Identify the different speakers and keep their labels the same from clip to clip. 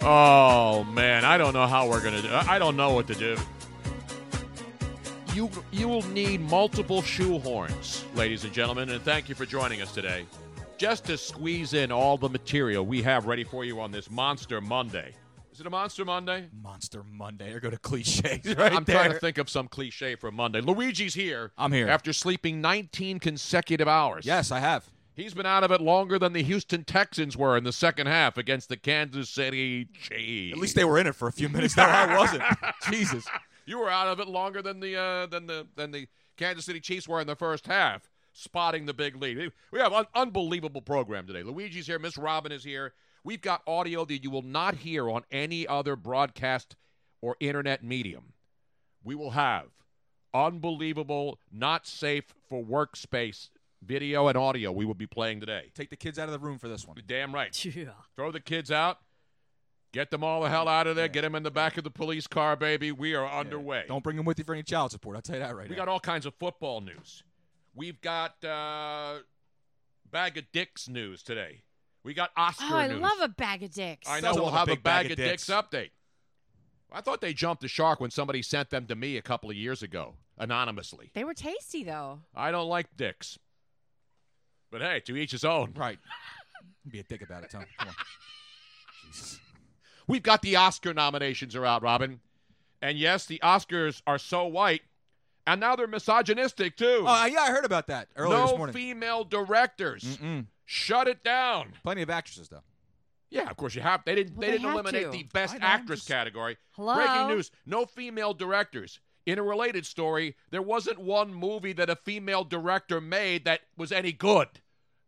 Speaker 1: Oh man, I don't know how we're gonna do. I I don't know what to do. You you will need multiple shoehorns, ladies and gentlemen, and thank you for joining us today. Just to squeeze in all the material we have ready for you on this Monster Monday. Is it a Monster Monday?
Speaker 2: Monster Monday. Or go to cliches right
Speaker 1: I'm
Speaker 2: there.
Speaker 1: trying to think of some cliche for Monday. Luigi's here.
Speaker 2: I'm here.
Speaker 1: After sleeping 19 consecutive hours.
Speaker 2: Yes, I have.
Speaker 1: He's been out of it longer than the Houston Texans were in the second half against the Kansas City Chiefs.
Speaker 2: At least they were in it for a few minutes. No, I wasn't. Jesus.
Speaker 1: You were out of it longer than the uh, than the than the Kansas City Chiefs were in the first half, spotting the big lead. We have an unbelievable program today. Luigi's here, Miss Robin is here. We've got audio that you will not hear on any other broadcast or internet medium. We will have unbelievable, not safe for workspace video and audio we will be playing today.
Speaker 2: Take the kids out of the room for this one.
Speaker 1: Damn right. Throw the kids out. Get them all the hell out of there. Get them in the back of the police car, baby. We are underway.
Speaker 2: Don't bring them with you for any child support. I'll tell you that right
Speaker 1: We
Speaker 2: now.
Speaker 1: got all kinds of football news. We've got uh, bag of dicks news today. We got Oscar
Speaker 3: Oh, I
Speaker 1: news.
Speaker 3: love a bag of dicks.
Speaker 1: I know
Speaker 2: Sounds
Speaker 1: we'll
Speaker 2: like a
Speaker 1: have a
Speaker 2: big
Speaker 1: bag, of dicks. update. I thought they jumped the shark when somebody sent them to me a couple of years ago anonymously.
Speaker 3: They were tasty though.
Speaker 1: I don't like dicks, but hey, to each his own.
Speaker 2: right. Be a dick about it, Tom. Come on. Jesus.
Speaker 1: We've got the Oscar nominations are out, Robin, and yes, the Oscars are so white, and now they're misogynistic too.
Speaker 2: Oh, yeah, I heard about that earlier
Speaker 1: no
Speaker 2: this morning.
Speaker 1: female directors.
Speaker 2: Mm-mm.
Speaker 1: Shut it down.
Speaker 2: Plenty of actresses, though.
Speaker 1: Yeah, of course you have. They didn't.
Speaker 3: Well,
Speaker 1: they,
Speaker 3: they
Speaker 1: didn't
Speaker 3: have
Speaker 1: eliminate
Speaker 3: to.
Speaker 1: the best
Speaker 2: I know, I'm
Speaker 1: actress
Speaker 2: just-
Speaker 1: category.
Speaker 3: Hello?
Speaker 1: Breaking news: No female directors. In a related story, there wasn't one movie that a female director made that was any good.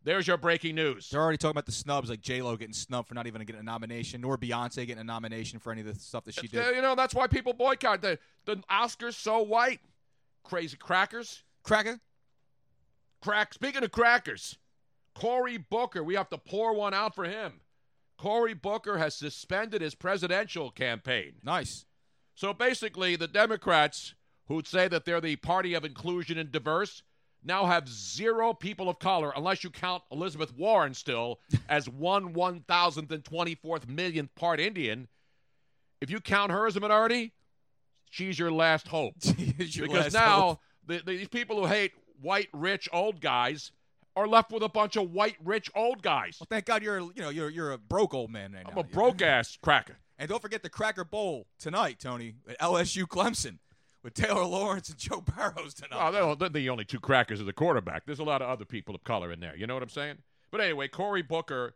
Speaker 1: There's your breaking news.
Speaker 2: They're already talking about the snubs, like J Lo getting snubbed for not even getting a nomination, nor Beyonce getting a nomination for any of the stuff that she
Speaker 1: Uh,
Speaker 2: did.
Speaker 1: You know that's why people boycott the the Oscars. So white, crazy crackers.
Speaker 2: Cracker.
Speaker 1: Crack. Speaking of crackers, Cory Booker, we have to pour one out for him. Cory Booker has suspended his presidential campaign.
Speaker 2: Nice.
Speaker 1: So basically, the Democrats, who'd say that they're the party of inclusion and diverse, now have zero people of color, unless you count Elizabeth Warren still as one one thousandth and twenty fourth millionth part Indian. If you count her as a minority, she's your last hope.
Speaker 2: It's your
Speaker 1: because
Speaker 2: last
Speaker 1: now
Speaker 2: hope.
Speaker 1: the, the- these people who hate white rich old guys are left with a bunch of white rich old guys.
Speaker 2: Well, thank God you're you know you're you're a broke old man right now.
Speaker 1: I'm a broke ass cracker.
Speaker 2: And don't forget the Cracker Bowl tonight, Tony, at LSU Clemson with Taylor Lawrence and Joe Burrows
Speaker 1: Oh,
Speaker 2: tonight.
Speaker 1: they're, they're the only two crackers of the quarterback. There's a lot of other people of color in there. You know what I'm saying? But anyway, Cory Booker,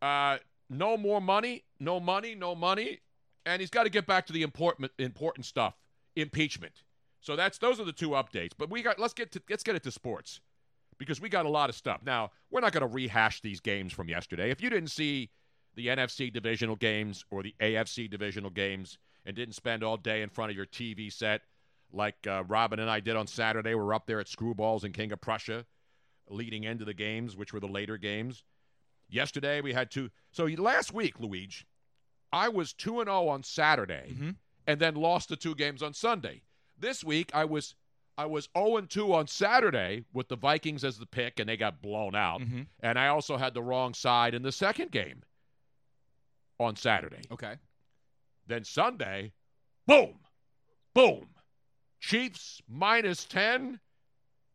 Speaker 1: uh, no more money, no money, no money, and he's got to get back to the important important stuff, impeachment. So that's those are the two updates. But we got let's get to let's get it to sports because we got a lot of stuff. Now we're not going to rehash these games from yesterday. If you didn't see the NFC divisional games or the AFC divisional games and didn't spend all day in front of your TV set like uh, Robin and I did on Saturday. We're up there at Screwballs and King of Prussia, leading into the games, which were the later games. Yesterday we had two. So you- last week, Luigi, I was two and zero on Saturday,
Speaker 2: Mhm.
Speaker 1: and then lost the two games on Sunday. This week I was I was zero and two on Saturday with the Vikings as the pick, and they got blown out.
Speaker 2: Mhm.
Speaker 1: And I also had the wrong side in the second game on Saturday.
Speaker 2: Okay.
Speaker 1: Then Sunday, boom, boom. Chiefs minus 10,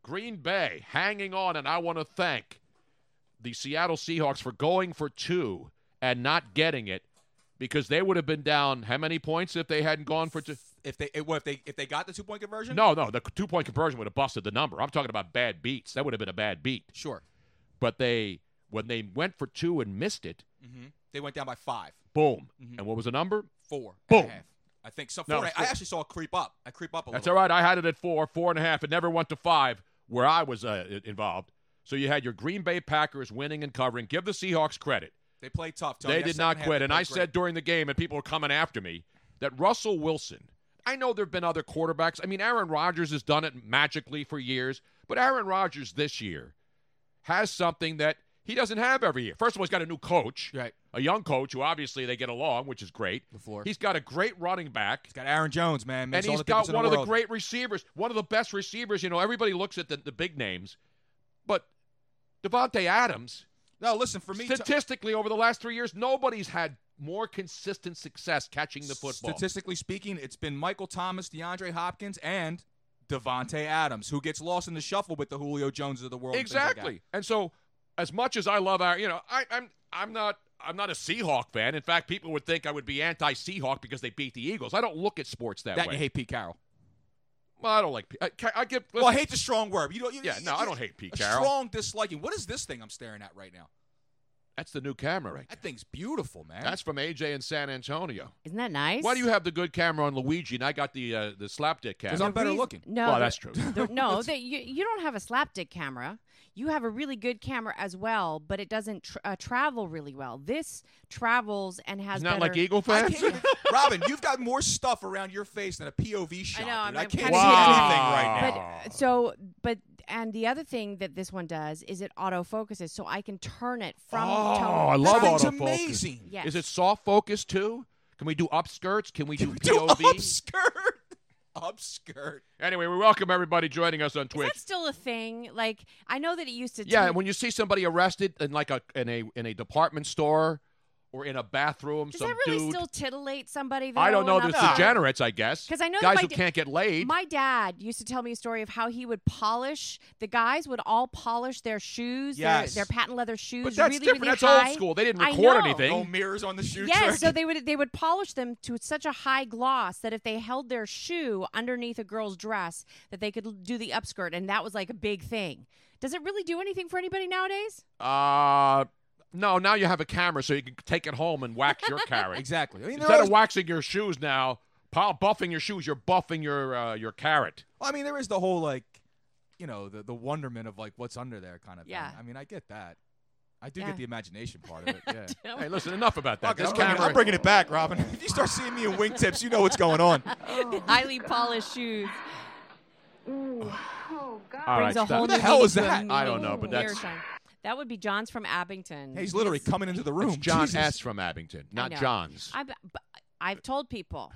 Speaker 1: Green Bay hanging on. And I want to thank the Seattle Seahawks for going for two and not getting it because they would have been down how many points if they hadn't gone for two?
Speaker 2: If they if they if they got the two point conversion,
Speaker 1: No, no, the two point conversion would have busted the number. I'm talking about bad beats. That would have been a bad beat.
Speaker 2: sure.
Speaker 1: But they, when they went for two and missed it,
Speaker 2: hmm They went down by five,
Speaker 1: boom.
Speaker 2: Mhm.
Speaker 1: And what was the number?
Speaker 2: four,
Speaker 1: Boom.
Speaker 2: and a half. I think so. Four.
Speaker 1: No,
Speaker 2: and a-
Speaker 1: four.
Speaker 2: I actually saw it creep up. I creep up a
Speaker 1: That's all
Speaker 2: little.
Speaker 1: right. I had it at four, four and a half. It never went to five where I was uh, i- involved. So you had your Green Bay Packers winning and covering. Give the Seahawks credit.
Speaker 2: They played tough. Tony.
Speaker 1: they
Speaker 2: That
Speaker 1: did
Speaker 2: second
Speaker 1: not
Speaker 2: half,
Speaker 1: quit.
Speaker 2: they
Speaker 1: And I
Speaker 2: played great.
Speaker 1: said during the game, and people were coming after me, that Russell Wilson, I know there have been other quarterbacks. I mean, Aaron Rodgers has done it magically for years, but Aaron Rodgers this year has something that he doesn't have every year. First of all, he's got a new coach,
Speaker 2: Right.
Speaker 1: a young coach who obviously they get along, which is great.
Speaker 2: LaFleur.
Speaker 1: He's got a great running back
Speaker 2: He's got Aaron Jones, man. Makes
Speaker 1: and
Speaker 2: all
Speaker 1: he's
Speaker 2: the
Speaker 1: got
Speaker 2: difference in
Speaker 1: one of the
Speaker 2: world.
Speaker 1: great receivers, one of the best receivers. You know, everybody looks at the, the big names, but Devontae Adams,
Speaker 2: No, listen for me. to-
Speaker 1: statistically, over the last three years, nobody's had more consistent success catching the football.
Speaker 2: Statistically speaking, it's been Michael Thomas, DeAndre Hopkins, and Devonte Adams, who gets lost in the shuffle with the Julio Jones of the world. and things like that.
Speaker 1: exactly. and so, as much as I love our, you know, I, I'm I'm not I'm not a Seahawk fan. In fact, people would think I would be anti-Seahawk because they beat the Eagles. I don't look at sports that,
Speaker 2: That and
Speaker 1: way.
Speaker 2: you hate Pete Carroll.
Speaker 1: well, I don't like. I, I get.
Speaker 2: Well, I hate the strong word. You don't. You,
Speaker 1: Yeah,
Speaker 2: you-
Speaker 1: no, I
Speaker 2: you-
Speaker 1: don't hate Pete
Speaker 2: a
Speaker 1: Carroll.
Speaker 2: Strong disliking. What is this thing I'm staring at right now?
Speaker 1: That's the new camera, right?
Speaker 2: That thing's beautiful, man.
Speaker 1: there. That's from AJ in San Antonio.
Speaker 3: Isn't that nice?
Speaker 1: Why do you have the good camera on Luigi and I got the uh, the slapdick camera?
Speaker 2: Because I'm better
Speaker 3: reas-
Speaker 2: looking.
Speaker 3: No,
Speaker 1: well,
Speaker 3: the-
Speaker 1: that's true.
Speaker 3: the- no, the, you, you don't have a slapdick camera. You have a really good camera as well, but it doesn't tr- uh, travel really well. This travels and has
Speaker 1: It's not like
Speaker 3: better-
Speaker 1: Eagle
Speaker 2: I
Speaker 1: fans.
Speaker 2: can't, Robin, you've got more stuff around your face than a POV shot.
Speaker 3: I know, I'm-
Speaker 2: dude. I
Speaker 3: I'm
Speaker 2: can't
Speaker 3: kinda
Speaker 2: see anything
Speaker 1: getting-
Speaker 2: right now.
Speaker 1: Wow.
Speaker 3: But so, but and the other thing that this one does is it auto focuses, so I can turn it from.
Speaker 1: Oh,
Speaker 3: tone-
Speaker 1: I love
Speaker 2: that thing's
Speaker 1: autofocus.
Speaker 2: amazing.
Speaker 3: Yes.
Speaker 1: Is it soft focus too? Can we do upskirts? Can we do
Speaker 2: We do
Speaker 1: POV?
Speaker 2: upskirt. Upskirt.
Speaker 1: Anyway, we welcome everybody joining us on
Speaker 3: Is
Speaker 1: Twitch.
Speaker 3: that still a thing? Like I know that it used to.
Speaker 1: Yeah,
Speaker 3: take-
Speaker 1: when you see somebody arrested in like a in a in a department store or in a bathroom,
Speaker 3: does
Speaker 1: some
Speaker 3: that really
Speaker 1: dude.
Speaker 3: still titillate somebody?
Speaker 1: I don't know.
Speaker 3: There's
Speaker 1: There's degenerates, I guess.
Speaker 3: 'Cause I know that
Speaker 1: guys
Speaker 3: my
Speaker 1: who
Speaker 3: da-
Speaker 1: can't get laid.
Speaker 3: My dad used to tell me a story of how he would polish. The guys would all polish their shoes,
Speaker 2: Yes.
Speaker 3: their, their patent leather shoes.
Speaker 1: but that's
Speaker 3: really,
Speaker 1: different.
Speaker 3: Really
Speaker 1: that's
Speaker 3: high.
Speaker 1: old school. They didn't
Speaker 3: I
Speaker 1: record
Speaker 3: know.
Speaker 1: anything.
Speaker 2: No mirrors on the shoe
Speaker 3: Yes,
Speaker 2: trick.
Speaker 3: so they would they would polish them to such a high gloss that if they held their shoe underneath a girl's dress, that they could l- do the upskirt, and that was like a big thing. Does it really do anything for anybody nowadays?
Speaker 1: Uh, no. Now you have a camera, so you can take it home and wax your carrot.
Speaker 2: Exactly. I mean, there
Speaker 1: Instead
Speaker 2: is-
Speaker 1: of waxing your shoes now, pal, buffing your shoes, you're buffing your uh, your carrot.
Speaker 2: well, I mean, there is the whole like, you know, the the wonderment of like what's under there kind of
Speaker 3: Yeah.
Speaker 2: thing. I mean, I get that. I do
Speaker 3: Yeah.
Speaker 2: get the imagination part of it. Yeah.
Speaker 1: Hey, listen, enough about that.
Speaker 2: Fuck it,
Speaker 1: This
Speaker 2: I'm, bringing,
Speaker 1: camera,
Speaker 2: I'm bringing it back, Robin. if you start seeing me in wingtips, you know what's going on.
Speaker 3: Highly polished shoes
Speaker 4: Ooh. Oh, God.
Speaker 3: brings
Speaker 1: All right,
Speaker 3: a
Speaker 1: stop.
Speaker 3: whole
Speaker 2: What the
Speaker 3: new
Speaker 2: hell
Speaker 3: meaning
Speaker 2: is
Speaker 3: to a
Speaker 2: that?
Speaker 3: m-
Speaker 1: I don't know, but that's-
Speaker 3: meerschaum. that would be John's from Abington.
Speaker 2: Hey, he's literally coming into the room.
Speaker 1: It's John
Speaker 2: Jesus.
Speaker 1: S. from Abington, not
Speaker 3: know.
Speaker 1: John's.
Speaker 3: I've, but I've told people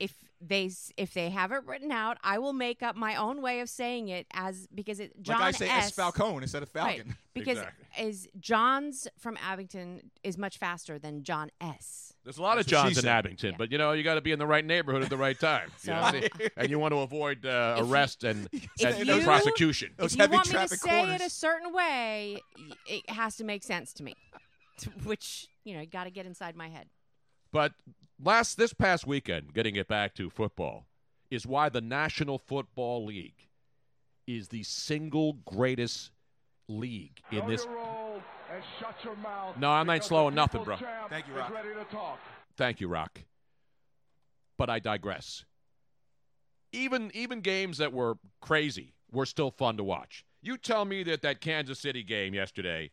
Speaker 3: if they s- if they have it written out, I will make up my own way of saying it as because it John
Speaker 2: like I say, S.
Speaker 3: S.
Speaker 2: Falcone instead of
Speaker 3: Right,
Speaker 2: Falcon.
Speaker 3: because
Speaker 1: Exactly.
Speaker 3: is John's from Abington is much faster than John S.
Speaker 1: There's a lot of
Speaker 2: That's what she
Speaker 1: Johns in
Speaker 2: said.
Speaker 1: Abington,
Speaker 3: Yeah.
Speaker 1: but you know you got to be in the right neighborhood at the right time. you know what I'm saying? and you want to avoid uh,
Speaker 3: If you-
Speaker 1: arrest and, and
Speaker 3: you-
Speaker 1: prosecution.
Speaker 2: Those
Speaker 3: if you
Speaker 2: heavy
Speaker 3: want me to
Speaker 2: traffic
Speaker 3: say
Speaker 2: corners.
Speaker 3: it a certain way, y- it has to make sense to me, which you know you got to get inside my head.
Speaker 1: But last this past weekend, getting it back to football, is why the National Football League is the single greatest league in this. No, I'm not slowing nothing, bro.
Speaker 2: Thank you, Rob.
Speaker 1: Thank you, Rock. But I digress. Even even games that were crazy were still fun to watch. You tell me that that Kansas City game yesterday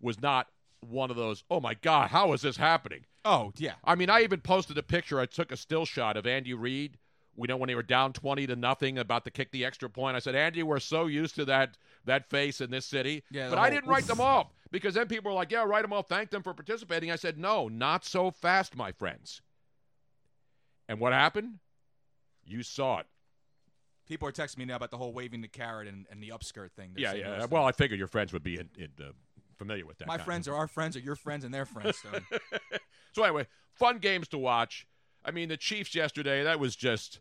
Speaker 1: was not one of those. Oh my God, how is this happening?
Speaker 2: Oh yeah.
Speaker 1: I mean, I even posted a picture. I took a still shot of Andy Reid. We know when they were down twenty to nothing, about to kick the extra point. I said, Andy, we're so used to that that face in this city.
Speaker 2: Yeah,
Speaker 1: but
Speaker 2: the
Speaker 1: I
Speaker 2: whole
Speaker 1: didn't write
Speaker 2: oof.
Speaker 1: them off because then people were like, Yeah, write them off. Thank them for participating. I said, No, not so fast, my friends. And what happened? You saw it.
Speaker 2: People are texting me now about the whole waving the carrot and, and the upskirt thing. They're
Speaker 1: yeah,
Speaker 2: saying
Speaker 1: yeah.
Speaker 2: those
Speaker 1: Well, I
Speaker 2: things.
Speaker 1: figured your friends would be in, in, uh, familiar with that.
Speaker 2: my
Speaker 1: kind of-
Speaker 2: friends are our friends, or your friends and their friends. Tony.
Speaker 1: So anyway, fun games to watch. I mean, the Chiefs yesterday, that was just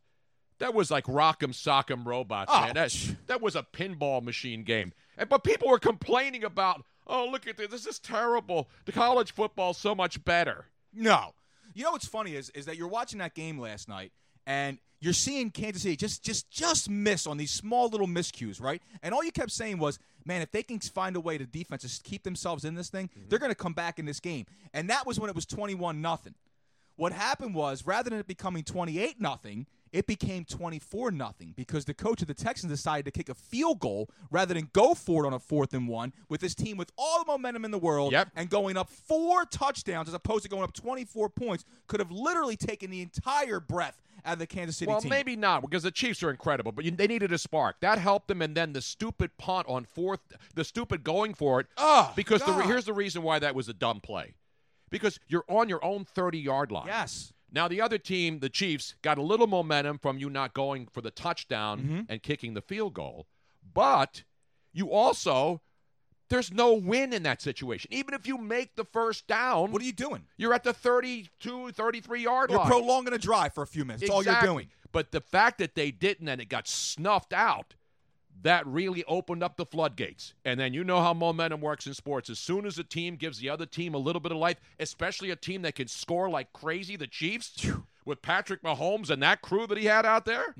Speaker 1: that was like rock'em sock'em robots,
Speaker 2: Oh,
Speaker 1: man. That, that was a pinball machine game. And, but people were complaining about, oh, look at this, this is terrible. The college football's so much better.
Speaker 2: No. You know what's funny is is that you're watching that game last night and you're seeing Kansas City just just just miss on these small little miscues, right? And all you kept saying was, "Man, if they can find a way to defense to keep themselves in this thing, they're going to come back in this game." And that was when it was 21 nothing. What happened was rather than it becoming 28 nothing, it became 24 nothing because the coach of the Texans decided to kick a field goal rather than go for it on a fourth and one with his team with all the momentum in the world
Speaker 1: Yep.
Speaker 2: and going up four touchdowns as opposed to going up 24 points could have literally taken the entire breath out of the Kansas City
Speaker 1: Well,
Speaker 2: team.
Speaker 1: maybe not because the Chiefs are incredible, but you, they needed a spark. That helped them, and then the stupid punt on fourth, the stupid going for it.
Speaker 2: Oh,
Speaker 1: because the, re-
Speaker 2: God.
Speaker 1: here's the reason why that was a dumb play, because you're on your own 30 yard line.
Speaker 2: Yes.
Speaker 1: Now the other team, the Chiefs, got a little momentum from you not going for the touchdown
Speaker 2: Mm-hmm.
Speaker 1: and kicking the field goal, but you also there's no win in that situation. Even if you make the first down,
Speaker 2: What are you doing?
Speaker 1: you're at the 32, 33 yard
Speaker 2: You're
Speaker 1: line.
Speaker 2: prolonging a drive for a few minutes. That's all
Speaker 1: Exactly.
Speaker 2: you're doing.
Speaker 1: But the fact that they didn't and it got snuffed out, that really opened up the floodgates. And then you know how momentum works in sports. As soon as a team gives the other team a little bit of life, especially a team that can score like crazy, the Chiefs. With Patrick Mahomes and that crew that he had out there,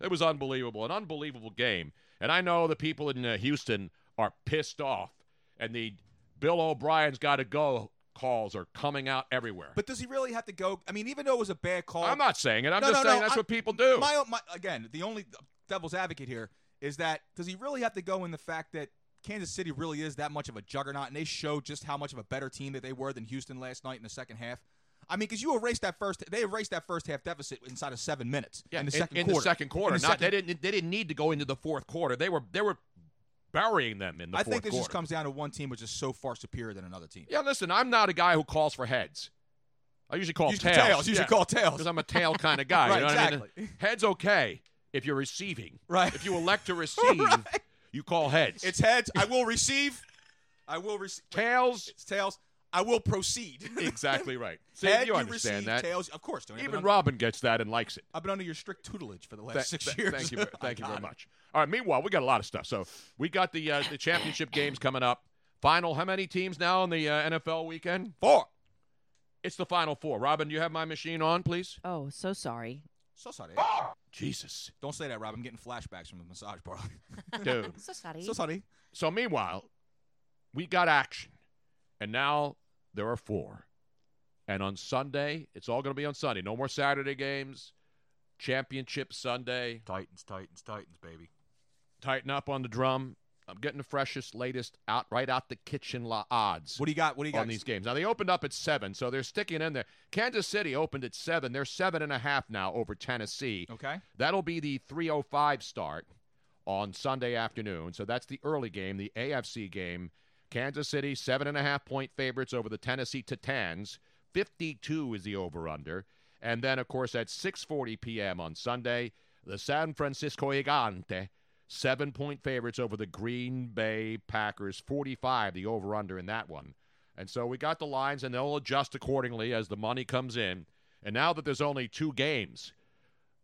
Speaker 1: it was unbelievable, an unbelievable game. And I know the people in uh, Houston are pissed off, and the Bill O'Brien's got to go calls are coming out everywhere.
Speaker 2: But does he really have to go? I mean, even though it was a bad call,
Speaker 1: I'm not saying it. I'm
Speaker 2: Oh. No,
Speaker 1: just
Speaker 2: no,
Speaker 1: saying
Speaker 2: no,
Speaker 1: that's
Speaker 2: I'm-
Speaker 1: what people do.
Speaker 2: My, my again, the only devil's advocate here is that does he really have to go in the fact that Kansas City really is that much of a juggernaut, and they showed just how much of a better team that they were than Houston last night in the second half. I mean, because you erased that first, they erased that first half deficit inside of seven minutes
Speaker 1: Yeah,
Speaker 2: in the second
Speaker 1: in
Speaker 2: quarter.
Speaker 1: the second quarter.
Speaker 2: In the
Speaker 1: Not-
Speaker 2: second-
Speaker 1: they didn't they didn't need to go into the fourth quarter. They were they were burying them in the
Speaker 2: I
Speaker 1: fourth
Speaker 2: think this
Speaker 1: quarter.
Speaker 2: just comes down to one team which is so far superior than another team.
Speaker 1: yeah, listen, I'm not a guy who calls for heads. I usually call
Speaker 2: Usually
Speaker 1: tails.
Speaker 2: tails, usually call tails.
Speaker 1: because I'm a tail kind of guy.
Speaker 2: Right,
Speaker 1: you know what I
Speaker 2: exactly.
Speaker 1: mean? Heads okay if you're receiving.
Speaker 2: Right.
Speaker 1: If you elect to receive,
Speaker 2: Right.
Speaker 1: you call heads.
Speaker 2: It's heads. I will receive. I will receive.
Speaker 1: tails.
Speaker 2: It's tails. I will proceed.
Speaker 1: exactly right. See,
Speaker 2: Head,
Speaker 1: you
Speaker 2: you
Speaker 1: understand
Speaker 2: receive,
Speaker 1: that.
Speaker 2: Tails, of course. Tony. I've been
Speaker 1: Even
Speaker 2: under-
Speaker 1: Robin gets that and likes it.
Speaker 2: I've been under your strict tutelage for the last
Speaker 1: Th-
Speaker 2: six
Speaker 1: th-
Speaker 2: years. Oh
Speaker 1: Thank you, ver- thank you
Speaker 2: I
Speaker 1: very
Speaker 2: got it.
Speaker 1: much. All right. Meanwhile, we got a lot of stuff. So we got the uh, the championship games coming up. Final. How many teams now in the uh, NFL weekend? Four. It's the final four. Robin, do you have my machine on, please?
Speaker 3: Oh, so sorry.
Speaker 2: So sorry.
Speaker 1: Jesus,
Speaker 2: Don't say that, Rob. I'm getting flashbacks from the massage bar.
Speaker 1: dude.
Speaker 3: So sorry.
Speaker 2: so sorry.
Speaker 1: so meanwhile, we got action, and now there are four. And on Sunday, it's all going to be on Sunday. No more Saturday games. Championship Sunday.
Speaker 2: Titans, Titans, Titans, baby.
Speaker 1: Tighten up on the drum. I'm getting the freshest, latest out right out the kitchen la odds.
Speaker 2: What do you got? What do you got?
Speaker 1: on these games. Now they opened up at seven, so they're sticking in there. Kansas City opened at seven. They're seven and a half now over Tennessee.
Speaker 2: Okay.
Speaker 1: That'll be the 305 start on Sunday afternoon. So that's the early game, the AFC game. Kansas City, seven and a half point favorites over the Tennessee Titans. 52 is the over under. And then, of course, at 6.40 p.m. on Sunday, the San Francisco Gigante, seven point favorites over the Green Bay Packers. 45, the over under in that one. And so we got the lines, and they'll adjust accordingly as the money comes in. And now that there's only two games,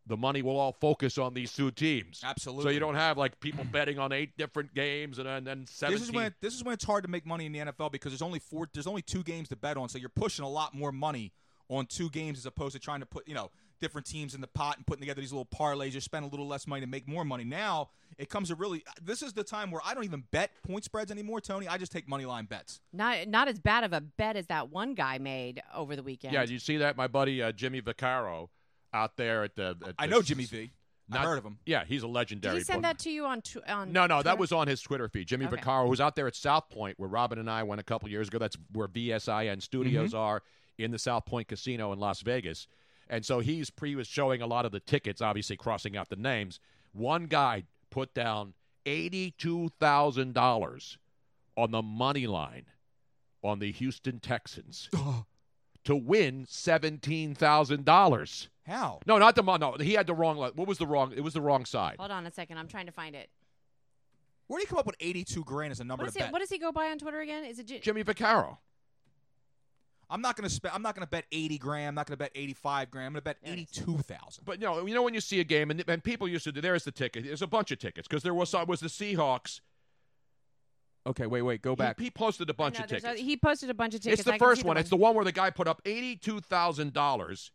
Speaker 1: the money will all focus on these two teams. So
Speaker 2: Absolutely.
Speaker 1: you don't have like people betting on eight different games and, and then seventeen.
Speaker 2: This is when this is when it's hard to make money in the NFL because there's only four. There's only two games to bet on, so you're pushing a lot more money on two games as opposed to trying to put you know different teams in the pot and putting together these little parlays. You spend a little less money to make more money. Now it comes to really. This is the time where I don't even bet point spreads anymore, Tony. I just take money line bets.
Speaker 3: Not not as bad of a bet as that one guy made over the weekend.
Speaker 1: yeah, you see that my buddy uh, Jimmy Vaccaro out there at the. At
Speaker 2: I
Speaker 1: the-
Speaker 2: know Jimmy V.
Speaker 1: not-
Speaker 2: I've heard of him.
Speaker 1: Yeah, he's a
Speaker 3: Did
Speaker 1: legendary.
Speaker 3: he send
Speaker 1: book-
Speaker 3: that to you on tw- on?
Speaker 1: No, no, that
Speaker 3: Twitter?
Speaker 1: was on his Twitter feed. Jimmy
Speaker 3: Okay.
Speaker 1: Vaccaro, who's out there at South Point, where Robin and I went a couple years ago. That's where VSIN
Speaker 3: Mm-hmm.
Speaker 1: Studios are in the South Point Casino in Las Vegas. And so he's pre was showing a lot of the tickets, obviously crossing out the names. One guy put down eighty-two thousand dollars on the money line on the Houston Texans
Speaker 3: Oh.
Speaker 1: to win seventeen thousand dollars.
Speaker 2: How?
Speaker 1: No, not the mon- no. He had the wrong. li- What was the wrong? It was the wrong side.
Speaker 3: Hold on a second. I'm trying to find it.
Speaker 2: Where do you come up with 82 grand as a number
Speaker 3: What, is
Speaker 2: to
Speaker 3: it,
Speaker 2: bet?
Speaker 3: what does he go by on Twitter again? Is it J-
Speaker 1: Jimmy Vaccaro.
Speaker 2: I'm not going to spend. I'm not going to bet 80 grand. I'm not going to bet 85 grand. I'm going to bet 82,000.
Speaker 1: But no, you know when you see a game, and, and people used to do. There's the ticket. There's a bunch of tickets because there was was the Seahawks.
Speaker 2: Okay, wait, wait, go
Speaker 1: He, he posted a bunch
Speaker 3: No,
Speaker 1: of
Speaker 3: there's
Speaker 1: tickets.
Speaker 3: a- he posted a bunch of tickets.
Speaker 1: it's the
Speaker 3: I can see
Speaker 1: first one. It's the
Speaker 3: ones-
Speaker 1: one where the guy put up eighty-two thousand dollars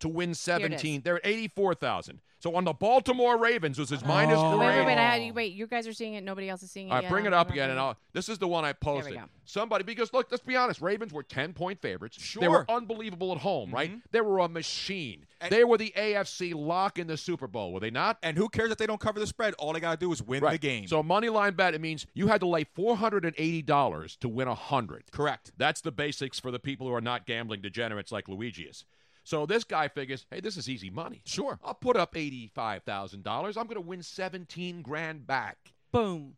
Speaker 1: to win
Speaker 3: it is.
Speaker 1: 17. They're at 84,000. So on the Baltimore Ravens, which is minus
Speaker 2: Oh.
Speaker 1: three.
Speaker 3: Wait, wait, wait, I,
Speaker 2: Oh.
Speaker 3: had- wait. You guys are seeing it. Nobody else is seeing it.
Speaker 1: All right,
Speaker 3: yet.
Speaker 1: bring
Speaker 3: I'm-
Speaker 1: it up
Speaker 3: I'm
Speaker 1: again, and
Speaker 3: gonna-
Speaker 1: I'll. This is the one I posted.
Speaker 3: go.
Speaker 1: Somebody, because look, let's be honest. Ravens were ten-point favorites. They
Speaker 2: Sure.
Speaker 1: were unbelievable at home, right? They were a machine.
Speaker 2: Mm-hmm. And-
Speaker 1: they were the AFC lock in the Super Bowl, were they not?
Speaker 2: And who cares if they don't cover the spread? All they got to do is win the game.
Speaker 1: So money line bet it means you had to lay four hundred and eighty dollars to win hundred.
Speaker 2: correct.
Speaker 1: That's the basics for the people who are not gambling degenerates like Luigi is. So this guy figures, hey, this is easy money.
Speaker 2: Sure.
Speaker 1: I'll put up eighty-five thousand dollars. I'm going to win seventeen grand back.
Speaker 3: Boom.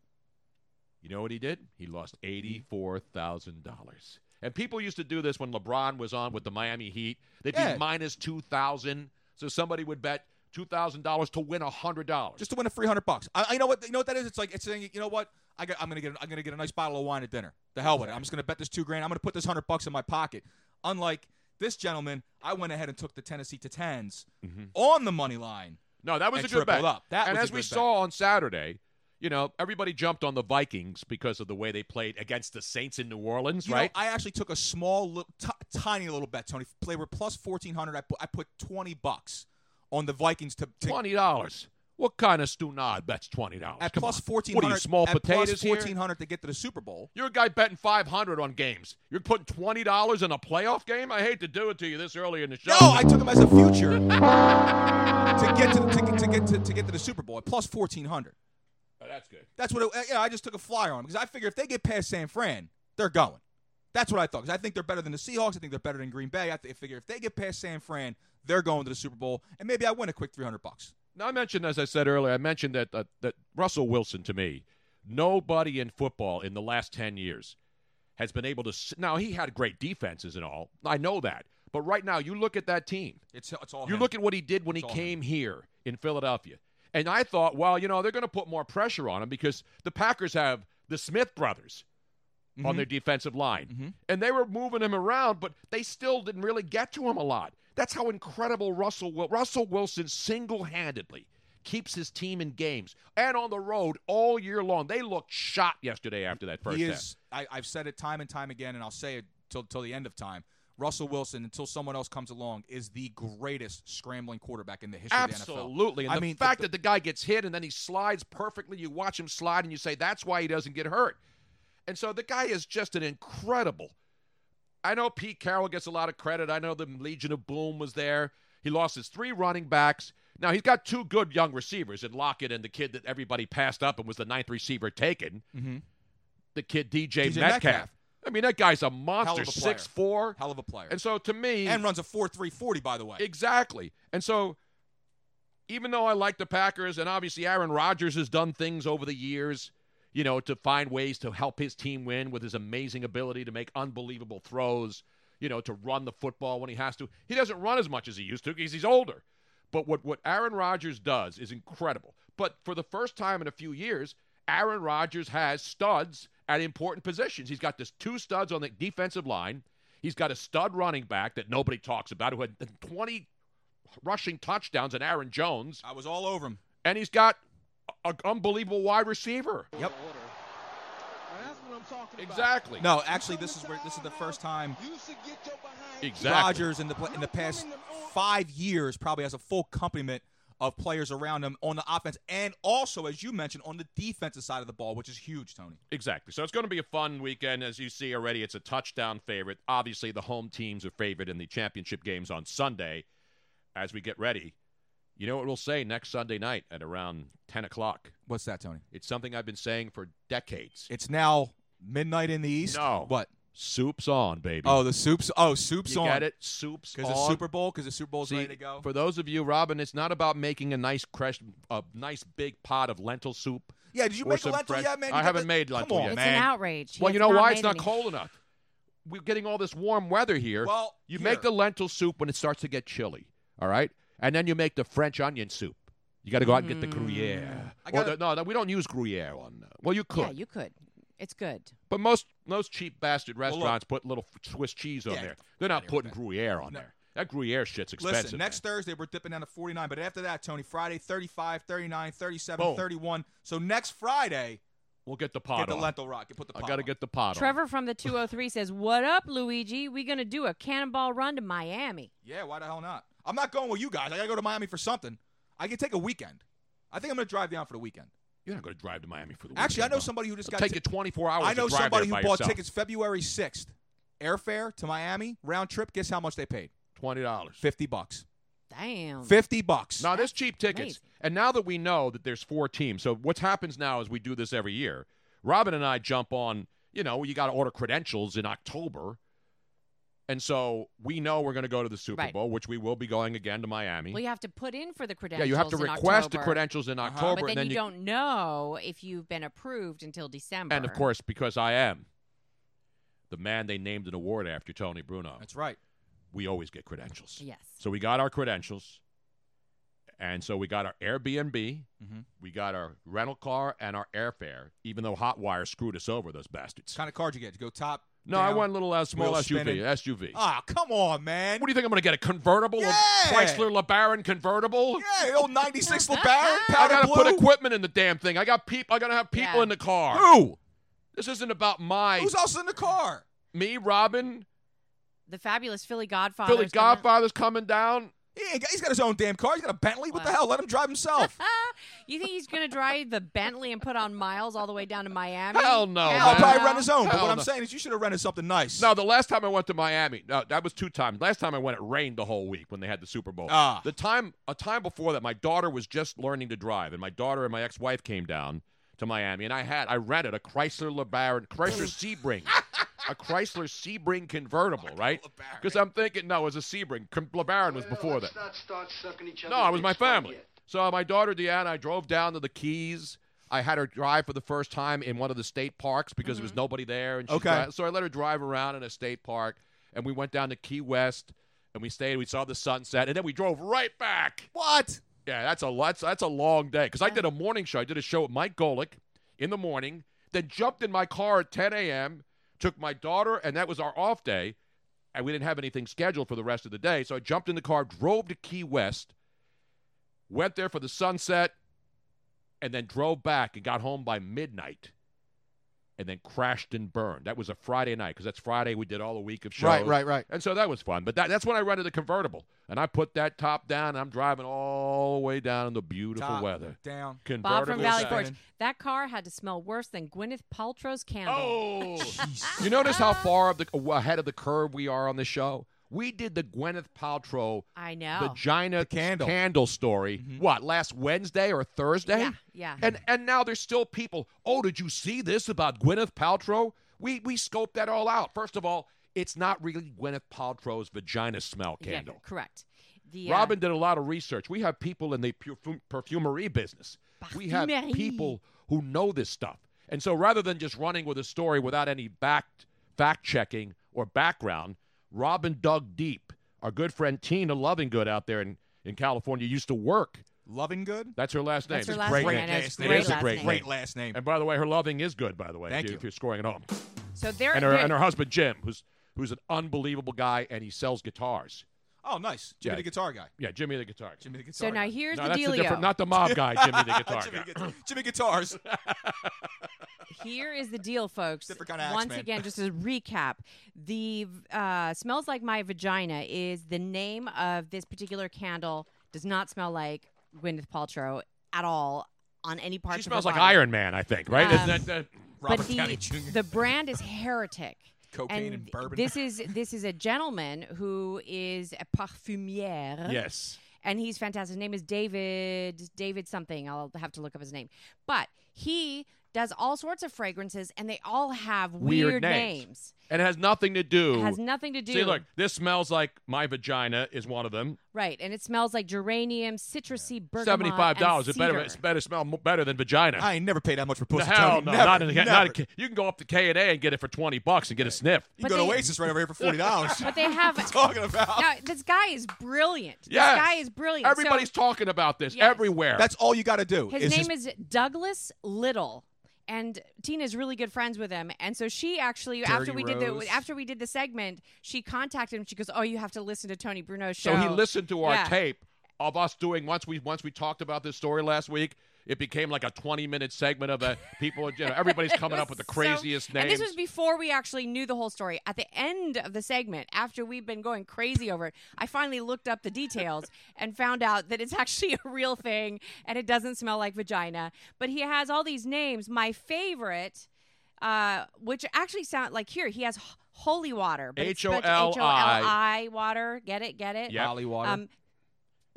Speaker 1: You know what he did? He lost eighty-four thousand dollars. And people used to do this when LeBron was on with the Miami Heat. They'd
Speaker 2: Yeah.
Speaker 1: be minus two thousand, so somebody would bet two thousand dollars to win hundred dollars.
Speaker 2: Just to win a three hundred bucks. I, I you know what you know what that is. It's like it's saying you know what I got, I'm gonna get I'm gonna get a nice bottle of wine at dinner. The hell with it. I'm just gonna bet this two grand. I'm gonna put this hundred bucks in my pocket. Unlike this gentleman, I went ahead and took the Tennessee to 10s on the money line.
Speaker 1: Mm-hmm. No, that was
Speaker 2: and
Speaker 1: a good bet.
Speaker 2: tripled up. That
Speaker 1: and
Speaker 2: was a
Speaker 1: as we
Speaker 2: good bet.
Speaker 1: saw on Saturday, you know, everybody jumped on the Vikings because of the way they played against the Saints in New Orleans,
Speaker 2: You know,
Speaker 1: right?
Speaker 2: I actually took a small, little, t- tiny little bet, Tony. They were plus fourteen hundred. I put I put twenty bucks on the Vikings to, to
Speaker 1: twenty dollars. What kind of stunad bets twenty dollars?
Speaker 2: at
Speaker 1: Come
Speaker 2: plus
Speaker 1: on.
Speaker 2: fourteen
Speaker 1: What
Speaker 2: hundred.
Speaker 1: are you, small potatoes here?
Speaker 2: Fourteen hundred to get to the Super Bowl.
Speaker 1: You're a guy betting five hundred on games. You're putting twenty dollars in a playoff game. I hate to do it to you this early in the show.
Speaker 2: No, I took him as a future
Speaker 5: Uh,
Speaker 2: to get to the, to, get- to get to, to get to the Super Bowl at plus fourteen hundred.
Speaker 1: Oh, that's good.
Speaker 2: That's what. It, eh, yeah, I just took a flyer on him because I figure if they get past San Fran, they're going. That's what I thought because I think they're better than the Seahawks. I think they're better than Green Bay. I th- figure if they get past San Fran, they're going to the Super Bowl, and maybe I win a quick three hundred bucks.
Speaker 1: Now I mentioned, as I said earlier, I mentioned that uh, that Russell Wilson to me, nobody in football in the last ten years has been able to. s- Now he had great defenses and all. I know that, but right now you look at that team.
Speaker 2: It's it's all.
Speaker 1: You
Speaker 2: him.
Speaker 1: look at what he did when he
Speaker 2: It's all
Speaker 1: came here in Philadelphia, and I thought, well, you know, they're going to put more pressure on him because the Packers have the Smith brothers on
Speaker 2: Mhm.
Speaker 1: their defensive line.
Speaker 2: Mhm.
Speaker 1: And they were moving him around, but they still didn't really get to him a lot. That's how incredible Russell Wil- Russell Wilson single-handedly keeps his team in games and on the road all year long. They looked shot yesterday after that first
Speaker 2: he
Speaker 1: half.
Speaker 2: is. I, I've said it time and time again, and I'll say it till till the end of time. Russell Wilson, until someone else comes along, is the greatest scrambling quarterback in the history of the NFL.
Speaker 1: Absolutely. And
Speaker 2: I
Speaker 1: the
Speaker 2: mean, the-
Speaker 1: fact that the guy gets hit and then he slides perfectly, you watch him slide and you say, that's why he doesn't get hurt. And so the guy is just an incredible. I know Pete Carroll gets a lot of credit. I know the Legion of Boom was there. He lost his three running backs. Now he's got two good young receivers in Lockett and the kid that everybody passed up and was the ninth receiver taken,
Speaker 2: Mhm.
Speaker 1: the kid DJ,
Speaker 2: DJ
Speaker 1: Metcalf.
Speaker 2: Metcalf.
Speaker 1: I mean, that guy's a
Speaker 2: Hell
Speaker 1: monster,
Speaker 2: of a player.
Speaker 1: six four.
Speaker 2: Hell of a player,
Speaker 1: And so to me,
Speaker 2: and runs a four three forty. By the way,
Speaker 1: Exactly. And so, even though I like the Packers, and obviously Aaron Rodgers has done things over the years, you know, to find ways to help his team win with his amazing ability to make unbelievable throws, you know, to run the football when he has to. He doesn't run as much as he used to because he's older. But what, what Aaron Rodgers does is incredible. But for the first time in a few years, Aaron Rodgers has studs at important positions. He's got this two studs on the defensive line. He's got a stud running back that nobody talks about who had 20 rushing touchdowns and Aaron Jones.
Speaker 2: I was all over him.
Speaker 1: And he's got an unbelievable wide receiver.
Speaker 2: Yep.
Speaker 1: Exactly.
Speaker 2: No, actually, this is where this is the first time
Speaker 1: Exactly.
Speaker 2: Rodgers in the pla- in the past five years probably has a full complement of players around him on the offense, and also as you mentioned on the defensive side of the ball, which is huge, Tony.
Speaker 1: Exactly. So it's going to be a fun weekend. As you see already, it's a touchdown favorite. Obviously, the home teams are favored in the championship games on Sunday as we get ready. You know what we'll say next Sunday night at around 10 o'clock?
Speaker 2: What's that, Tony?
Speaker 1: It's something I've been saying for decades.
Speaker 2: It's now midnight in the east.
Speaker 1: No.
Speaker 2: What?
Speaker 1: Soup's on, baby.
Speaker 2: Oh, the soups. Oh, soups
Speaker 1: you
Speaker 2: on.
Speaker 1: get it? Soup's on.
Speaker 2: Because the Super Bowl. Because the Super Bowl's
Speaker 1: See,
Speaker 2: ready to go.
Speaker 1: For those of you, Robin, it's not about making a nice crush, a nice big pot of lentil soup.
Speaker 2: yeah. Did you
Speaker 1: or
Speaker 2: make a
Speaker 1: some
Speaker 2: lentil
Speaker 1: fresh-
Speaker 2: yet, man?
Speaker 1: I
Speaker 2: You got
Speaker 1: haven't
Speaker 2: the-
Speaker 1: made lentil
Speaker 2: Come on,
Speaker 1: yet.
Speaker 3: It's
Speaker 2: man.
Speaker 3: an outrage. He
Speaker 1: well,
Speaker 3: has
Speaker 1: you know why?
Speaker 3: made
Speaker 1: It's not
Speaker 3: any.
Speaker 1: cold enough. We're getting all this warm weather here.
Speaker 2: Well,
Speaker 1: you
Speaker 2: here.
Speaker 1: make the lentil soup when it starts to get chilly. All right, and then you make the French onion soup. You got to go out and get the
Speaker 3: Mm.
Speaker 1: Gruyere.
Speaker 2: I
Speaker 1: Or
Speaker 2: gotta-
Speaker 1: the- no, no, we don't use Gruyere on. uh, Well, you could,
Speaker 3: Yeah, you could. It's good.
Speaker 1: but most most cheap bastard
Speaker 2: look.
Speaker 1: restaurants put little Swiss cheese on
Speaker 2: Yeah,
Speaker 1: there.
Speaker 2: get the
Speaker 1: They're not
Speaker 2: outta here with
Speaker 1: putting Gruyere on there. That Gruyere shit's expensive.
Speaker 2: Listen, next
Speaker 1: man.
Speaker 2: Thursday we're dipping down to 49, but after that, Tony, Friday 35, 39, 37,
Speaker 1: Boom.
Speaker 2: 31. So next Friday,
Speaker 1: We'll get the pot
Speaker 2: Get the
Speaker 1: on.
Speaker 2: lentil rock. You put the
Speaker 1: I
Speaker 2: pot
Speaker 1: got to
Speaker 2: on.
Speaker 1: get the pot on.
Speaker 3: Trevor from the 203 says, What up, Luigi? we going to do a cannonball run to Miami.
Speaker 2: Yeah, why the hell not? I'm not going with you guys. I gotta go to Miami for something. I can take a weekend. I think I'm gonna drive down for the weekend.
Speaker 1: You're not going to drive to Miami for the
Speaker 2: Actually, I
Speaker 1: weekend,
Speaker 2: know
Speaker 1: bro.
Speaker 2: somebody who just
Speaker 1: It'll
Speaker 2: got.
Speaker 1: take
Speaker 2: ti-
Speaker 1: you 24 hours.
Speaker 2: I know
Speaker 1: to drive
Speaker 2: somebody
Speaker 1: there by
Speaker 2: who bought
Speaker 1: yourself.
Speaker 2: tickets February 6th. Airfare to Miami, round trip. Guess how much they paid?
Speaker 1: Twenty dollars.
Speaker 2: Fifty bucks.
Speaker 3: Damn.
Speaker 2: Fifty bucks.
Speaker 1: Now there's cheap tickets,
Speaker 3: amazing.
Speaker 1: and now that we know that there's four teams, so what happens now is we do this every year. Robin and I jump on. You know, you got to order credentials in October, and so we know we're going to go to the Super
Speaker 3: Right.
Speaker 1: Bowl, which we will be going again to Miami.
Speaker 3: Well, you have to put in for the
Speaker 1: yeah,
Speaker 3: credentials.
Speaker 1: you have to
Speaker 3: in
Speaker 1: request the
Speaker 3: October,
Speaker 1: credentials in
Speaker 2: Uh-huh.
Speaker 1: October,
Speaker 3: But then,
Speaker 1: and then
Speaker 3: you, don't know if you've been approved until December.
Speaker 1: And of course, because I am the man they named an award after, Tony Bruno,
Speaker 2: That's right.
Speaker 1: we always get credentials.
Speaker 3: Yes.
Speaker 1: So we got our credentials, and so we got our Airbnb,
Speaker 2: Mhm.
Speaker 1: we got our rental car, and our airfare. Even though Hotwire screwed us over, those bastards.
Speaker 2: What kind of card you get? You go top.
Speaker 1: No, I
Speaker 2: down?
Speaker 1: went a little uh, small
Speaker 2: wheel
Speaker 1: SUV.
Speaker 2: spinning.
Speaker 1: SUV.
Speaker 2: Ah, come on, man.
Speaker 1: what do you think I'm going to get? A convertible,
Speaker 2: Yeah!
Speaker 1: a Chrysler LeBaron convertible?
Speaker 2: yeah, the old '96 LeBaron.
Speaker 1: I
Speaker 2: powder
Speaker 1: got to
Speaker 2: blue.
Speaker 1: put equipment in the damn thing. I got peop I got to have people
Speaker 3: Yeah.
Speaker 1: in the car.
Speaker 2: Who?
Speaker 1: This isn't about my
Speaker 2: Who's else in the car?
Speaker 1: me, Robin,
Speaker 3: the fabulous Philly Godfather.
Speaker 1: Philly Godfather's coming down.
Speaker 2: He ain't got, he's got his own damn car. He's got a Bentley. What the
Speaker 3: Wow.
Speaker 2: hell? Let him drive himself.
Speaker 3: Ah, you think he's going to drive the Bentley and put on miles all the way down to Miami?
Speaker 1: Hell no,
Speaker 2: I'll
Speaker 1: man.
Speaker 2: probably rent his own. But
Speaker 1: Hell
Speaker 2: what I'm
Speaker 1: no.
Speaker 2: saying is, you should have rented something nice.
Speaker 1: No, the last time I went to Miami, no, that was two times. Last time I went, it rained the whole week when they had the Super Bowl.
Speaker 2: Ah.
Speaker 1: The time, a time before that, my daughter was just learning to drive, and my daughter and my ex-wife came down to Miami, and I had, I rented a Chrysler LeBaron, Chrysler Sebring, a Chrysler Sebring convertible, right? Because I'm thinking, no, it was a Sebring. Com- LeBaron was before that. No, it was my family. So my daughter Deanna, I drove down to the Keys. I had her drive for the first time in one of the state parks because there was nobody there. And she
Speaker 2: Okay.
Speaker 1: dri- so I let her drive around in a state park, and we went down to Key West, and we stayed. We saw the sunset, and then we drove right back.
Speaker 2: What?
Speaker 1: Yeah, that's a lot. That's a long day because I did a morning show. I did a show with Mike Golick in the morning, then jumped in my car at 10 a.m. Took my daughter, and that was our off day, and we didn't have anything scheduled for the rest of the day. So I jumped in the car, drove to Key West, went there for the sunset, and then drove back and got home by midnight, and then crashed and burned. That was a Friday night because that's Friday we did all a week of shows.
Speaker 2: right.
Speaker 1: And so that was fun. But that, that's when I rented the convertible. And I put that top down and I'm driving all the way down in the beautiful
Speaker 2: Top
Speaker 1: weather.
Speaker 2: down.
Speaker 3: Bob
Speaker 1: Convertible.
Speaker 3: from Valley
Speaker 2: Convertible
Speaker 3: Forge.
Speaker 2: sedan.
Speaker 3: That car had to smell worse than Gwyneth Paltrow's candle.
Speaker 1: Oh. you notice how far of the, ahead of the curve we are on the show? We did the Gwyneth Paltrow
Speaker 3: I know.
Speaker 1: vagina
Speaker 2: The candle. Mm-hmm.
Speaker 1: story. What, last Wednesday or Thursday?
Speaker 3: Yeah, yeah.
Speaker 1: And and now there's still people, "Oh, did you see this about Gwyneth Paltrow?" We we scoped that all out. First of all, it's not really Gwyneth Paltrow's vagina smell
Speaker 3: Yeah,
Speaker 1: candle.
Speaker 3: correct. The, uh,
Speaker 1: Robin did a lot of research. We have people in the perfum- perfumery business. We have
Speaker 3: Parfumerie.
Speaker 1: people who know this stuff. And so rather than just running with a story without any back, fact checking or background, Robin dug deep. Our good friend Tina Lovingood out there in, in California used to work.
Speaker 2: Loving good.
Speaker 1: That's her last name.
Speaker 3: That's her
Speaker 1: It's
Speaker 3: last
Speaker 1: great
Speaker 3: name.
Speaker 1: name.
Speaker 3: I know, it's
Speaker 1: It
Speaker 3: great
Speaker 1: is a
Speaker 3: last
Speaker 1: great
Speaker 3: name.
Speaker 1: name.
Speaker 2: Great last name.
Speaker 1: And by the way, her loving is good, by the way,
Speaker 2: Thank
Speaker 1: if,
Speaker 2: you.
Speaker 1: if you're scoring at home.
Speaker 3: So there,
Speaker 1: And her,
Speaker 3: there-
Speaker 1: and her husband, Jim, who's, who's an unbelievable guy, and he sells guitars.
Speaker 2: Oh, nice. Jimmy
Speaker 1: Yeah.
Speaker 2: the guitar guy.
Speaker 1: Yeah, Jimmy the guitar. guy.
Speaker 2: Jimmy the guitar.
Speaker 3: so now
Speaker 2: guy.
Speaker 3: here's
Speaker 1: no,
Speaker 3: the
Speaker 1: that's
Speaker 3: dealio.
Speaker 1: a different, not the mob guy, Jimmy the guitar
Speaker 2: Jimmy,
Speaker 1: guy.
Speaker 2: guitar. Jimmy guitars.
Speaker 3: Here is the deal, folks.
Speaker 2: Different kind of axe,
Speaker 3: Once
Speaker 2: man.
Speaker 3: again, just as a recap, the uh, smells like my vagina is the name of this particular candle. Does not smell like Gwyneth Paltrow at all on any part.
Speaker 1: She smells like Iron Man, I think, right?
Speaker 3: Um,
Speaker 1: Isn't that- that-
Speaker 2: Robert
Speaker 3: but the,
Speaker 2: Downey Jr.
Speaker 3: the brand is Heretic.
Speaker 2: Cocaine and bourbon.
Speaker 3: This is this is a gentleman who is a parfumier.
Speaker 1: yes.
Speaker 3: and he's fantastic. His name is David David something. I'll have to look up his name. But he does all sorts of fragrances, and they all have weird, names.
Speaker 1: And it has nothing to do.
Speaker 3: It has nothing to do.
Speaker 1: See, look, this smells like my vagina is one of them.
Speaker 3: Right, and it smells like geranium, citrusy, bergamot,
Speaker 1: Seventy-five dollars.
Speaker 3: and
Speaker 1: It better,
Speaker 3: cedar.
Speaker 1: it better smell mo- better than vagina.
Speaker 2: I ain't never paid that much for
Speaker 1: No,
Speaker 2: pussy.
Speaker 1: hell
Speaker 2: Tony.
Speaker 1: no,
Speaker 2: Never,
Speaker 1: not in, the-
Speaker 2: never.
Speaker 1: not a, You can go up to K and A and get it for twenty bucks and get a sniff.
Speaker 2: You can
Speaker 3: But
Speaker 2: go to
Speaker 3: they-
Speaker 2: Oasis right over here for forty dollars.
Speaker 3: But they have.
Speaker 2: talking about?
Speaker 3: now, this guy is brilliant.
Speaker 1: Yes.
Speaker 3: This guy is brilliant. So
Speaker 1: Everybody's talking about this
Speaker 3: Yes.
Speaker 1: everywhere.
Speaker 2: That's all you got to do.
Speaker 3: His name is Douglas Little. And Tina's really good friends with him, and so she actually after we did
Speaker 2: Rose.
Speaker 3: the after we did the segment, she contacted him. She goes, "Oh, you have to listen to Tony Bruno's show."
Speaker 1: so he listened to our
Speaker 3: Yeah.
Speaker 1: tape of us doing once we once we talked about this story last week. It became like a 20 minute segment of a people. You know, everybody's coming up with the
Speaker 3: So-
Speaker 1: craziest names.
Speaker 3: And this was before we actually knew the whole story. At the end of the segment, after we've been going crazy over it, I finally looked up the details and found out that it's actually a real thing and it doesn't smell like vagina. But he has all these names. My favorite, uh, which actually sound like here, he has h- holy water. but it's spelled
Speaker 1: H-O-L-I.
Speaker 3: H-O-L-I water. Get it? Get it?
Speaker 1: Yep.
Speaker 2: Molly water.
Speaker 3: Um,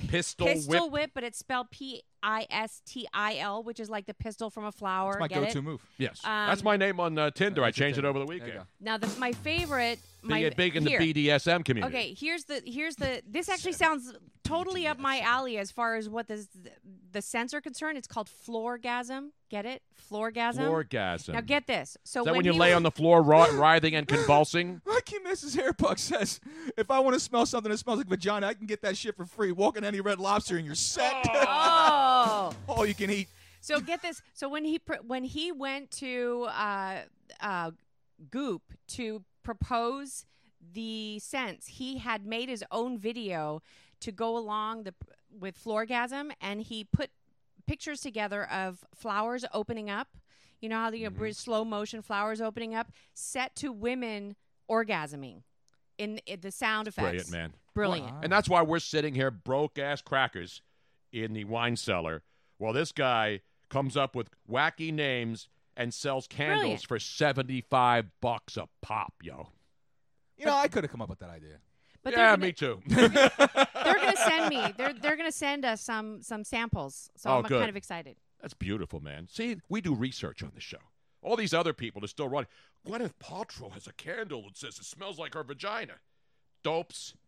Speaker 1: pistol,
Speaker 3: pistol whip.
Speaker 1: whip.
Speaker 3: but it's spelled P I S T I L, which is like the pistol from a flower.
Speaker 2: That's my
Speaker 3: Get it?
Speaker 2: go-to move.
Speaker 1: Yes,
Speaker 3: Um,
Speaker 1: that's my name on uh, Tinder. I
Speaker 2: That's your
Speaker 1: changed it
Speaker 2: thing.
Speaker 1: over the
Speaker 2: There you
Speaker 1: weekend.
Speaker 2: go.
Speaker 3: Now, the, my favorite. My
Speaker 1: Big, big in
Speaker 3: here.
Speaker 1: the BDSM community.
Speaker 3: Okay, here's the here's the. This actually sounds totally up my alley as far as what this the sense are concerned. It's called floorgasm. Get it? Floorgasm.
Speaker 1: Orgasm.
Speaker 3: Now get this. So
Speaker 1: Is that when, you
Speaker 3: he
Speaker 1: lay
Speaker 3: was-
Speaker 1: on the floor, ro- writhing and convulsing?
Speaker 2: Lucky Mrs. Hairbuck says, if I want to smell something that smells like vagina, I can get that shit for free. Walk in any red lobster and you're set.
Speaker 3: Oh.
Speaker 2: All you can eat.
Speaker 3: So get this. So when he pr- when he went to uh, uh, Goop to propose the sense, he had made his own video to go along the with Floorgasm, and he put pictures together of flowers opening up. You know how the
Speaker 1: Mm-hmm.
Speaker 3: you know, br- slow motion flowers opening up, set to women orgasming in, in the sound effects.
Speaker 1: Brilliant, man.
Speaker 3: Brilliant.
Speaker 1: And that's why we're sitting here broke ass crackers in the wine cellar while this guy comes up with wacky names and sells candles
Speaker 3: Brilliant.
Speaker 1: for 75 bucks a pop, yo.
Speaker 2: You know, I could have come up with that idea.
Speaker 3: But they're
Speaker 1: yeah,
Speaker 3: gonna-
Speaker 1: me too.
Speaker 3: they're gonna send me. They're they're gonna send us some some samples. So
Speaker 1: Oh,
Speaker 3: I'm uh,
Speaker 1: good.
Speaker 3: kind of excited.
Speaker 1: That's beautiful, man. See, we do research on the show. All these other people are still running. Gwyneth Paltrow has a candle that says it smells like her vagina. Dopes.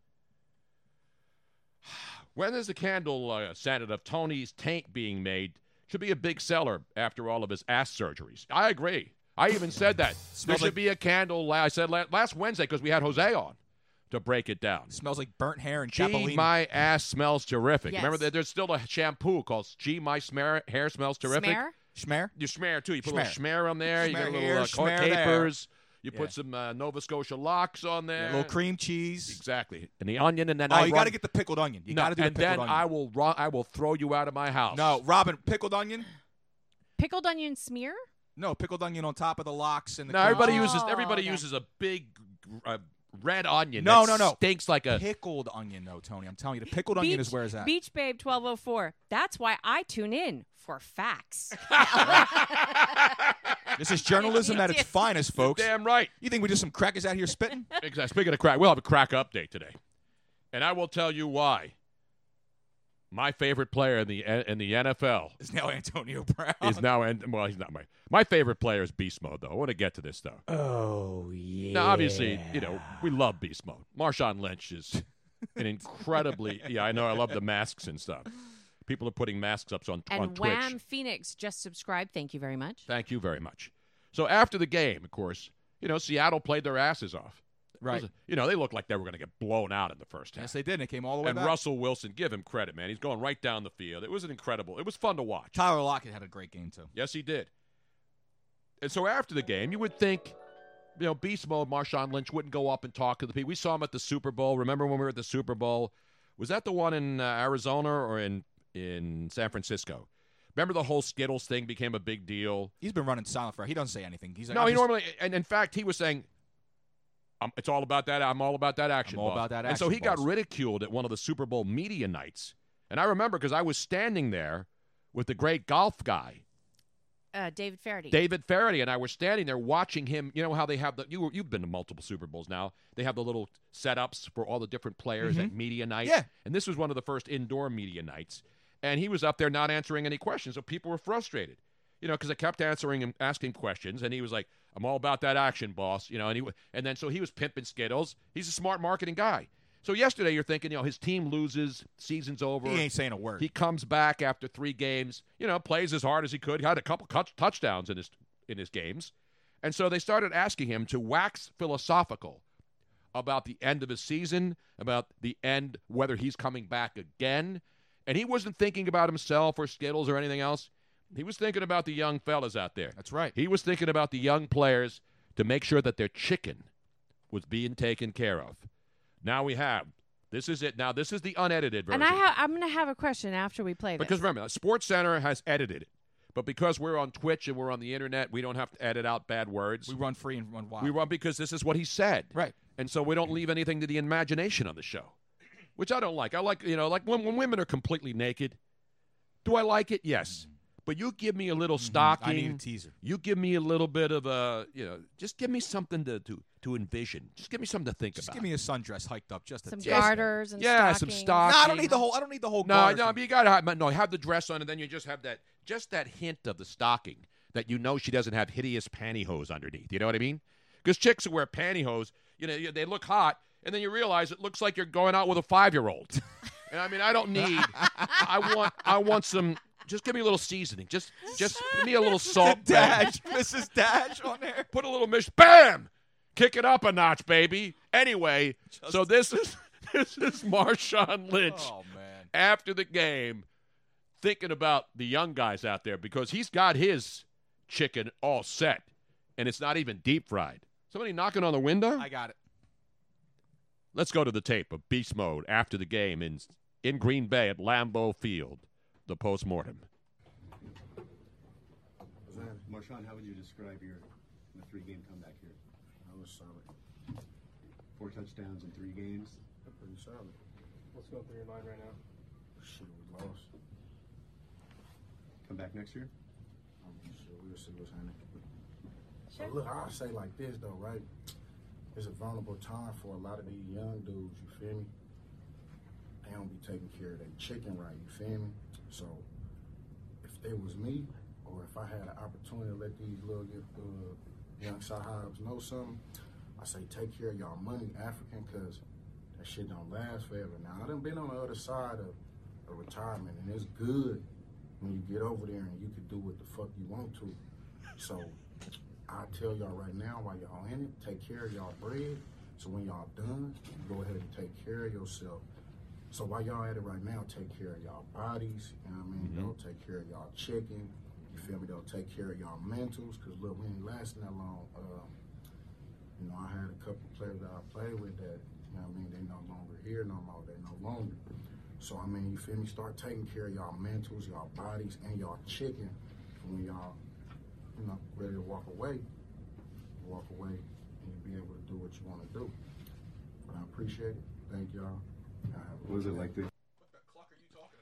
Speaker 1: When is the candle uh, scented of Tony's taint being made? Should be a big seller after all of his ass surgeries. I agree. I even said that. there
Speaker 2: Smells
Speaker 1: should
Speaker 2: like-
Speaker 1: be a candle. la- I said la- last Wednesday because we had Jose on to break it down.
Speaker 2: smells like burnt hair and
Speaker 1: Gee,
Speaker 2: capellini.
Speaker 1: my ass smells terrific.
Speaker 3: Yes.
Speaker 1: Remember that there's still a shampoo called Gee, my smear, hair smells terrific.
Speaker 3: Smear?
Speaker 2: Schmear?
Speaker 1: You smear too. You put a little
Speaker 2: Schmear.
Speaker 1: schmear on there. you
Speaker 2: Schmear
Speaker 1: get a
Speaker 2: here,
Speaker 1: little uh,
Speaker 2: schmear
Speaker 1: court
Speaker 2: there.
Speaker 1: capers. You
Speaker 2: Yeah.
Speaker 1: put some uh, Nova Scotia locks on there.
Speaker 2: A little cream cheese.
Speaker 1: Exactly, and the onion, and then
Speaker 2: Oh,
Speaker 1: I
Speaker 2: you
Speaker 1: run-
Speaker 2: got to get the pickled onion. You
Speaker 1: no,
Speaker 2: got to do
Speaker 1: and
Speaker 2: the pickled
Speaker 1: then I
Speaker 2: onion.
Speaker 1: will run. I will throw you out of my house.
Speaker 2: No, Robin, pickled onion?
Speaker 3: Pickled onion smear?
Speaker 2: No, pickled onion on top of the locks and the
Speaker 1: no.
Speaker 2: cream
Speaker 1: Everybody
Speaker 2: cheese.
Speaker 3: Oh,
Speaker 1: uses everybody
Speaker 3: okay.
Speaker 1: uses a big uh, red onion.
Speaker 2: No,
Speaker 1: that
Speaker 2: no, no.
Speaker 1: Stinks like a.
Speaker 2: pickled onion though, Tony. I'm telling you, the pickled onion is where it's at.
Speaker 3: Beach Babe 1204. That's why I tune in for facts.
Speaker 2: This is journalism at its
Speaker 3: Yes.
Speaker 2: finest, folks.
Speaker 1: Damn right.
Speaker 2: You think we're just some crackers out here spitting?
Speaker 1: Exactly. Speaking of crack, we'll have a crack update today, and I will tell you why. My favorite player in the in the NFL
Speaker 2: It's now Antonio Brown.
Speaker 1: is now and well, he's not my my favorite player is Beast Mode though. I want to get to this though. Oh yeah. Now obviously, you know, we love Beast Mode. Marshawn Lynch is an incredibly yeah, I know I love the masks and stuff. People are putting masks up on on
Speaker 3: and
Speaker 1: Twitch.
Speaker 3: Wham Phoenix just subscribed. Thank you very much.
Speaker 1: Thank you very much. So after the game, of course, you know, Seattle played their asses off. It was
Speaker 2: Right.
Speaker 1: a- You know, they looked like they were going to get blown out in the first half.
Speaker 2: Yes, they did. And it came all the way
Speaker 1: and
Speaker 2: back.
Speaker 1: Russell Wilson, give him credit, man. He's going right down the field. It was an incredible. It was fun to watch.
Speaker 2: Tyler Lockett had a great game too.
Speaker 1: Yes, he did. And so after the game, you would think, you know, beast mode Marshawn Lynch wouldn't go up and talk to the people. We saw him at the Super Bowl. Remember when we were at the Super Bowl? Was that the one in uh, Arizona or in in San Francisco? Remember the whole Skittles thing became a big deal.
Speaker 2: He's been running silent for. He doesn't say anything. He's like,
Speaker 1: no,
Speaker 2: I'm
Speaker 1: he
Speaker 2: just-
Speaker 1: normally, and in fact, he was saying, I'm, "It's all about that. I'm all about that action.
Speaker 2: all
Speaker 1: boss."
Speaker 2: about that
Speaker 1: And so
Speaker 2: action,
Speaker 1: he got
Speaker 2: boss.
Speaker 1: ridiculed at one of the Super Bowl media nights, and I remember because I was standing there with the great golf guy.
Speaker 3: Uh, David Faraday.
Speaker 1: David Faraday and I were standing there watching him. You know how they have the you you've been to multiple Super Bowls now. They have the little setups for all the different players at media night.
Speaker 2: Yeah.
Speaker 1: And this was one of the first indoor media nights. And he was up there not answering any questions, so people were frustrated. You know, because I kept answering him, asking questions, and he was like, "I'm all about that action, boss." You know, and he w- and then so he was pimping Skittles. He's a smart marketing guy. So yesterday, you're thinking, you know, his team loses, season's over.
Speaker 2: He ain't saying a word.
Speaker 1: He comes back after three games, you know, plays as hard as he could. He had a couple cut- touchdowns in his in his games, and so they started asking him to wax philosophical about the end of his season, about the end, whether he's coming back again, and he wasn't thinking about himself or Skittles or anything else. He was thinking about the young fellas out there.
Speaker 2: That's right.
Speaker 1: He was thinking about the young players to make sure that their chicken was being taken care of. Now we have This is it. Now, this is the unedited version.
Speaker 3: And I ha- I'm going to have a question after we play this.
Speaker 1: Because remember, Sports Center has edited it, but because we're on Twitch and we're on the internet, we don't have to edit out bad words.
Speaker 2: We run free and run wild.
Speaker 1: We run because this is what he said,
Speaker 2: Right.
Speaker 1: And so we don't leave anything to the imagination of the show, which I don't like. I like you know, like when, when women are completely naked. Do I like it? Yes, but you give me a little stocking.
Speaker 2: Mm-hmm. I need a teaser.
Speaker 1: You give me a little bit of a you know, just give me something to to, to envision. Just give me something to think
Speaker 2: Just
Speaker 1: about.
Speaker 2: give me a sundress hiked up just a
Speaker 3: some
Speaker 2: tad.
Speaker 3: garters and
Speaker 1: yeah, some
Speaker 3: stockings.
Speaker 2: No,
Speaker 1: stock-
Speaker 2: I don't need the whole. I don't need the whole.
Speaker 1: No,
Speaker 2: garter
Speaker 1: no,
Speaker 2: thing.
Speaker 1: but you gotta have, no have the dress on, and then you just have that just that hint of the stocking that you know she doesn't have hideous pantyhose underneath. You know what I mean? Because chicks who wear pantyhose, you know, you- they look hot, and then you realize it looks like you're going out with a five year old. and I mean, I don't need. I want. I want some. Just give me a little seasoning. Just just give me a little salt. bang.
Speaker 2: Dash, Mrs. Dash on there.
Speaker 1: Put a little mish. Bam. Kick it up a notch, baby. Anyway, so this is this is Marshawn Lynch
Speaker 2: Oh man.
Speaker 1: after the game thinking about the young guys out there because he's got his chicken all set and it's not even deep fried. Somebody knocking on the window?
Speaker 2: I got it.
Speaker 1: Let's go to the tape of Beast Mode after the game in in Green Bay at Lambeau Field, the postmortem.
Speaker 6: Marshawn, how would you describe your, your three-game comeback here? I was solid. Four touchdowns in three games. Pretty solid. What's going through your mind right now? Shit, we lost. Come back next year. Um, so we'll see what's happening. So look, I'll say like this though, right? It's a vulnerable time for a lot of these young dudes. You feel me? They don't be taking care of their chicken right. You feel me? So if it was me, or if I had an opportunity to let these little uh, young Sahabs know something, I say take care of y'all money, African, because that shit don't last forever. Now I done been on the other side of, of retirement, and it's good when you get over there and you can do what the fuck you want to. So I tell y'all right now, while y'all in it, take care of y'all bread. So when y'all done, you go ahead and take care of yourself. So while y'all at it right now, take care of y'all bodies. You know what I mean? Don't take care of y'all chicken. You feel me? Don't take care of y'all mentals, cause look, we ain't lasting that long. Um, you know, I had a couple players that I played with that, you know what I mean, they no longer here no more. They no longer. So I mean, you feel me? Start taking care of y'all mentals, y'all bodies, and y'all chicken when y'all, you know, ready to walk away. Walk away and be able to do what you want to do. But I appreciate it. Thank y'all. What is it like this?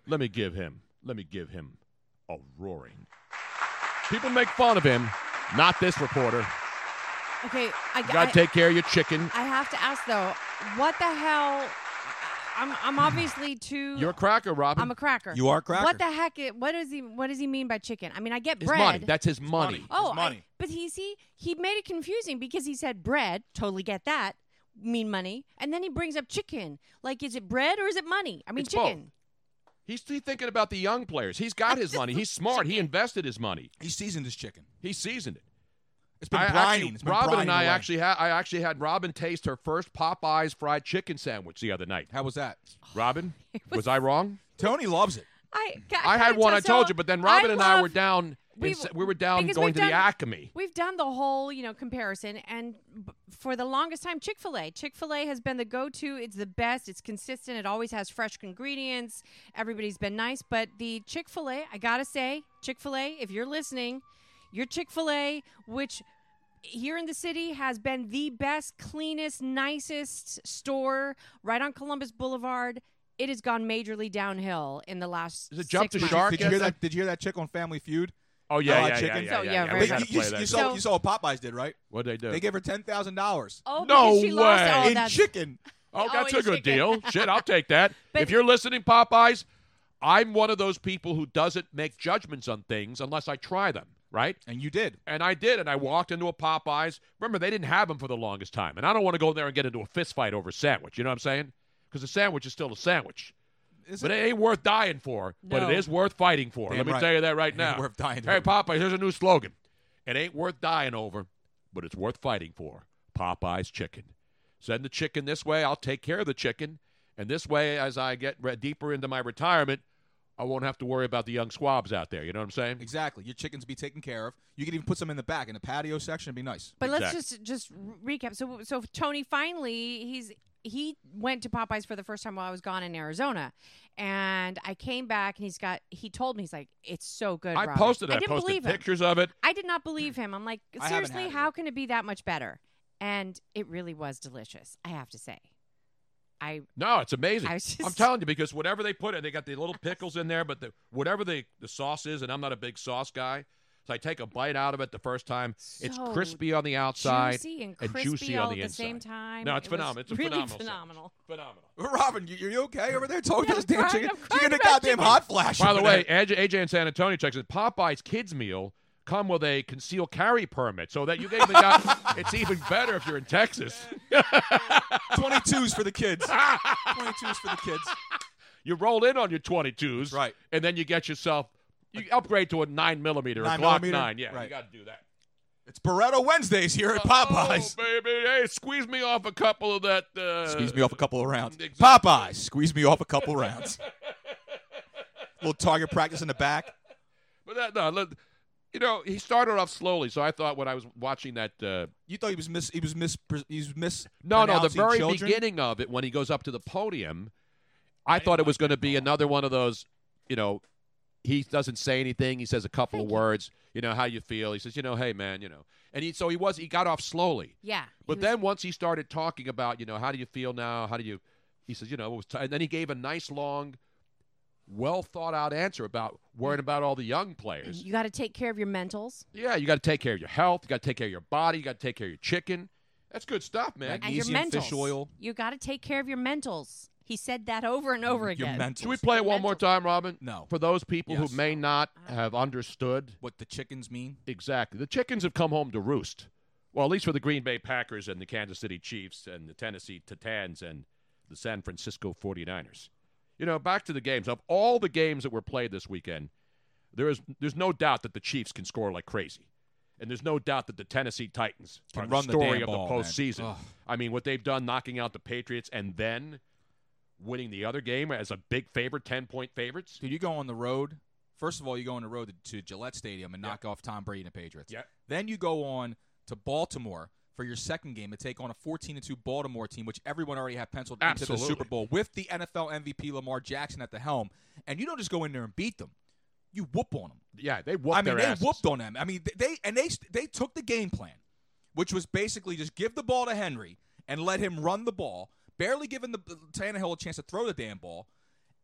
Speaker 1: Let me give him. Let me give him a roaring. People make fun of him. Not this reporter.
Speaker 3: Okay, I,
Speaker 1: You gotta
Speaker 3: I-
Speaker 1: take care of your chicken.
Speaker 3: I have to ask though, what the hell? I'm I'm obviously too.
Speaker 1: You're a cracker, Robin.
Speaker 3: I'm a cracker.
Speaker 2: You are a cracker.
Speaker 3: What the heck? i- What does he? What does he mean by chicken? I mean, I get
Speaker 1: his
Speaker 3: bread.
Speaker 1: money. That's his money.
Speaker 3: oh,
Speaker 2: It's
Speaker 3: I-
Speaker 2: money.
Speaker 3: but he see he made it confusing because he said bread. Totally get that. Mean money, and then he brings up chicken. Like, is it bread or is it money? I mean,
Speaker 1: It's both.
Speaker 3: chicken.
Speaker 1: He's he's thinking about the young players. He's got his money. He's smart. He invested his money.
Speaker 2: He seasoned his chicken.
Speaker 1: He seasoned it.
Speaker 2: It's been
Speaker 1: I
Speaker 2: brining.
Speaker 1: actually-
Speaker 2: it's been
Speaker 1: Robin
Speaker 2: brining
Speaker 1: and I
Speaker 2: away.
Speaker 1: actually had I actually had Robin taste her first Popeyes fried chicken sandwich the other night.
Speaker 2: How was that?
Speaker 1: Robin, was I wrong?
Speaker 2: Tony loves it.
Speaker 3: I
Speaker 1: I had one. I told you, but then Robin and I were
Speaker 3: down.
Speaker 1: down. We, we were down
Speaker 3: because
Speaker 1: going
Speaker 3: we've
Speaker 1: to the
Speaker 3: done-
Speaker 1: Acme.
Speaker 3: We've done the whole, you know, comparison, and b- for the longest time, Chick Fil A. Chick Fil A has been the go-to. It's the best. It's consistent. It always has fresh ingredients. Everybody's been nice, but the Chick Fil A, I gotta say, Chick Fil A, if you're listening, your Chick Fil A, which here in the city has been the best, cleanest, nicest store right on Columbus Boulevard. It has gone majorly downhill in the last.
Speaker 1: Is it jump
Speaker 3: six
Speaker 1: to
Speaker 3: months.
Speaker 1: shark?
Speaker 2: Did you hear
Speaker 1: Yes, I-
Speaker 2: that? Did you hear that chick on Family Feud?
Speaker 1: Oh yeah,
Speaker 2: Uh,
Speaker 1: yeah, yeah,
Speaker 2: chicken.
Speaker 1: yeah,
Speaker 3: So,
Speaker 1: yeah,
Speaker 3: yeah,
Speaker 1: yeah.
Speaker 3: very
Speaker 1: We
Speaker 3: much.
Speaker 1: gotta
Speaker 2: you, you-
Speaker 1: play that.
Speaker 2: you saw,
Speaker 3: So-
Speaker 2: you saw what Popeyes did, right?
Speaker 1: What they do?
Speaker 2: They gave her ten thousand dollars
Speaker 3: Oh,
Speaker 1: No
Speaker 3: because she lost.
Speaker 1: way.
Speaker 3: Oh,
Speaker 2: in
Speaker 3: that's-
Speaker 2: chicken.
Speaker 1: oh,
Speaker 3: Oh,
Speaker 1: that's
Speaker 3: in
Speaker 1: a good
Speaker 3: chicken.
Speaker 1: deal. Shit, I'll take that.
Speaker 3: But-
Speaker 1: if you're listening, Popeyes, I'm one of those people who doesn't make judgments on things unless I try them. Right?
Speaker 2: And you did.
Speaker 1: And I did, and I walked into a Popeyes. Remember, they didn't have them for the longest time, and I don't want to go there and get into a fist fight over a sandwich. You know what I'm saying? Because a sandwich is still a sandwich,
Speaker 2: Is
Speaker 1: but
Speaker 2: it-
Speaker 1: it ain't worth dying for. But
Speaker 3: No.
Speaker 1: it is worth fighting for.
Speaker 2: Damn
Speaker 1: Let me
Speaker 2: right.
Speaker 1: tell you that right
Speaker 2: Ain't
Speaker 1: now.
Speaker 2: worth dying
Speaker 1: Hey,
Speaker 2: for.
Speaker 1: Popeyes, here's a new slogan: It ain't worth dying over, but it's worth fighting for. Popeyes chicken. Send the chicken this way. I'll take care of the chicken, and this way, as I get re- deeper into my retirement, I won't have to worry about the young squabs out there. You know what I'm saying?
Speaker 2: Exactly. Your chickens be taken care of. You could even put some in the back in the patio section. It'd be nice.
Speaker 3: But
Speaker 1: Exactly.
Speaker 3: let's just just recap. So so Tony finally he's he went to Popeyes for the first time while I was gone in Arizona, and I came back and he's got he told me he's like it's so good.
Speaker 1: I
Speaker 3: Robert."
Speaker 1: posted it.
Speaker 3: I
Speaker 1: I,
Speaker 3: didn't
Speaker 1: posted
Speaker 3: believe him.
Speaker 1: pictures of it.
Speaker 3: I did not believe him. I'm like
Speaker 2: I haven't
Speaker 3: seriously,
Speaker 2: had it
Speaker 3: how
Speaker 2: yet.
Speaker 3: can it be that much better? And it really was delicious. I have to say, I
Speaker 1: No, it's amazing.
Speaker 3: I was
Speaker 1: I'm
Speaker 3: just-
Speaker 1: telling you because whatever they put in, they got the little pickles in there, but the, whatever the, the sauce is, and I'm not a big sauce guy, so I take a bite out of it the first time. it's
Speaker 3: So
Speaker 1: crispy on the outside
Speaker 3: juicy and
Speaker 1: and
Speaker 3: crispy
Speaker 1: juicy
Speaker 3: all
Speaker 1: on the
Speaker 3: at the
Speaker 1: inside.
Speaker 3: same time.
Speaker 1: No, it's
Speaker 3: It was
Speaker 1: phenomenal. It's a
Speaker 3: really
Speaker 1: phenomenal. sandwich.
Speaker 3: phenomenal.
Speaker 1: Phenomenal.
Speaker 2: Robin, you, you okay over there talking
Speaker 3: Yeah,
Speaker 2: about this damn
Speaker 3: I'm
Speaker 2: chicken?
Speaker 3: crying. I'm
Speaker 2: You're
Speaker 3: crying
Speaker 2: getting a
Speaker 3: about
Speaker 2: goddamn
Speaker 3: chicken.
Speaker 2: hot flash.
Speaker 1: By the
Speaker 2: over
Speaker 1: way,
Speaker 2: there.
Speaker 1: AJ, AJ in San Antonio checks in. Popeye's kids meal come with a concealed carry permit, so that you even got. it's even better if you're in Texas.
Speaker 2: 22s for the kids. 22s for the kids.
Speaker 1: You roll in on your 22s,
Speaker 2: Right.
Speaker 1: And then you get yourself you upgrade to a nine millimeter, a
Speaker 2: Nine
Speaker 1: Glock
Speaker 2: millimeter?
Speaker 1: nine. Yeah, you
Speaker 2: Right.
Speaker 1: got to do that.
Speaker 2: It's Barretto Wednesdays here at Popeyes.
Speaker 1: Oh, baby, hey, squeeze me off a couple of that. Uh,
Speaker 2: Squeeze me off a couple of rounds.
Speaker 1: Exactly.
Speaker 2: Popeyes, squeeze me off a couple rounds. Little target practice in the back.
Speaker 1: But that, no, look, you know, he started off slowly, so I thought when I was watching that. Uh,
Speaker 2: You thought he was mis he was mis he was mis
Speaker 1: No, no, the
Speaker 2: pronouncing
Speaker 1: very
Speaker 2: children?
Speaker 1: beginning of it when he goes up to the podium, I, thought it was going to be another one of those, you know, he doesn't say anything. He says a couple of words. You know how you feel. He says, you know, hey man, you know, and he so he was he got off slowly,
Speaker 3: Yeah,
Speaker 1: but
Speaker 3: he was-
Speaker 1: then once he started talking about, you know, how do you feel now? How do you? He says, you know, it was, t-, and then he gave a nice long, well thought out answer about worrying about all the young players.
Speaker 3: you got to take care of your mentals
Speaker 1: Yeah, you got to take care of your health. You got to take care of your body. You got to take care of your chicken. That's good stuff, man.
Speaker 3: and your mentals.
Speaker 2: Magnesium, fish oil.
Speaker 3: You got to take care of your mentals. He said that over and over
Speaker 2: Your
Speaker 3: again.
Speaker 2: mentals.
Speaker 1: Should we play it one more time, Robin?
Speaker 2: No.
Speaker 1: For those people
Speaker 2: Yes.
Speaker 1: who may not have understood
Speaker 2: what the chickens mean?
Speaker 1: exactly, the chickens have come home to roost. Well, at least for the Green Bay Packers and the Kansas City Chiefs and the Tennessee Titans and the San Francisco 49ers. You know, back to the games. Of all the games that were played this weekend, there is there's no doubt that the Chiefs can score like crazy. And there's no doubt that the Tennessee Titans
Speaker 2: Can
Speaker 1: are
Speaker 2: run
Speaker 1: the
Speaker 2: the
Speaker 1: story
Speaker 2: damn
Speaker 1: of
Speaker 2: ball,
Speaker 1: the
Speaker 2: man.
Speaker 1: postseason.
Speaker 2: Ugh.
Speaker 1: I mean, what they've done knocking out the Patriots and then winning the other game as a big favorite, 10 point favorites.
Speaker 2: Dude, you go on the road. First of all, you go on the road to, to Gillette Stadium and knock off Tom Brady and the Patriots.
Speaker 1: Yeah.
Speaker 2: Then you go on to Baltimore for your second game to take on a 14 2 Baltimore team, which everyone already had penciled into
Speaker 1: Absolutely.
Speaker 2: the Super Bowl with the NFL MVP Lamar Jackson at the helm. And you don't just go in there and beat them, you whoop on them.
Speaker 1: Yeah, they whooped
Speaker 2: I mean,
Speaker 1: their
Speaker 2: they
Speaker 1: asses.
Speaker 2: whooped on them. I mean, th- they and they they took the game plan, which was basically just give the ball to Henry and let him run the ball, barely giving the Tannehill a chance to throw the damn ball.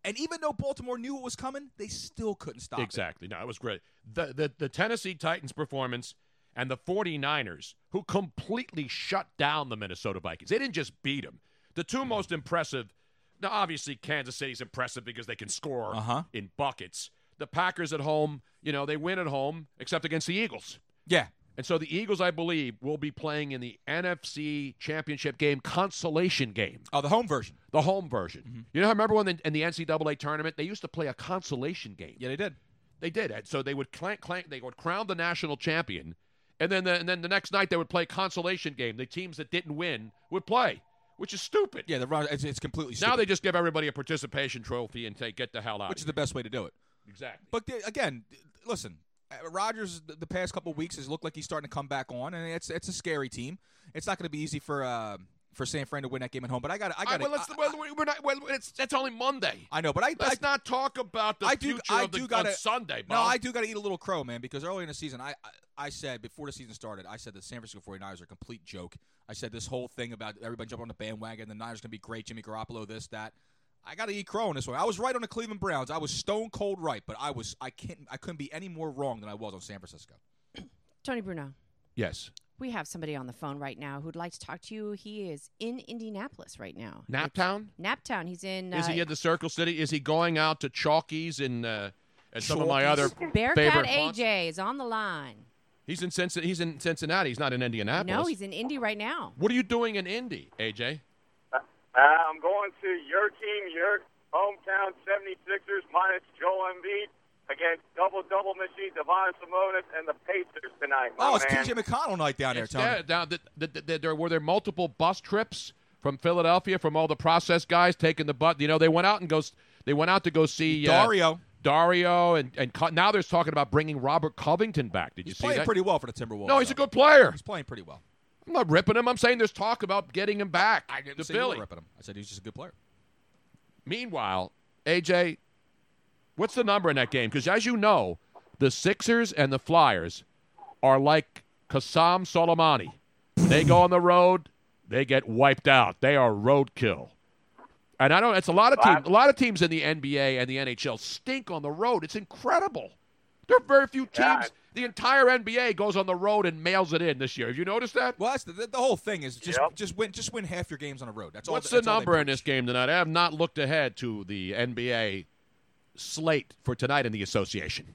Speaker 2: And even though Baltimore knew it was coming, they still couldn't stop it.
Speaker 1: Exactly. No, it was great. The, the the Tennessee Titans performance and the 49ers who completely shut down the Minnesota Vikings. They didn't just beat them. The two
Speaker 2: Mm-hmm.
Speaker 1: most impressive now obviously Kansas City's impressive because they can score
Speaker 2: Uh-huh.
Speaker 1: in buckets. The Packers at home, you know, they win at home except against the Eagles.
Speaker 2: Yeah,
Speaker 1: And so the Eagles, I believe, will be playing in the NFC Championship game consolation game.
Speaker 2: oh, the home version. Mm-hmm.
Speaker 1: the home version. You know, I remember when the, in the NCAA tournament they used to play a consolation game.
Speaker 2: Yeah, they did.
Speaker 1: They did, and so they would clank, clank. They would crown the national champion, and then the, and then the next night they would play a consolation game. The teams that didn't win would play, which is stupid.
Speaker 2: Yeah, the run. It's, it's completely
Speaker 1: Now
Speaker 2: stupid,
Speaker 1: they just give everybody a participation trophy and say, "Get the hell out."
Speaker 2: which is
Speaker 1: of
Speaker 2: the best way to do it.
Speaker 1: here." exactly.
Speaker 2: But the, again, th- listen, Rogers the past couple of weeks has looked like he's starting to come back on, and it's it's a scary team. It's not going to be easy for uh, for San Fran to win that game at home. But I got
Speaker 1: All
Speaker 2: I
Speaker 1: right,
Speaker 2: got
Speaker 1: well, let's, well, we're not, well, it's that's only Monday.
Speaker 2: I know, but I
Speaker 1: Let's
Speaker 2: I,
Speaker 1: not talk about the
Speaker 2: I do
Speaker 1: future
Speaker 2: I
Speaker 1: of the,
Speaker 2: do
Speaker 1: on
Speaker 2: got
Speaker 1: Sunday.
Speaker 2: No,
Speaker 1: Bob.
Speaker 2: I do got to eat a little crow, man, because earlier in the season, I, I I said before the season started, I said the San Francisco 49ers are a complete joke. I said this whole thing about everybody jumping on the bandwagon, the Niners going to be great, Jimmy Garoppolo, this that. I got to eat crow on this one. I was right on the Cleveland Browns. I was stone cold right, but I was I can't I couldn't be any more wrong than I was on San Francisco.
Speaker 3: Tony Bruno,
Speaker 1: yes.
Speaker 3: we have somebody on the phone right now who'd like to talk to you. He is in Indianapolis right now.
Speaker 1: Naptown.
Speaker 3: Naptown. He's in.
Speaker 1: Is
Speaker 3: uh,
Speaker 1: he in the Circle City? Is he going out to Chalkies and uh, and some of my other
Speaker 3: Bearcat
Speaker 1: favorite haunts?
Speaker 3: AJ is on the line.
Speaker 1: He's in Cincinnati. He's in Cincinnati. He's not in Indianapolis.
Speaker 3: No, he's in Indy right now.
Speaker 1: What are you doing in Indy, AJ?
Speaker 5: Uh, I'm going to your team, your hometown 76ers minus Joel Embiid against double-double machine Devon Simonis and the Pacers tonight, my
Speaker 2: oh, it's
Speaker 5: man.
Speaker 2: TJ McConnell night down there,
Speaker 1: It's
Speaker 2: Tony.
Speaker 1: there, down- th- th- th- th- there were there multiple bus trips from Philadelphia from all the process guys taking the bus. You know, they went out and goes. They went out to go see uh,
Speaker 2: Dario.
Speaker 1: Dario, and and Co- now they're talking about bringing Robert Covington back. Did you
Speaker 2: He's
Speaker 1: see
Speaker 2: playing
Speaker 1: that?
Speaker 2: pretty well for the Timberwolves.
Speaker 1: no, he's a
Speaker 2: though.
Speaker 1: good player.
Speaker 2: He's playing pretty well.
Speaker 1: I'm not ripping him. I'm saying there's talk about getting him back
Speaker 2: I didn't
Speaker 1: to
Speaker 2: say
Speaker 1: Philly.
Speaker 2: you were ripping him. I said he's just a good player.
Speaker 1: Meanwhile, AJ, what's the number in that game? Because as you know, the Sixers and the Flyers are like Kasam Soleimani. They go on the road, they get wiped out. They are roadkill. And I don't. It's a lot of teams. A lot of teams in the NBA and the NHL stink on the road. It's incredible. There are very few teams.
Speaker 5: Yeah.
Speaker 1: The entire NBA goes on the road and mails it in this year. Have you noticed that?
Speaker 2: Well, that's the, the whole thing is just
Speaker 5: Yep.
Speaker 2: just win just win half your games on the road. That's all.
Speaker 1: What's the
Speaker 2: that's all they
Speaker 1: number in this
Speaker 2: preach.
Speaker 1: game tonight? I have not looked ahead to the NBA slate for tonight in the association.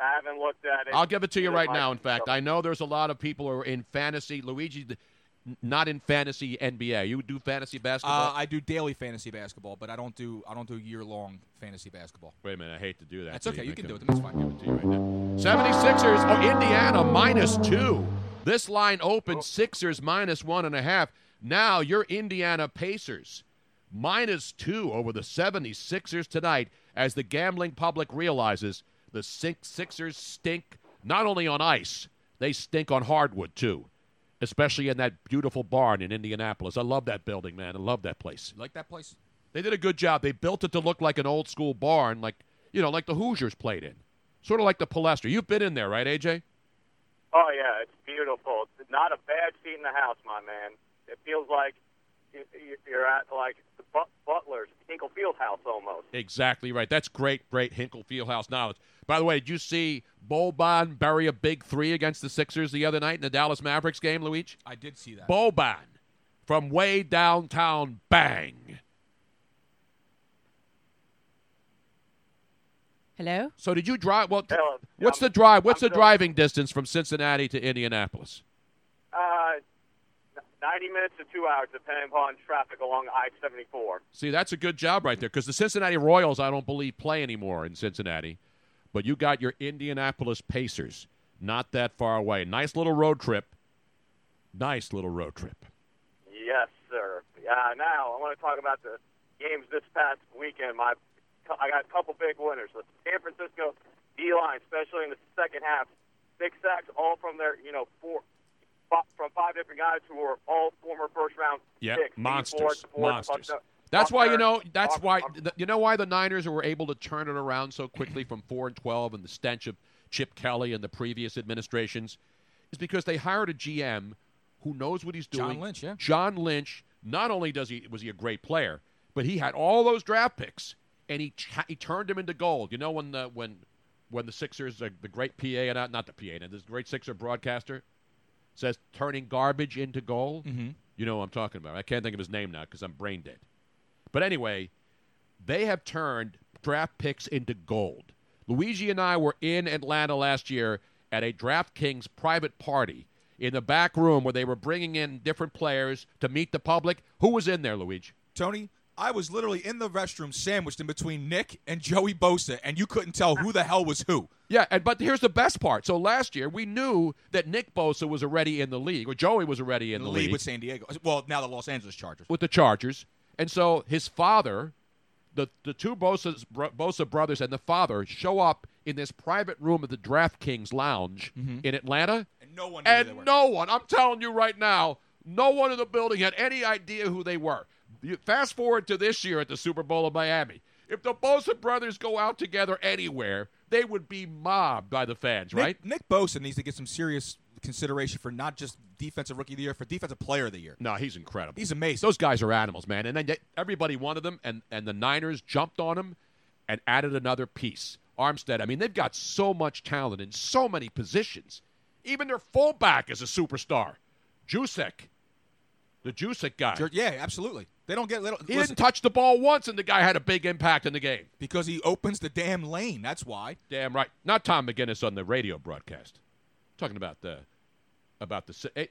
Speaker 5: I haven't looked at it.
Speaker 1: I'll give it to you
Speaker 5: Neither
Speaker 1: right
Speaker 5: am I.
Speaker 1: now. In fact,
Speaker 5: So-
Speaker 1: I know there's a lot of people who are in fantasy. Luigi, th- n- not in fantasy NBA. You do fantasy basketball.
Speaker 2: Uh, I do daily fantasy basketball, but I don't do I don't do year long fantasy basketball.
Speaker 1: Wait a minute. I hate to do that.
Speaker 2: That's
Speaker 1: to
Speaker 2: okay. You
Speaker 1: I
Speaker 2: can do it.
Speaker 1: couldn't-
Speaker 2: That's fine.
Speaker 1: to you right now. 76ers, oh, Indiana minus two. This line open, Sixers minus one and a half. Now your Indiana Pacers minus two over the 76ers tonight as the gambling public realizes the Six- Sixers stink not only on ice, they stink on hardwood too, especially in that beautiful barn in Indianapolis. I love that building, man. I love that place.
Speaker 2: You like that place?
Speaker 1: They did a good job. They built it to look like an old school barn, like you know, like the Hoosiers played in, sort of like the Palestra. You've been in there, right, AJ?
Speaker 5: Oh yeah, it's beautiful. It's not a bad seat in the house, my man. It feels like you- you- you're at like the but- Butler's Hinkle Fieldhouse almost.
Speaker 1: Exactly right. That's great, great Hinkle Fieldhouse knowledge. By the way, did you see Boban bury a big three against the Sixers the other night in the Dallas Mavericks game, Luigi?
Speaker 2: I did see that.
Speaker 1: Boban from way downtown, bang.
Speaker 3: Hello?
Speaker 1: So did you drive? Well, t-
Speaker 5: Hello.
Speaker 1: what's
Speaker 5: I'm-
Speaker 1: the drive? What's
Speaker 5: I'm
Speaker 1: the
Speaker 5: still-
Speaker 1: driving distance from Cincinnati to Indianapolis?
Speaker 5: Uh, n- 90 minutes to two hours, depending upon traffic along I-74.
Speaker 1: See, that's a good job right there because the Cincinnati Royals, I don't believe, play anymore in Cincinnati. But you got your Indianapolis Pacers not that far away. Nice little road trip. Nice little road trip.
Speaker 5: Yes, sir. Uh, now I want to talk about the games this past weekend. My, I got a couple big winners. The San Francisco D line, especially in the second half, six sacks, all from their, you know, four fi- from five different guys who were all former first round
Speaker 1: Yeah,
Speaker 5: picks. Steve Ford,
Speaker 1: monsters,
Speaker 5: Ford,
Speaker 1: monsters.
Speaker 5: Buckner,
Speaker 1: That's why you
Speaker 5: Buckner,
Speaker 1: know. That's
Speaker 5: Buck-
Speaker 1: why
Speaker 5: Buck-
Speaker 1: th- you know why the Niners were able to turn it around so quickly from four and twelve, and the stench of Chip Kelly and the previous administrations, is because they hired a GM who knows what he's
Speaker 2: John
Speaker 1: doing.
Speaker 2: Lynch, yeah.
Speaker 1: John Lynch. Not only does he was he a great player, but he had all those draft picks, and he ch- he turned them into gold. You know when the when when the Sixers, the, the great PA, and not, not the PA, and this great Sixer broadcaster says turning garbage into gold. You know what I'm talking about. I can't think of his name now because I'm brain dead. But anyway, they have turned draft picks into gold. Luigi and I were in Atlanta last year at a DraftKings private party in the back room where they were bringing in different players to meet the public. Who was in there, Luigi?
Speaker 2: Tony, I was literally in the restroom, sandwiched in between Nick and Joey Bosa, and you couldn't tell who the hell was who.
Speaker 1: Yeah, and but here's the best part. So last year we knew that Nick Bosa was already in the league, or Joey was already in
Speaker 2: The
Speaker 1: the,
Speaker 2: league with San Diego.
Speaker 1: Uh,
Speaker 2: Well, now the Los Angeles Chargers.
Speaker 1: with the Chargers, and so his father, the the two Bosa's, bro, Bosa brothers and the father show up in this private room at the DraftKings Lounge in Atlanta,
Speaker 2: Mm-hmm. And no one knew who they were.
Speaker 1: and no one. I'm telling you right now, no one in the building had any idea who they were. You fast forward to this year at the Super Bowl of Miami. If the Bosa brothers go out together anywhere, they would be mobbed by the fans,
Speaker 2: Nick,
Speaker 1: right?
Speaker 2: Nick Bosa needs to get some serious consideration for not just defensive rookie of the year, for defensive player of the year.
Speaker 1: No, he's incredible.
Speaker 2: He's amazing.
Speaker 1: Those guys are animals, man. And then they- everybody wanted them, and, and the Niners jumped on him and added another piece. Armstead, I mean, they've got so much talent in so many positions. Even their fullback is a superstar. Jusek, the Jusek guy.
Speaker 2: Jer- yeah, absolutely. They don't get little
Speaker 1: he
Speaker 2: listen,
Speaker 1: didn't touch the ball once, and the guy had a big impact in the game.
Speaker 2: because he opens the damn lane. That's why.
Speaker 1: Damn right. Not Tom McGinnis on the radio broadcast. talking about the about the. si- eh,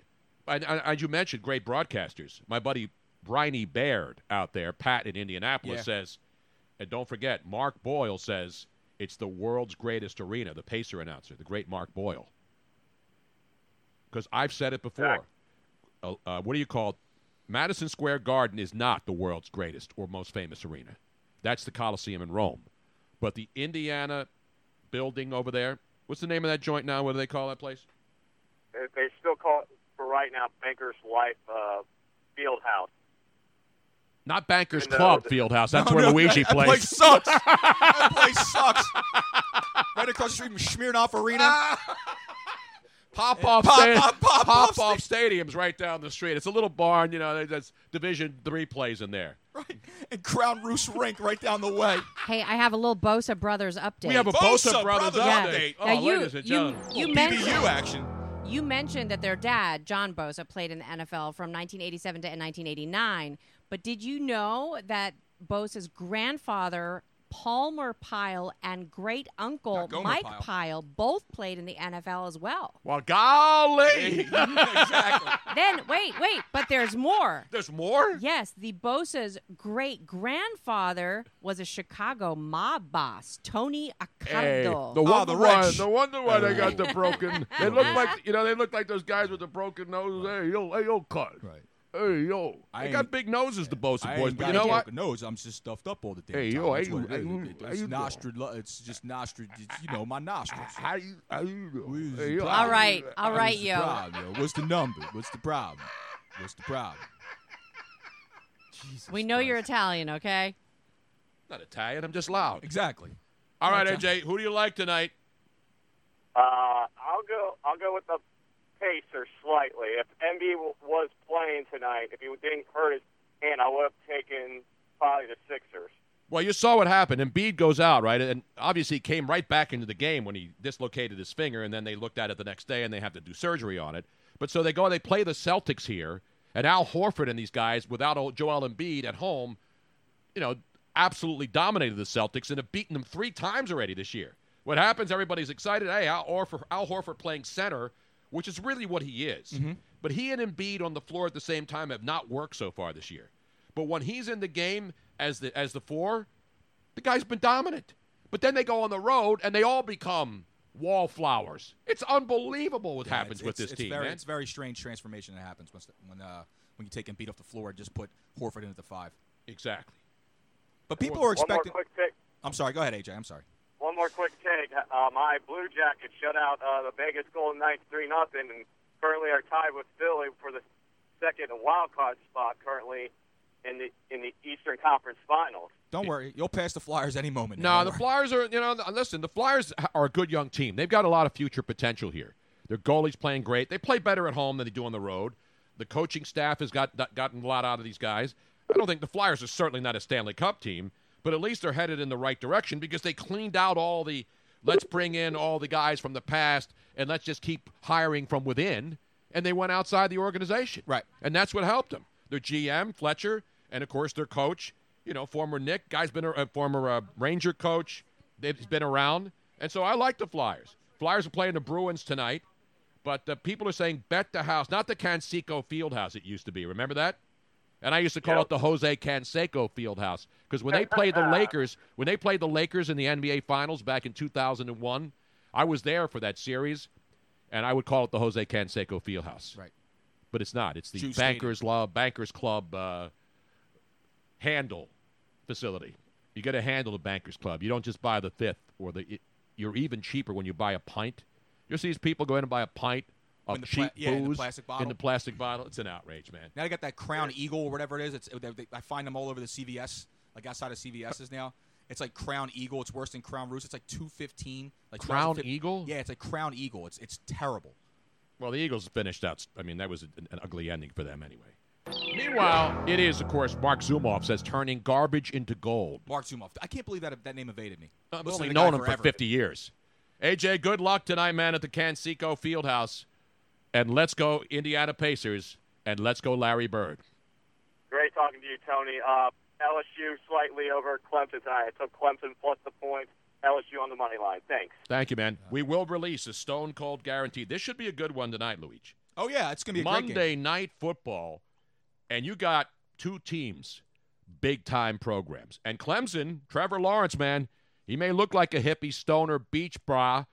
Speaker 1: And, and, and you mentioned great broadcasters. My buddy Briny Baird out there, Pat in Indianapolis,
Speaker 2: Yeah.
Speaker 1: says, and don't forget, Mark Boyle says it's the world's greatest arena. The Pacer announcer, the great Mark Boyle. Because I've said it before. Uh, uh, what do you call it? Madison Square Garden is not the world's greatest or most famous arena. That's the Coliseum in Rome. But the Indiana building over there, what's the name of that joint now? What do they call that place?
Speaker 5: They- They still call it right now, Bankers Life uh, Fieldhouse.
Speaker 1: Not Bankers
Speaker 5: No,
Speaker 1: Club
Speaker 5: the-
Speaker 1: Fieldhouse. That's
Speaker 2: No,
Speaker 1: where
Speaker 2: no,
Speaker 1: Luigi
Speaker 2: that, That place
Speaker 1: plays.
Speaker 2: sucks. that place sucks. Right across the street from Smirnoff Arena.
Speaker 1: Pop off,
Speaker 2: Pop-
Speaker 1: sta-
Speaker 2: pop- pop-
Speaker 1: pop
Speaker 2: pop
Speaker 1: off stadiums right down the street. It's a little barn, you know. That's Division Three plays in there.
Speaker 2: Right. And Crown Roost Rink right down the way.
Speaker 3: Hey, I have a little Bosa Brothers update.
Speaker 1: We have a
Speaker 2: Bosa
Speaker 1: Bosa, Brothers,
Speaker 2: Brothers
Speaker 3: yeah.
Speaker 1: update.
Speaker 3: now
Speaker 1: Oh,
Speaker 3: you,
Speaker 1: ladies and
Speaker 3: you,
Speaker 1: gentlemen.
Speaker 3: you
Speaker 2: BBU
Speaker 3: mentioned
Speaker 2: action.
Speaker 3: you mentioned that their dad, John Bosa, played in the NFL from 1987 to 1989. But did you know that Bosa's grandfather, Palmer Pyle, and great uncle
Speaker 2: Not Gomer
Speaker 3: Mike
Speaker 2: Pyle.
Speaker 3: Pyle. both played in the NFL as well?
Speaker 1: Well, golly.
Speaker 2: exactly.
Speaker 3: then wait, wait, but there's more.
Speaker 1: There's more?
Speaker 3: Yes, the Bosa's great grandfather was a Chicago mob boss, Tony
Speaker 1: Hey,
Speaker 3: Accardo.
Speaker 1: Oh, the wonder
Speaker 2: Ah, the
Speaker 1: why,
Speaker 2: wretch.
Speaker 1: the wonder why they got the broken. They look like you know they look like those guys with the broken nose. Hey yo, hey yo, cut.
Speaker 2: Right.
Speaker 1: Hey yo,
Speaker 2: I
Speaker 1: they got
Speaker 2: ain't-
Speaker 1: big noses, the Bosa
Speaker 2: I
Speaker 1: boys.
Speaker 2: ain't
Speaker 1: But
Speaker 2: got
Speaker 1: you know
Speaker 2: a
Speaker 1: what?
Speaker 2: broken Nose, I'm just stuffed up all the damn
Speaker 1: Hey,
Speaker 2: time.
Speaker 1: yo,
Speaker 2: That's
Speaker 1: how you-
Speaker 2: what it
Speaker 1: how
Speaker 2: is.
Speaker 1: you-
Speaker 2: It-
Speaker 1: how
Speaker 2: it's
Speaker 1: you doing?
Speaker 2: nostril- uh, It's just nostril. It's, you know, my nostrils.
Speaker 1: How you? How you?
Speaker 2: Where's
Speaker 1: Hey,
Speaker 2: the
Speaker 1: yo.
Speaker 2: problem?
Speaker 3: All right, all right,
Speaker 2: What's the
Speaker 3: yo.
Speaker 2: problem, yo? What's the number? What's the problem? What's the problem? Jesus
Speaker 3: We know you're
Speaker 2: Christ.
Speaker 3: Italian, okay?
Speaker 1: Not Italian. I'm just loud.
Speaker 2: exactly.
Speaker 1: All right, AJ. Who do you like tonight?
Speaker 5: Uh, I'll go. I'll go with the Pacers slightly. If MB w- was playing tonight, if he didn't hurt his hand, I would have taken probably the Sixers.
Speaker 1: Well, you saw what happened. Embiid goes out, right? And obviously he came right back into the game when he dislocated his finger, and then they looked at it the next day and they have to do surgery on it. But so they go and they play the Celtics here, and Al Horford and these guys without old Joel Embiid at home, you know, absolutely dominated the Celtics and have beaten them three times already this year. What happens? Everybody's excited. Hey, Al Horford, Al Horford playing center, which is really what he is. But he and Embiid on the floor at the same time have not worked so far this year. But when he's in the game as the as the four, the guy's been dominant. But then they go on the road and they all become wallflowers. It's unbelievable what happens
Speaker 2: it's,
Speaker 1: with this
Speaker 2: it's
Speaker 1: team,
Speaker 2: Very,
Speaker 1: man.
Speaker 2: It's very strange transformation that happens once- when uh, when you take Embiid off the floor and just put Horford in at the five.
Speaker 1: Exactly.
Speaker 2: But people are expecting.
Speaker 5: One more quick pick.
Speaker 2: I'm sorry. Go ahead, AJ. I'm sorry.
Speaker 5: One more quick take. Uh, my Blue Jackets shut out uh, the Vegas Golden Knights three nothing, and currently are tied with Philly for the second wild card spot currently in the in the Eastern Conference Finals.
Speaker 2: Don't worry. You'll pass the Flyers any moment.
Speaker 1: No,
Speaker 2: now.
Speaker 1: the Flyers are, you know, th- listen, the Flyers are a good young team. They've got a lot of future potential here. Their goalie's playing great. They play better at home than they do on the road. The coaching staff has got got- gotten a lot out of these guys. I don't think the Flyers are certainly not a Stanley Cup team, but at least they're headed in the right direction because they cleaned out all the let's bring in all the guys from the past and let's just keep hiring from within and they went outside the organization.
Speaker 2: Right.
Speaker 1: And that's what helped them. Their GM, Fletcher, and of course their coach, you know, former Nick, guy's been a, a former uh, Ranger coach. They've, he's been around. And so I like the Flyers. Flyers are playing the Bruins tonight, but uh, people are saying bet the house, not the Canseco Fieldhouse it used to be. Remember that? And I used to call it the Jose Canseco Fieldhouse because when they played the Lakers, when they played the Lakers in the NBA Finals back in 2001, I was there for that series, and I would call it the Jose Canseco Fieldhouse
Speaker 2: Right.
Speaker 1: but it's not. It's the
Speaker 2: Jew Stadium.
Speaker 1: Bankers Club, Bankers Club uh, handle facility. You got to handle the Bankers Club. You don't just buy the fifth or the. It, you're even cheaper when you buy a pint. You see these people go in and buy a pint of
Speaker 2: In the pla-
Speaker 1: cheap
Speaker 2: yeah, in the
Speaker 1: booze
Speaker 2: plastic
Speaker 1: in
Speaker 2: bottle.
Speaker 1: the plastic bottle. It's an outrage, man.
Speaker 2: Now they got that Crown Eagle or whatever it is. It's they, they, I find them all over the CVS, like outside of CVS's now. It's like Crown Eagle. It's worse than Crown Roost. It's like two fifteen. Like
Speaker 1: Crown
Speaker 2: 12.50.
Speaker 1: Eagle?
Speaker 2: Yeah, it's like Crown Eagle. It's it's terrible.
Speaker 1: Well, the Eagles finished out. I mean, that was an, an ugly ending for them anyway. Meanwhile, it is, of course, Mark Zumoff says turning garbage into gold.
Speaker 2: Mark Zumoff. I can't believe that that name evaded me.
Speaker 1: I've
Speaker 2: Listen to
Speaker 1: only
Speaker 2: the
Speaker 1: known
Speaker 2: guy
Speaker 1: him for
Speaker 2: forever.
Speaker 1: 50 years. AJ, good luck tonight, man, at the Canseco Fieldhouse. And let's go Indiana Pacers, and let's go Larry Bird.
Speaker 5: Great talking to you, Tony. Uh, LSU slightly over Clemson tonight. I took Clemson plus the points. LSU on the money line. Thanks.
Speaker 1: Thank you, man. We will release a stone cold guarantee. This should be a good one tonight, Luigi.
Speaker 2: Oh yeah, it's gonna be a great game.
Speaker 1: Monday night football, and you got two teams, big time programs. And Clemson, Trevor Lawrence, man, he may look like a hippie stoner beach bra.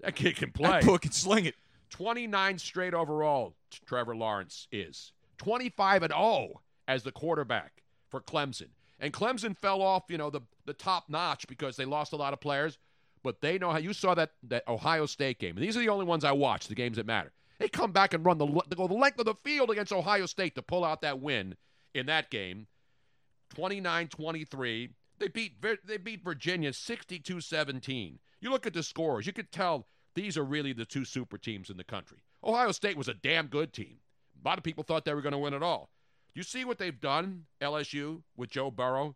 Speaker 1: That kid can play.
Speaker 2: That book can sling it.
Speaker 1: 29 straight overall, t- Trevor Lawrence is. 25 and 0 as the quarterback for Clemson. And Clemson fell off, you know, the, the top notch because they lost a lot of players. But they know how you saw that, that Ohio State game. And these are the only ones I watched, the games that matter. They come back and run the le- they go the length of the field against Ohio State to pull out that win in that game. 29-23. They beat Vir- they beat Virginia 62-17. You look at the scores, you could tell these are really the two super teams in the country. Ohio State was a damn good team. A lot of people thought they were going to win it all. You see what they've done, LSU with Joe Burrow?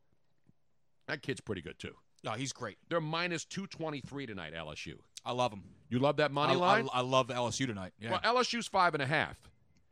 Speaker 1: That kid's pretty good too.
Speaker 2: No, he's great.
Speaker 1: They're minus 223 tonight, LSU.
Speaker 2: I love him.
Speaker 1: You love that money
Speaker 2: I,
Speaker 1: line?
Speaker 2: I, I love LSU tonight. Yeah.
Speaker 1: Well, LSU's five and a half.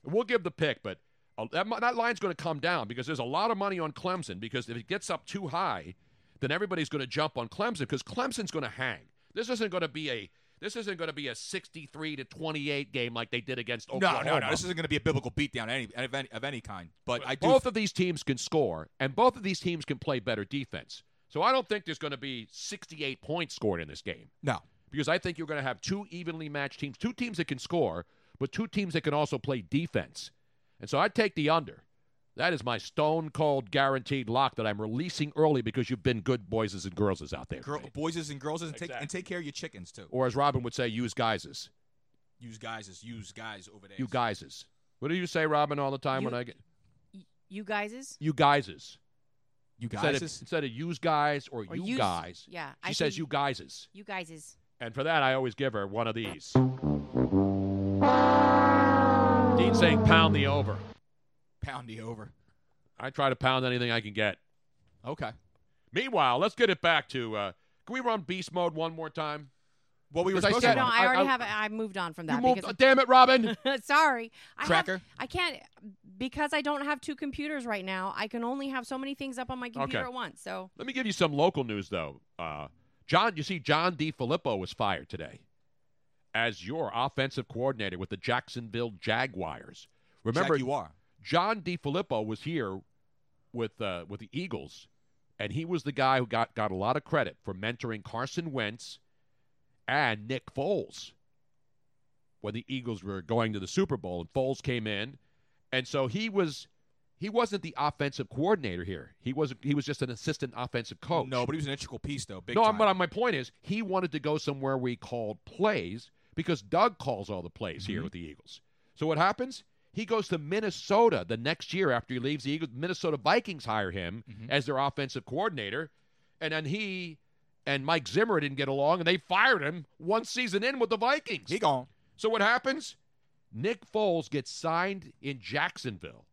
Speaker 1: We'll give the pick, but uh, that, mi- that line's going to come down because there's a lot of money on Clemson. Because if it gets up too high, then everybody's going to jump on Clemson because Clemson's going to hang. This isn't going to be a this isn't going to be a 63 to 28 game like they did against
Speaker 2: no,
Speaker 1: Oklahoma.
Speaker 2: no, no. This isn't going to be a biblical beatdown any, of, any, of any kind. But I do.
Speaker 1: both of these teams can score, and both of these teams can play better defense. So I don't think there's going to be 68 points scored in this game.
Speaker 2: no.
Speaker 1: because I think you're going to have two evenly matched teams, two teams that can score, but two teams that can also play defense. And so I'd take the under. That is my stone cold guaranteed lock that I'm releasing early because you've been good boys and girls out there.
Speaker 2: Girl,
Speaker 1: Brady.
Speaker 2: boys and girls, and take
Speaker 1: Exactly.
Speaker 2: and take care of your chickens too.
Speaker 1: Or as Robin would say, use guyses.
Speaker 2: Use guys as use guys over there.
Speaker 1: You guyses. What do you say, Robin, all the time when
Speaker 3: You-
Speaker 1: I get
Speaker 3: Y- you guys?
Speaker 1: you guyses?
Speaker 2: you
Speaker 1: Instead
Speaker 2: guys.
Speaker 1: of, instead of use guys or, you
Speaker 3: yous-
Speaker 1: guys,
Speaker 3: Yeah.
Speaker 1: she says
Speaker 3: think
Speaker 1: you guyses.
Speaker 3: You guys.
Speaker 1: And for that, I always give her one of these. Dean's saying pound the over.
Speaker 2: pound the over.
Speaker 1: I try to pound anything I can get.
Speaker 2: Okay.
Speaker 1: Meanwhile, let's get it back to. Uh, can we run beast mode one more time?
Speaker 2: Well, we were
Speaker 1: As I
Speaker 2: supposed
Speaker 1: said-
Speaker 2: to.
Speaker 3: No,
Speaker 1: I-
Speaker 3: I already
Speaker 1: I-
Speaker 3: have. I moved on from
Speaker 1: You
Speaker 3: that.
Speaker 1: moved.
Speaker 3: because
Speaker 1: damn it, Robin!
Speaker 3: Sorry. I have-
Speaker 2: Cracker?
Speaker 3: I can't because I don't have two computers right now. I can only have so many things up on my computer
Speaker 1: Okay.
Speaker 3: at once. So
Speaker 1: Let me give you some local news though. Uh, John, you see, John D. Filippo was fired today as your offensive coordinator with the Jacksonville Jaguars. Remember,
Speaker 2: Jack, you are.
Speaker 1: John D. Filippo was here with uh, with the Eagles, and he was the guy who got got a lot of credit for mentoring Carson Wentz and Nick Foles when the Eagles were going to the Super Bowl, and Foles came in, and so he was he wasn't the offensive coordinator here. He was he was just an assistant offensive coach.
Speaker 2: No, but he was an integral piece though. Big
Speaker 1: no,
Speaker 2: time.
Speaker 1: but my point is he wanted to go somewhere we called plays because Doug calls all the plays here
Speaker 2: Mm-hmm.
Speaker 1: with the Eagles. So what happens? He goes to Minnesota the next year after he leaves the Eagles. Minnesota Vikings hire him
Speaker 2: Mm-hmm.
Speaker 1: as their offensive coordinator, and then he and Mike Zimmer didn't get along, and they fired him one season in with the Vikings.
Speaker 2: he gone.
Speaker 1: So what happens? Nick Foles gets signed in Jacksonville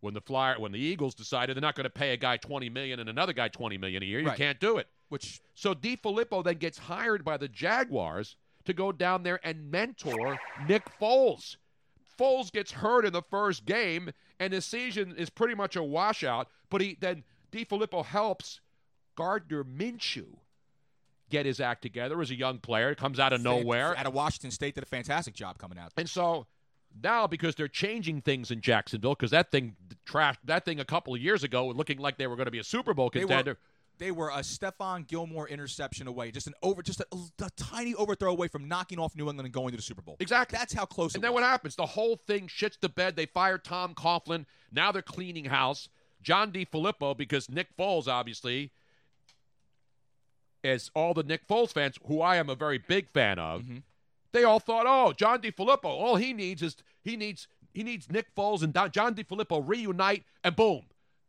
Speaker 1: when the Flyer when the Eagles decided they're not going to pay a guy 20 million and another guy 20 million a year. You
Speaker 2: Right.
Speaker 1: can't do it.
Speaker 2: Which
Speaker 1: So DiFilippo then gets hired by the Jaguars to go down there and mentor Nick Foles. Foles gets hurt in the first game, and his season is pretty much a washout. But he then DiFilippo helps Gardner Minshew get his act together as a young player. Comes out of nowhere,
Speaker 2: Out of Washington State did a fantastic job coming out.
Speaker 1: and so now, because they're changing things in Jacksonville, because that thing trashed that thing a couple of years ago, looking like they were going to be a Super Bowl
Speaker 2: They were-
Speaker 1: contender.
Speaker 2: They were a Stefan Gilmore interception away, just an over, just a, a tiny overthrow away from knocking off New England and going to the Super Bowl.
Speaker 1: Exactly.
Speaker 2: That's how close.
Speaker 1: and
Speaker 2: it
Speaker 1: then
Speaker 2: was.
Speaker 1: what happens? The whole thing shits the bed. They fire Tom Coughlin. Now they're cleaning house. John D. Filippo, because Nick Foles, obviously, as all the Nick Foles fans, who I am a very big fan of,
Speaker 2: Mm-hmm.
Speaker 1: they all thought, oh, John D. Filippo, all he needs is he needs he needs Nick Foles and Don- John D. Filippo reunite, and boom,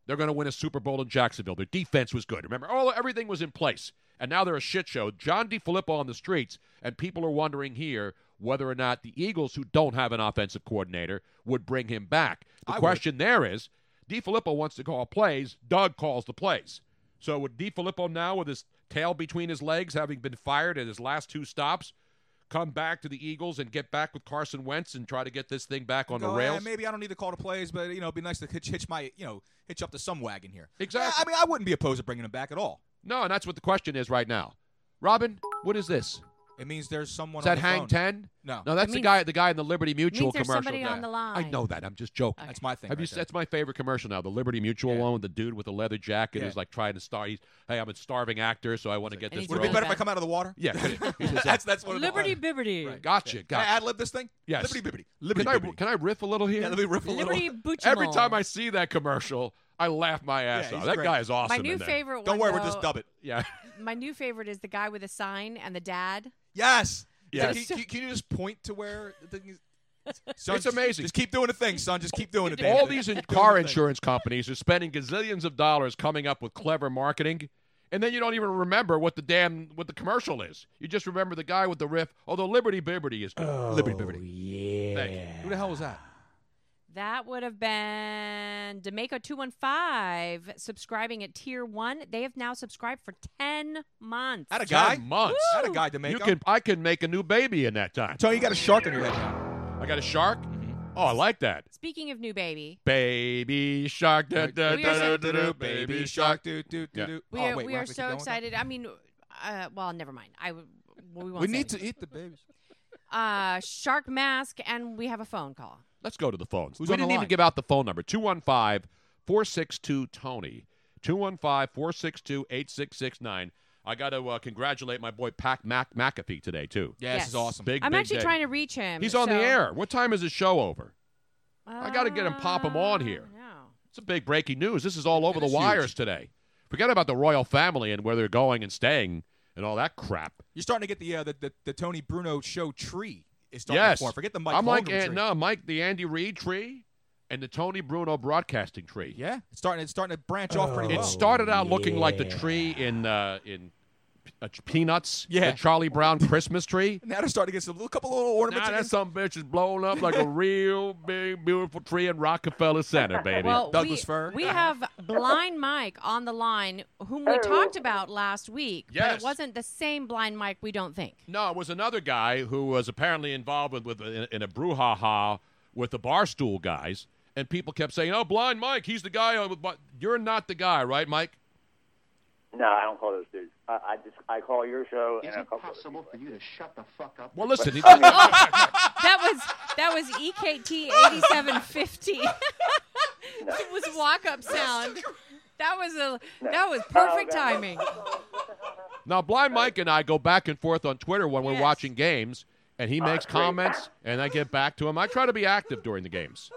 Speaker 1: they're going to win a Super Bowl in Jacksonville. Their defense was good. Remember, all everything was in place, and now they're a shit show. John D. Filippo on the streets, and people are wondering here whether or not the Eagles, who don't have an offensive coordinator, would bring him back. The
Speaker 2: I would.
Speaker 1: question there is, D. Filippo wants to call plays. Doug calls the plays. So would D. Filippo now, with his tail between his legs, having been fired at his last two stops, come back to the Eagles and get back with Carson Wentz and try to get this thing back on
Speaker 2: Go,
Speaker 1: the
Speaker 2: "Eh,
Speaker 1: rails?
Speaker 2: maybe I don't need to call the plays, but you know, it'd be nice to hitch, hitch my, you know, hitch up to some wagon here.
Speaker 1: Exactly.
Speaker 2: Yeah, I mean, I wouldn't be opposed to bringing him back at all.
Speaker 1: No, and that's what the question is right now. Robin, what is this?
Speaker 2: It means there's someone.
Speaker 1: Is that
Speaker 2: on the
Speaker 1: Hang
Speaker 2: phone.
Speaker 1: Ten?
Speaker 2: No.
Speaker 1: no, that's
Speaker 3: It
Speaker 1: the
Speaker 3: means-
Speaker 1: guy. The guy in the Liberty Mutual
Speaker 3: means there's
Speaker 1: commercial.
Speaker 3: somebody
Speaker 1: there.
Speaker 3: on the
Speaker 1: I
Speaker 3: line.
Speaker 1: know that. I'm just joking.
Speaker 2: That's my thing.
Speaker 1: Have you?
Speaker 2: right
Speaker 1: s-
Speaker 2: there.
Speaker 1: That's my favorite commercial now. The Liberty Mutual
Speaker 2: Yeah.
Speaker 1: one with the dude with the leather jacket
Speaker 2: Yeah.
Speaker 1: who's like trying to start. He's, hey, I'm a starving actor, so I want to get
Speaker 3: And
Speaker 1: this.
Speaker 3: he's
Speaker 2: Would it
Speaker 1: role."
Speaker 2: be better if I come out of the water?
Speaker 1: Yeah, could it-
Speaker 2: that's that's what.
Speaker 3: liberty
Speaker 2: It,
Speaker 3: bibbity,
Speaker 1: gotcha,
Speaker 2: can I
Speaker 1: gotcha.
Speaker 2: ad lib this thing?
Speaker 1: Yes.
Speaker 2: Liberty bibbity. Liberty
Speaker 1: Can I,
Speaker 2: bibbity.
Speaker 1: can I riff a little here?
Speaker 2: yeah, let me riff a little.
Speaker 3: liberty butch.
Speaker 1: Every time I see that commercial, I laugh my ass
Speaker 2: Yeah,
Speaker 1: off.
Speaker 2: he's
Speaker 1: That
Speaker 2: great.
Speaker 1: guy is awesome.
Speaker 3: my
Speaker 1: in
Speaker 3: new
Speaker 1: there.
Speaker 3: favorite.
Speaker 2: Don't
Speaker 3: one,
Speaker 2: worry,
Speaker 3: though,
Speaker 2: we'll just dub it.
Speaker 1: Yeah.
Speaker 3: My new favorite is the guy with a sign and the dad.
Speaker 2: Yes.
Speaker 1: Yes.
Speaker 2: Can, can- can you just point to where the thing is? Son,
Speaker 1: It's amazing.
Speaker 2: Just keep doing the thing, son. Just keep doing the thing.
Speaker 1: All these in- car insurance companies are spending gazillions of dollars coming up with clever marketing, and then you don't even remember what the damn what the commercial is. You just remember the guy with the riff. Although Liberty Bibbity is good.
Speaker 2: Liberty
Speaker 3: Oh,
Speaker 2: Bibbity.
Speaker 1: Thank you.
Speaker 2: Oh, Who the hell was that?
Speaker 3: That would have been D'Amico 215 subscribing at tier one. They have now subscribed for 10 months.
Speaker 2: That a guy?
Speaker 1: Ten months.
Speaker 2: That a guy to make
Speaker 1: You can I can make a new baby in that time.
Speaker 2: Tony, you got a shark in your head now. Mm-hmm.
Speaker 1: I got a shark. Oh, I like that.
Speaker 3: Speaking of new baby,
Speaker 1: Baby shark, da, da,
Speaker 3: We are
Speaker 1: da, da,
Speaker 3: so-
Speaker 1: da, da, baby shark.
Speaker 2: do do
Speaker 1: Yeah.
Speaker 2: do do.
Speaker 3: we
Speaker 2: Oh,
Speaker 3: are,
Speaker 2: wait,
Speaker 3: we
Speaker 2: we're
Speaker 3: are
Speaker 2: not gonna keep
Speaker 3: so
Speaker 2: going?
Speaker 3: excited. I mean, uh, well, never mind. I w- we won't
Speaker 2: We
Speaker 3: say
Speaker 2: need to
Speaker 3: anything.
Speaker 2: eat the babies.
Speaker 3: uh, shark mask, and we have a phone call.
Speaker 1: Let's go to the phones.
Speaker 2: Who's
Speaker 1: we
Speaker 2: on the
Speaker 1: didn't even
Speaker 2: line?
Speaker 1: give out the phone number 215 462 Tony. 215 462 8669. I got to uh, congratulate my boy Pac Mac McAfee today, too.
Speaker 2: Yeah, this
Speaker 3: Yes.
Speaker 2: is awesome.
Speaker 1: Big,
Speaker 3: I'm
Speaker 1: big
Speaker 3: actually
Speaker 1: day.
Speaker 3: trying to reach him.
Speaker 1: He's on the
Speaker 3: so-
Speaker 1: air. What time is his show over?
Speaker 3: I
Speaker 1: gotta get him- pop him
Speaker 3: Uh,
Speaker 1: on here. It's a big breaking news. This is all over the
Speaker 2: is
Speaker 1: wires
Speaker 2: huge.
Speaker 1: today. Forget about the royal family and where they're going and staying and all that crap.
Speaker 2: You're starting to get the uh, the, the the Tony Bruno show tree. Is starting
Speaker 1: yes.
Speaker 2: to form. Forget the Mike
Speaker 1: I'm like,
Speaker 2: Mulgrew
Speaker 1: eh,
Speaker 2: tree.
Speaker 1: no, Mike, the Andy Reid tree and the Tony Bruno broadcasting tree.
Speaker 2: Yeah, it's starting. It's starting to branch off pretty
Speaker 1: It
Speaker 2: well.
Speaker 1: started
Speaker 7: Oh,
Speaker 1: out looking like the tree in uh, in uh, Peanuts,
Speaker 2: Yeah.
Speaker 1: the Charlie Brown Christmas tree.
Speaker 2: now they're starting to get some little couple of little ornaments.
Speaker 1: Now that
Speaker 2: again.
Speaker 1: some bitch is blown up like a real big beautiful tree in Rockefeller Center, baby.
Speaker 3: Well,
Speaker 2: Douglas
Speaker 3: we,
Speaker 2: fir.
Speaker 3: we have Blind Mike on the line, whom we talked about last week. But
Speaker 1: Yes.
Speaker 3: it wasn't the same Blind Mike, we don't think.
Speaker 1: no, it was another guy who was apparently involved with, with in, in a brouhaha with the barstool guys, and people kept saying, "Oh, blind Mike, he's the guy." on the bar-" You're not the guy, right, Mike?
Speaker 7: No, I don't call those dudes. I, I just I call your show
Speaker 8: Is
Speaker 7: and I
Speaker 8: it
Speaker 7: call the other
Speaker 8: possible for you to shut the fuck up?
Speaker 1: Well, listen, he-
Speaker 3: That was that was EKT eighty seven fifty. It was walk up sound. That was a that
Speaker 7: Oh,
Speaker 3: was perfect timing.
Speaker 1: Now, Blind Mike and I go back and forth on Twitter when we're
Speaker 3: Yes.
Speaker 1: watching games, and he makes
Speaker 7: great.
Speaker 1: comments, and I get back to him. I try to be active during the games.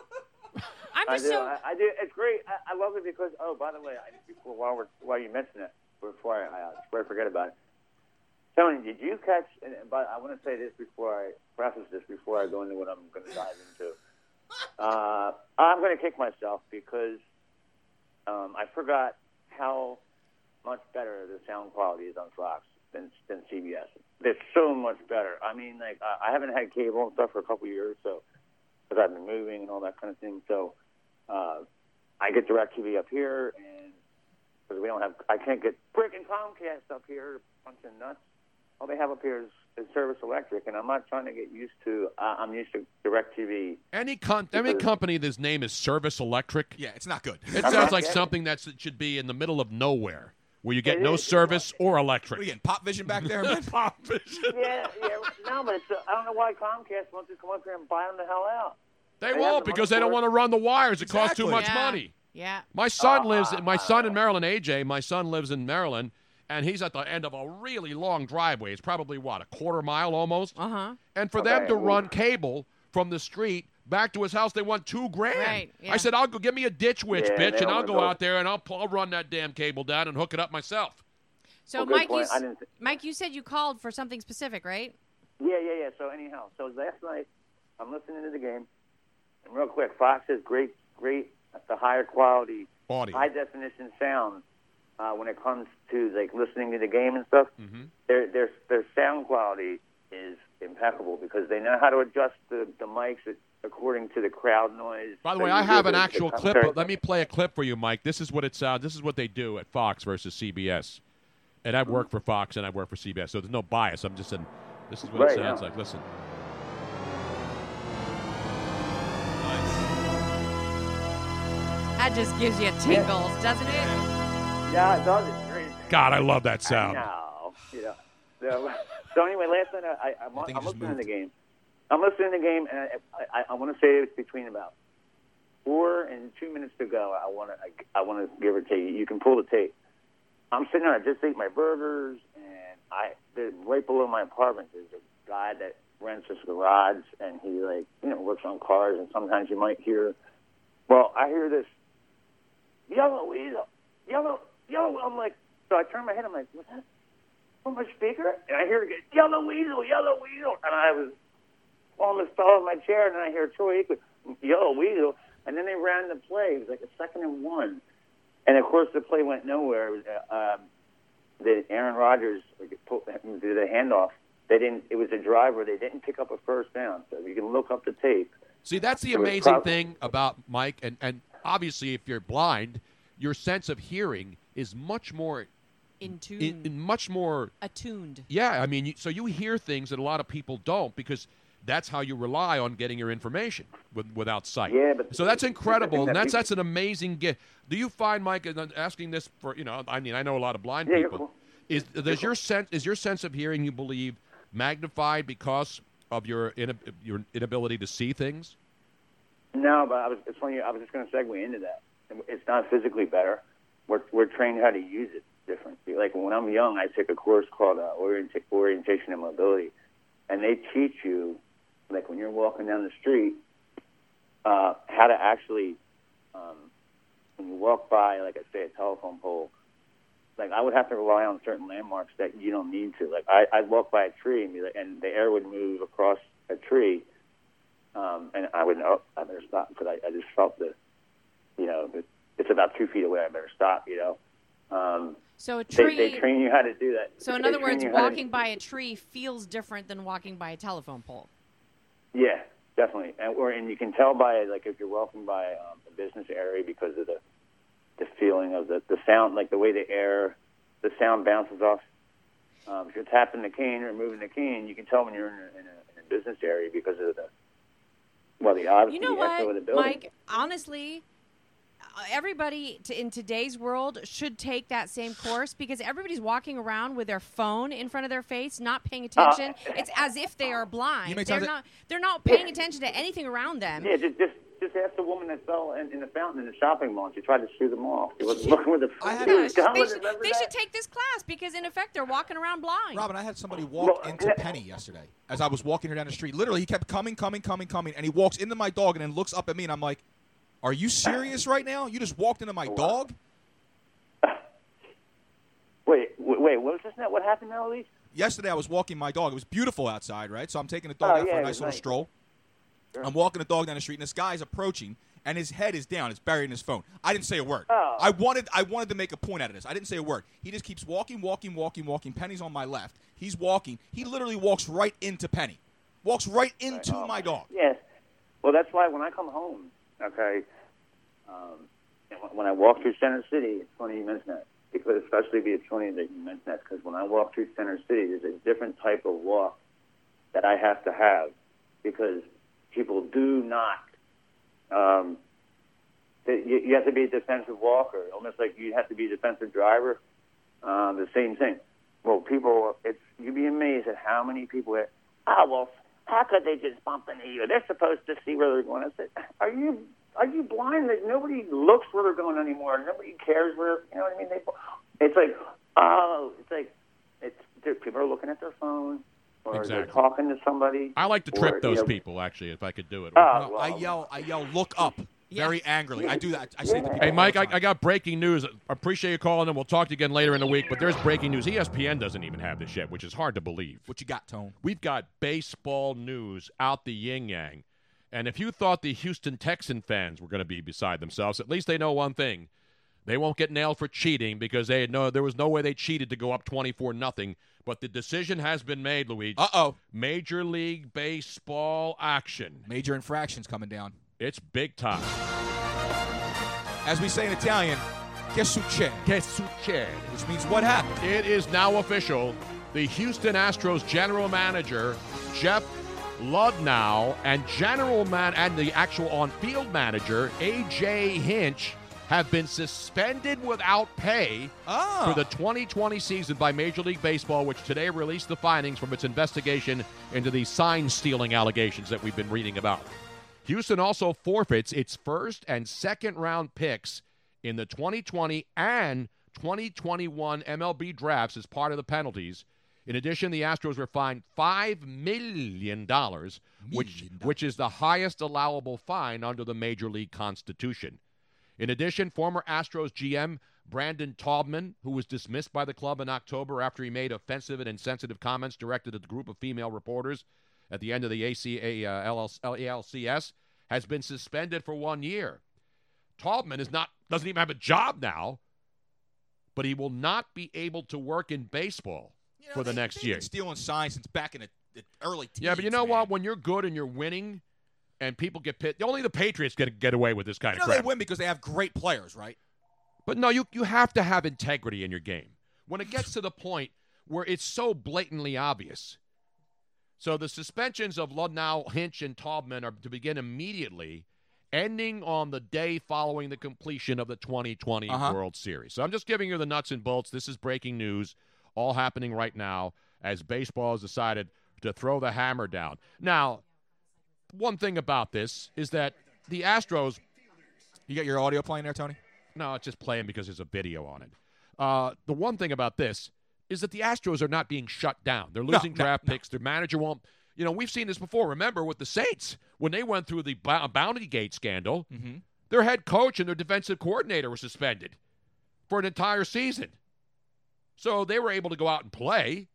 Speaker 3: I'm
Speaker 7: I
Speaker 3: just
Speaker 7: do.
Speaker 3: so
Speaker 7: I, I do. It's great. I, I love it because oh, by the way, I, before, while we're while you mention it, before I, I before I forget about it, Tony, did you catch? And, and- but I want to say this before I preface this before I go into what I'm going to dive into. Uh, I'm going to kick myself because um, I forgot how much better the sound quality is on Fox than than CBS. It's so much better. I mean, like I, I haven't had cable and stuff for a couple of years, so because I've been moving and all that kind of thing. So uh, I get direct TV up here, and because we don't have, I can't get Brick and Comcast up here, bunch of nuts. All they have up here is, is Service Electric, and I'm not trying to get used to. Uh, I'm used to direct TV.
Speaker 1: Any con- any company that's name is Service Electric,
Speaker 2: Yeah, it's not good.
Speaker 1: it
Speaker 7: I'm
Speaker 1: sounds
Speaker 7: not
Speaker 1: like
Speaker 7: getting it.
Speaker 1: something that's- that should be in the middle of nowhere, where you get
Speaker 7: It
Speaker 1: no
Speaker 7: is.
Speaker 1: service or
Speaker 2: What are you
Speaker 1: electric.
Speaker 2: getting? Pop Vision back there. man?
Speaker 1: Pop vision.
Speaker 7: yeah, yeah. No, but it's, uh, I don't know why Comcast wants to come up here and buy them the hell out.
Speaker 1: They
Speaker 7: They
Speaker 1: won't
Speaker 7: have the
Speaker 1: because
Speaker 7: money
Speaker 1: they don't
Speaker 7: for it.
Speaker 1: want to run the wires. It costs too
Speaker 2: Exactly.
Speaker 1: much
Speaker 3: yeah,
Speaker 1: money.
Speaker 3: Yeah.
Speaker 1: My son lives. My son in Maryland, AJ. My son lives in Maryland, and he's at the end of a really long driveway. It's probably what a quarter mile almost.
Speaker 3: Uh
Speaker 2: Uh-huh.
Speaker 3: huh.
Speaker 1: And for them
Speaker 7: Okay.
Speaker 1: to run cable from the street back to his house, they want two grand.
Speaker 3: Right, yeah.
Speaker 1: I said, I'll go give me a ditch witch,
Speaker 7: Yeah,
Speaker 1: bitch,
Speaker 7: they
Speaker 1: and
Speaker 7: don't
Speaker 1: I'll
Speaker 7: wanna
Speaker 1: go
Speaker 7: go.
Speaker 1: out there and I'll, pull, I'll run that damn cable down and hook it up myself.
Speaker 3: So
Speaker 7: Well, good
Speaker 3: Mike, you,
Speaker 7: point.
Speaker 3: s-
Speaker 7: I didn't-
Speaker 3: Mike, you said you called for something specific, right?
Speaker 7: Yeah, yeah, yeah. So anyhow, so last night I'm listening to the game, and real quick, Fox is great, great, the higher quality,
Speaker 1: Audio.
Speaker 7: high definition sound uh, when it comes to like listening to the game and stuff. Mm-hmm. Their their their sound quality is impeccable because they know how to adjust the the mics according to the crowd noise.
Speaker 1: By the way,
Speaker 7: So
Speaker 1: I
Speaker 7: you
Speaker 1: have
Speaker 7: hear
Speaker 1: an
Speaker 7: the- the
Speaker 1: actual clip.
Speaker 7: commentary.
Speaker 1: Of, let me play a clip for you, Mike. This is what it sounds. This is what they do at Fox versus CBS. And
Speaker 7: Mm-hmm.
Speaker 1: I've worked for Fox and I've worked for CBS, so there's no bias. I'm just saying, this is what it
Speaker 7: Right,
Speaker 1: sounds
Speaker 7: yeah.
Speaker 1: like. Listen.
Speaker 3: That just gives you tingles, doesn't it?
Speaker 7: Yeah, it does. It's great.
Speaker 1: God, I love that sound.
Speaker 7: No, you know. Oh, So, so anyway, last night I, I, I'm,
Speaker 2: think it
Speaker 7: I'm
Speaker 2: just
Speaker 7: listening
Speaker 2: moved.
Speaker 7: to the game. I'm listening to the game, and I, I, I want to say it's between about four and two minutes to go. I want to I, I want to give it to you. You can pull the tape. I'm sitting there. I just ate my burgers, and I the, right below my apartment there's a guy that rents this garage, and he like you know works on cars, and sometimes you might hear. Well, I hear this yellow weasel, yellow, yellow. I'm like, so I turn my head. I'm like, what's that? From my speaker, and I hear it, yellow weasel, yellow weasel, and I was, almost fell on my chair, and then I hear Troy Aikman, yo, Weasel. And then they ran the play. It was like a second and one. And of course, the play went nowhere. It was, uh, um, the Aaron Rodgers like, pulled- did a handoff. They didn't. It was a drive where they didn't pick up a first down. So you can look up the tape.
Speaker 1: See, that's the
Speaker 7: It was
Speaker 1: amazing
Speaker 7: prob-
Speaker 1: thing about Mike, and, and obviously, if you're blind, your sense of hearing is much more
Speaker 3: in tune,
Speaker 1: in,
Speaker 7: Mm.
Speaker 1: in much more.
Speaker 3: attuned.
Speaker 1: Yeah, I mean, you, so you hear things that a lot of people don't because that's how you rely on getting your information with, without sight.
Speaker 7: Yeah, but-
Speaker 1: so that's incredible, and
Speaker 7: but that
Speaker 1: that's
Speaker 7: people-
Speaker 1: that's an amazing gift. Do you find Mike and I'm asking this for you know? I mean, I know a lot of blind
Speaker 7: Yeah, you're
Speaker 1: people.
Speaker 7: cool.
Speaker 1: Is does your sense is your sense of hearing you believe magnified because of your inab your inability to see things?
Speaker 7: No, but I was. It's funny. I was just going to segue into that. It's not physically better. We're we're trained how to use it differently. Like when I'm young, I took a course called uh, orienta- orientation and mobility, and they teach you, like when you're walking down the street, uh, how to actually, um, when you walk by, like I say, a telephone pole. Like I would have to rely on certain landmarks that you don't need to. Like I, I'd walk by a tree and, be like, and the air would move across a tree, um, and I would know I better stop because I, I just felt that, you know, that it's about two feet away. I better stop. You know, um,
Speaker 3: So a
Speaker 7: they,
Speaker 3: tree.
Speaker 7: they train you how to do that.
Speaker 3: so in
Speaker 7: They
Speaker 3: other
Speaker 7: train
Speaker 3: words,
Speaker 7: you how to-
Speaker 3: walking by a tree feels different than walking by a telephone pole.
Speaker 7: Yeah, definitely. And or and you can tell by like if you're walking by um, a business area because of the the feeling of the the sound, like the way the air, the sound bounces off. Um, if you're tapping the cane or moving the cane, you can tell when you're in a, in a, in a business area because of the well the obviously
Speaker 3: You know
Speaker 7: the echo of the
Speaker 3: what,
Speaker 7: building.
Speaker 3: Mike? Honestly, uh, everybody t in today's world should take that same course because everybody's walking around with their phone in front of their face, not
Speaker 7: Oh.
Speaker 3: paying attention. it's as if they are blind.
Speaker 2: may
Speaker 3: They're
Speaker 2: tell that-
Speaker 3: not. They're not paying attention to anything around them.
Speaker 7: Yeah, just just just ask the woman that fell in, in the fountain in the shopping mall. She tried to shoo them off. She was looking with the
Speaker 2: I had-
Speaker 7: Dude,
Speaker 3: Gosh,
Speaker 7: Don
Speaker 3: they
Speaker 7: would
Speaker 3: should,
Speaker 7: remember
Speaker 3: they
Speaker 7: that.
Speaker 3: should take this class because in effect they're walking around blind.
Speaker 2: Robin, I had somebody walk
Speaker 7: Well,
Speaker 2: into
Speaker 7: yeah.
Speaker 2: Penny yesterday as I was walking her down the street. Literally, he kept coming, coming, coming, coming, and he walks into my dog and then looks up at me, and I'm like, "Are you serious right now? You just walked into my dog?"
Speaker 7: Wait, wait, wait, what was this? Now? What happened now, Elise?
Speaker 2: Yesterday, I was walking my dog. It was beautiful outside, right? So I'm taking the dog
Speaker 7: Oh,
Speaker 2: out
Speaker 7: yeah,
Speaker 2: for a
Speaker 7: it
Speaker 2: nice
Speaker 7: was
Speaker 2: little
Speaker 7: nice.
Speaker 2: stroll. I'm walking the dog down the street, and this guy's approaching, and his head is down. It's buried in his phone. I didn't say a word.
Speaker 7: Oh.
Speaker 2: I wanted, I wanted to make a point out of this. I didn't say a word. He just keeps walking, walking, walking, walking. Penny's on my left. He's walking. He literally walks right into Penny. Walks right into
Speaker 7: Oh,
Speaker 2: my dog.
Speaker 7: Yes. Well, that's why when I come home, okay, um, and when- when I walk through Center City, it's funny you mention that because especially be it's funny that you mention that because when I walk through Center City, there's a different type of walk that I have to have because people do not. Um, that you, you have to be a defensive walker, almost like you have to be a defensive driver. Uh, the same thing. Well, people, it's you'd be amazed at how many people. Are, oh well, how could they just bump into you? They're supposed to see where they're going. I said, are you are you blind? That nobody looks where they're going anymore. Nobody cares where you know what I mean. They, it's like oh, it's like it's dude, people are looking at their phone or they're
Speaker 1: Exactly.
Speaker 7: talking to somebody.
Speaker 1: I like to
Speaker 7: or,
Speaker 1: trip
Speaker 7: you
Speaker 1: those
Speaker 7: know,
Speaker 1: people actually if I could do it.
Speaker 7: Oh,
Speaker 2: No,
Speaker 7: well,
Speaker 2: I yell, I yell, look up very angrily. I do that. I say to people,
Speaker 1: Hey,
Speaker 2: all
Speaker 1: Mike,
Speaker 2: the
Speaker 1: I,
Speaker 2: time.
Speaker 1: I got breaking news. Appreciate you calling, and we'll talk to you again later in the week. But there's breaking news. E ESPN doesn't even have this yet, which is hard to believe.
Speaker 2: what you got, Tone?
Speaker 1: We've got baseball news out the yin yang. And if you thought the Houston Texan fans were going to be beside themselves, at least they know one thing. They won't get nailed for cheating because they had no, there was no way they cheated to go up 24 nothing. But the decision has been made, Luigi.
Speaker 2: Uh oh,
Speaker 1: Major League Baseball action.
Speaker 2: major infractions coming down.
Speaker 1: It's big time.
Speaker 2: As we say in Italian, che succede,
Speaker 1: Che succede?
Speaker 2: which means what happened.
Speaker 1: It is now official. The Houston Astros general manager, Jeff Ludnow, and general man and the actual on-field manager, AJ Hinch, have been suspended without pay
Speaker 2: Oh,
Speaker 1: for the 2020 season by Major League Baseball, which today released the findings from its investigation into the sign stealing allegations that we've been reading about. Houston also forfeits its first and second round picks in the 2020 and 2021 MLB drafts as part of the penalties. In addition, the Astros were fined $5 million, which, which is the highest allowable fine under the Major League Constitution. In addition, former Astros GM Brandon Taubman, who was dismissed by the club in October after he made offensive and insensitive comments directed at the group of female reporters, at the end of the ACA uh, LLC ALCS has been suspended for one year. Taubman is not doesn't even have a job now, but he will not be able to work in baseball for the next year.
Speaker 2: Stealing signs since back in the, the early teens.
Speaker 1: Yeah, but you know what? When you're good and you're winning, and people get pissed, only the Patriots get get away with this kind
Speaker 2: You
Speaker 1: of
Speaker 2: know
Speaker 1: crap.
Speaker 2: they win because they have great players, right?
Speaker 1: But no, you you have to have integrity in your game. When it gets to the point where it's so blatantly obvious. So the suspensions of Ludnow, Hinch, and Taubman are to begin immediately, ending on the day following the completion of the 2020
Speaker 2: Uh-huh.
Speaker 1: World Series. So I'm just giving you the nuts and bolts. This is breaking news, all happening right now as baseball has decided to throw the hammer down. Now, one thing about this is that the Astros
Speaker 2: You got your audio playing there, Tony?
Speaker 1: no, it's just playing because there's a video on it. Uh, the one thing about this is that the Astros are not being shut down. They're losing
Speaker 2: no,
Speaker 1: draft picks. Their manager won't. You know, we've seen this before. Remember with the Saints when they went through the bou- Bounty Gate scandal,
Speaker 2: Mm-hmm.
Speaker 1: their head coach and their defensive coordinator were suspended for an entire season. So they were able to go out and play.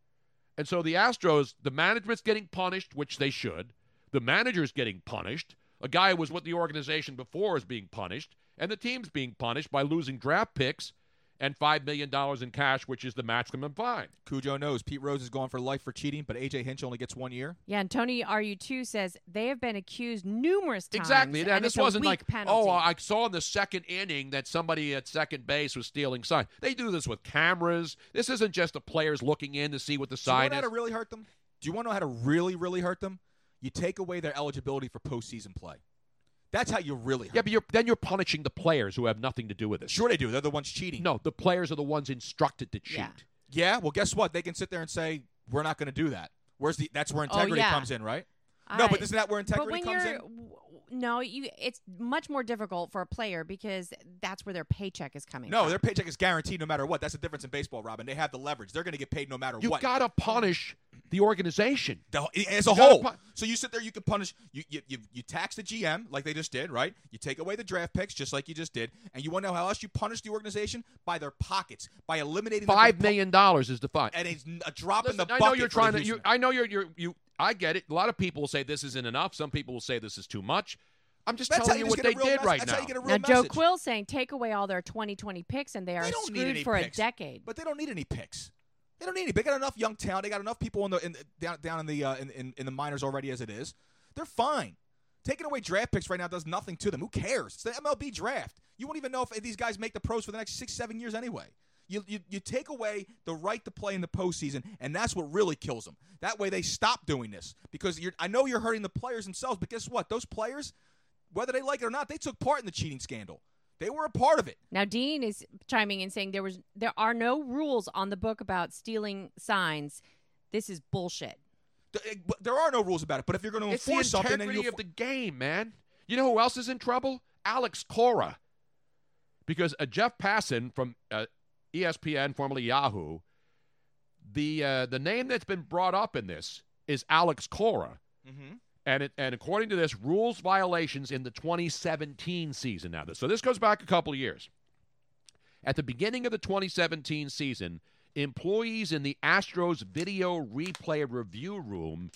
Speaker 1: And so the Astros, the management's getting punished, which they should. The manager's getting punished. A guy who was with the organization before is being punished. And the team's being punished by losing draft picks and $5 million in cash, which is the maximum fine.
Speaker 2: Cujo knows Pete Rose is gone for life for cheating, but AJ Hinch only gets one year.
Speaker 3: Yeah, and Tony RU2 says they have been accused numerous times.
Speaker 1: Exactly.
Speaker 3: and,
Speaker 1: And, this
Speaker 3: it's a
Speaker 1: wasn't
Speaker 3: weak
Speaker 1: like,
Speaker 3: penalty.
Speaker 1: oh, I saw in the second inning that somebody at second base was stealing signs. They do this with cameras. This isn't just the players looking in to see what the
Speaker 2: Do you
Speaker 1: sign
Speaker 2: want to know how
Speaker 1: is.
Speaker 2: to really hurt them? Do you want to know how to really, really hurt them? You take away their eligibility for postseason play. That's how you really hurt
Speaker 1: Yeah, but you're, then you're punishing the players who have nothing to do with it.
Speaker 2: Sure, they do. They're the ones cheating.
Speaker 1: No, the players are the ones instructed to cheat.
Speaker 3: Yeah.
Speaker 2: Yeah. Well, guess what? They can sit there and say we're not going to do that. Where's the? That's where
Speaker 3: Oh,
Speaker 2: integrity
Speaker 3: yeah.
Speaker 2: comes in, right?
Speaker 3: All
Speaker 2: no,
Speaker 3: right.
Speaker 2: but isn't that where
Speaker 3: But
Speaker 2: integrity
Speaker 3: when
Speaker 2: comes
Speaker 3: you're Oh
Speaker 2: in?
Speaker 3: w- no, you it's much more difficult for a player because that's where their paycheck is coming.
Speaker 2: No,
Speaker 3: from.
Speaker 2: their paycheck is guaranteed no matter what. That's the difference in baseball, Robin. They have the leverage. They're going to get paid no matter
Speaker 1: You
Speaker 2: what.
Speaker 1: gotta punish the organization.
Speaker 2: The- as a
Speaker 1: gotta
Speaker 2: whole.
Speaker 1: pun-
Speaker 2: so you sit there, you can punish. You, you you you tax the GM like they just did, right? You take away the draft picks just like you just did, and you want to know how else you punish the organization by their pockets by eliminating them
Speaker 1: Five
Speaker 2: from po-
Speaker 1: million dollars is the fine.
Speaker 2: and it's n- a drop in
Speaker 1: Listen,
Speaker 2: the
Speaker 1: I
Speaker 2: bucket.
Speaker 1: know you're
Speaker 2: for the
Speaker 1: trying to. You,
Speaker 2: Houston.
Speaker 1: I know you're, you're. You. I get it. A lot of people will say this isn't enough. Some people will say this is too much. I'm just
Speaker 2: that's how
Speaker 1: telling
Speaker 2: you
Speaker 1: you
Speaker 2: just
Speaker 1: what
Speaker 2: get a
Speaker 1: they
Speaker 2: real
Speaker 1: did
Speaker 2: mess-
Speaker 1: right
Speaker 2: that's
Speaker 1: now.
Speaker 2: How you get a real
Speaker 3: Now Joe
Speaker 2: message.
Speaker 3: Quill saying take away all their 2020 picks and they are
Speaker 2: They don't need
Speaker 3: screwed
Speaker 2: any
Speaker 3: for
Speaker 2: picks.
Speaker 3: a decade.
Speaker 2: But they don't need any picks. They don't need any. They got enough young talent. They got enough people in the in, down down in the uh, in, in in the minors already as it is. They're fine. Taking away draft picks right now does nothing to them. Who cares? It's the MLB draft. You won't even know if these guys make the pros for the next six seven years anyway. You, you, you take away the right to play in the postseason, and that's what really kills them. That way, they stop doing this because you're, I know you're hurting the players themselves. But guess what? Those players, whether they like it or not, they took part in the cheating scandal. They were a part of it.
Speaker 3: Now Dean is chiming in saying there was there are no rules on the book about stealing signs. This is bullshit.
Speaker 2: Th- but There are no rules about it, but if you're going to
Speaker 1: It's the
Speaker 2: enforce something, then you
Speaker 1: integrity of the game, man. You know who else is in trouble? Alex Cora. Because uh, Jeff Passan from uh, ESPN, formerly Yahoo, the uh, the name that's been brought up in this is Alex Cora. And, it, and according to this, rules violations in the 2017 season now. So this goes back a couple of years. At the beginning of the 2017 season, employees in the Astros video replay review room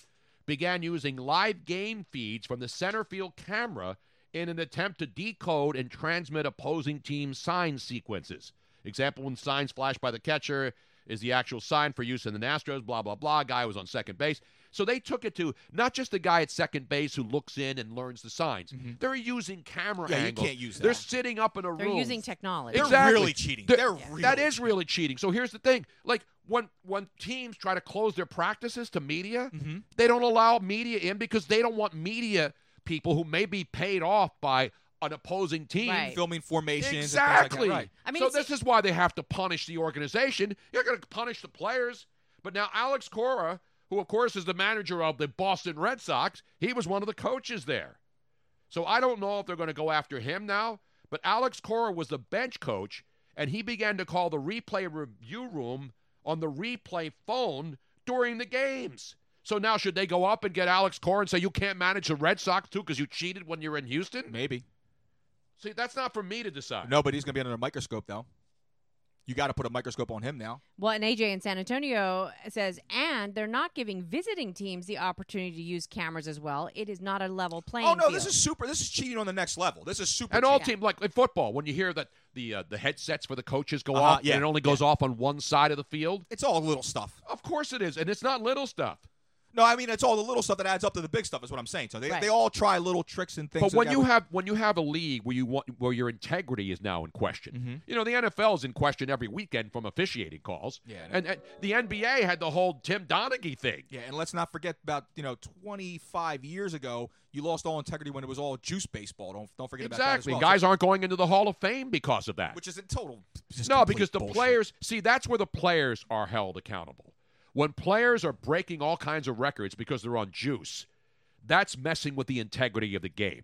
Speaker 1: began using live game feeds from the center field camera in an attempt to decode and transmit opposing team sign sequences. Example when signs flashed by the catcher is the actual sign for use in the Astros, blah, blah, blah. Guy was on second base. So they took it to not just the guy at second base who looks in and learns the signs. They're using camera
Speaker 2: Yeah, you
Speaker 1: angles.
Speaker 2: can't use
Speaker 1: They're
Speaker 2: that.
Speaker 1: sitting up in a
Speaker 3: They're
Speaker 1: room.
Speaker 3: using technology.
Speaker 2: They're
Speaker 1: Exactly.
Speaker 2: really cheating.
Speaker 1: They're-
Speaker 2: They're really
Speaker 1: that is really cheating. So here's the thing: like when when teams try to close their practices to media,
Speaker 2: Mm-hmm.
Speaker 1: they don't allow media in because they don't want media people who may be paid off by an opposing team.
Speaker 3: Right.
Speaker 2: filming formations. and things like that,
Speaker 1: Exactly.
Speaker 2: right.
Speaker 3: I mean,
Speaker 1: so
Speaker 3: it's-
Speaker 1: this is why they have to punish the organization. You're going to punish the players, but now Alex Cora, who of course is the manager of the Boston Red Sox, he was one of the coaches there. So I don't know if they're going to go after him now, but Alex Cora was the bench coach, and he began to call the replay review room on the replay phone during the games. So now should they go up and get Alex Cora and say you can't manage the Red Sox too because you cheated when you were in Houston?
Speaker 2: Maybe.
Speaker 1: See, that's not for me to decide.
Speaker 2: No, but he's going to be under a microscope, though. you got to put a microscope on him now.
Speaker 3: Well, and AJ in San Antonio says, and they're not giving visiting teams the opportunity to use cameras as well. It is not a level playing
Speaker 2: Oh no,
Speaker 3: field.
Speaker 2: this is super. This is cheating on the next level. This is super.
Speaker 1: And all
Speaker 2: cheating.
Speaker 1: team like in football, when you hear that the uh, the headsets for the coaches go
Speaker 2: Uh-huh,
Speaker 1: off,
Speaker 2: yeah,
Speaker 1: and it only goes off on one side of the field.
Speaker 2: it's all little stuff.
Speaker 1: Of course it is, and it's not little stuff.
Speaker 2: No, I mean it's all the little stuff that adds up to the big stuff. Is what I'm saying. So they,
Speaker 3: Right.
Speaker 2: they all try little tricks and things.
Speaker 1: But when you
Speaker 2: together.
Speaker 1: have when you have a league where you want where your integrity is now in question,
Speaker 2: Mm-hmm.
Speaker 1: you know the NFL's in question every weekend from officiating calls.
Speaker 2: Yeah, I know.
Speaker 1: and, and the NBA had the whole Tim Donaghy thing.
Speaker 2: yeah, and let's not forget about you know 25 years ago, you lost all integrity when it was all juice baseball. Don't don't forget
Speaker 1: Exactly,
Speaker 2: about that as well.
Speaker 1: guys aren't going into the Hall of Fame because of that.
Speaker 2: which is in total. just
Speaker 1: no,
Speaker 2: complete
Speaker 1: because the
Speaker 2: bullshit.
Speaker 1: players see that's where the players are held accountable. When players are breaking all kinds of records because they're on juice, that's messing with the integrity of the game.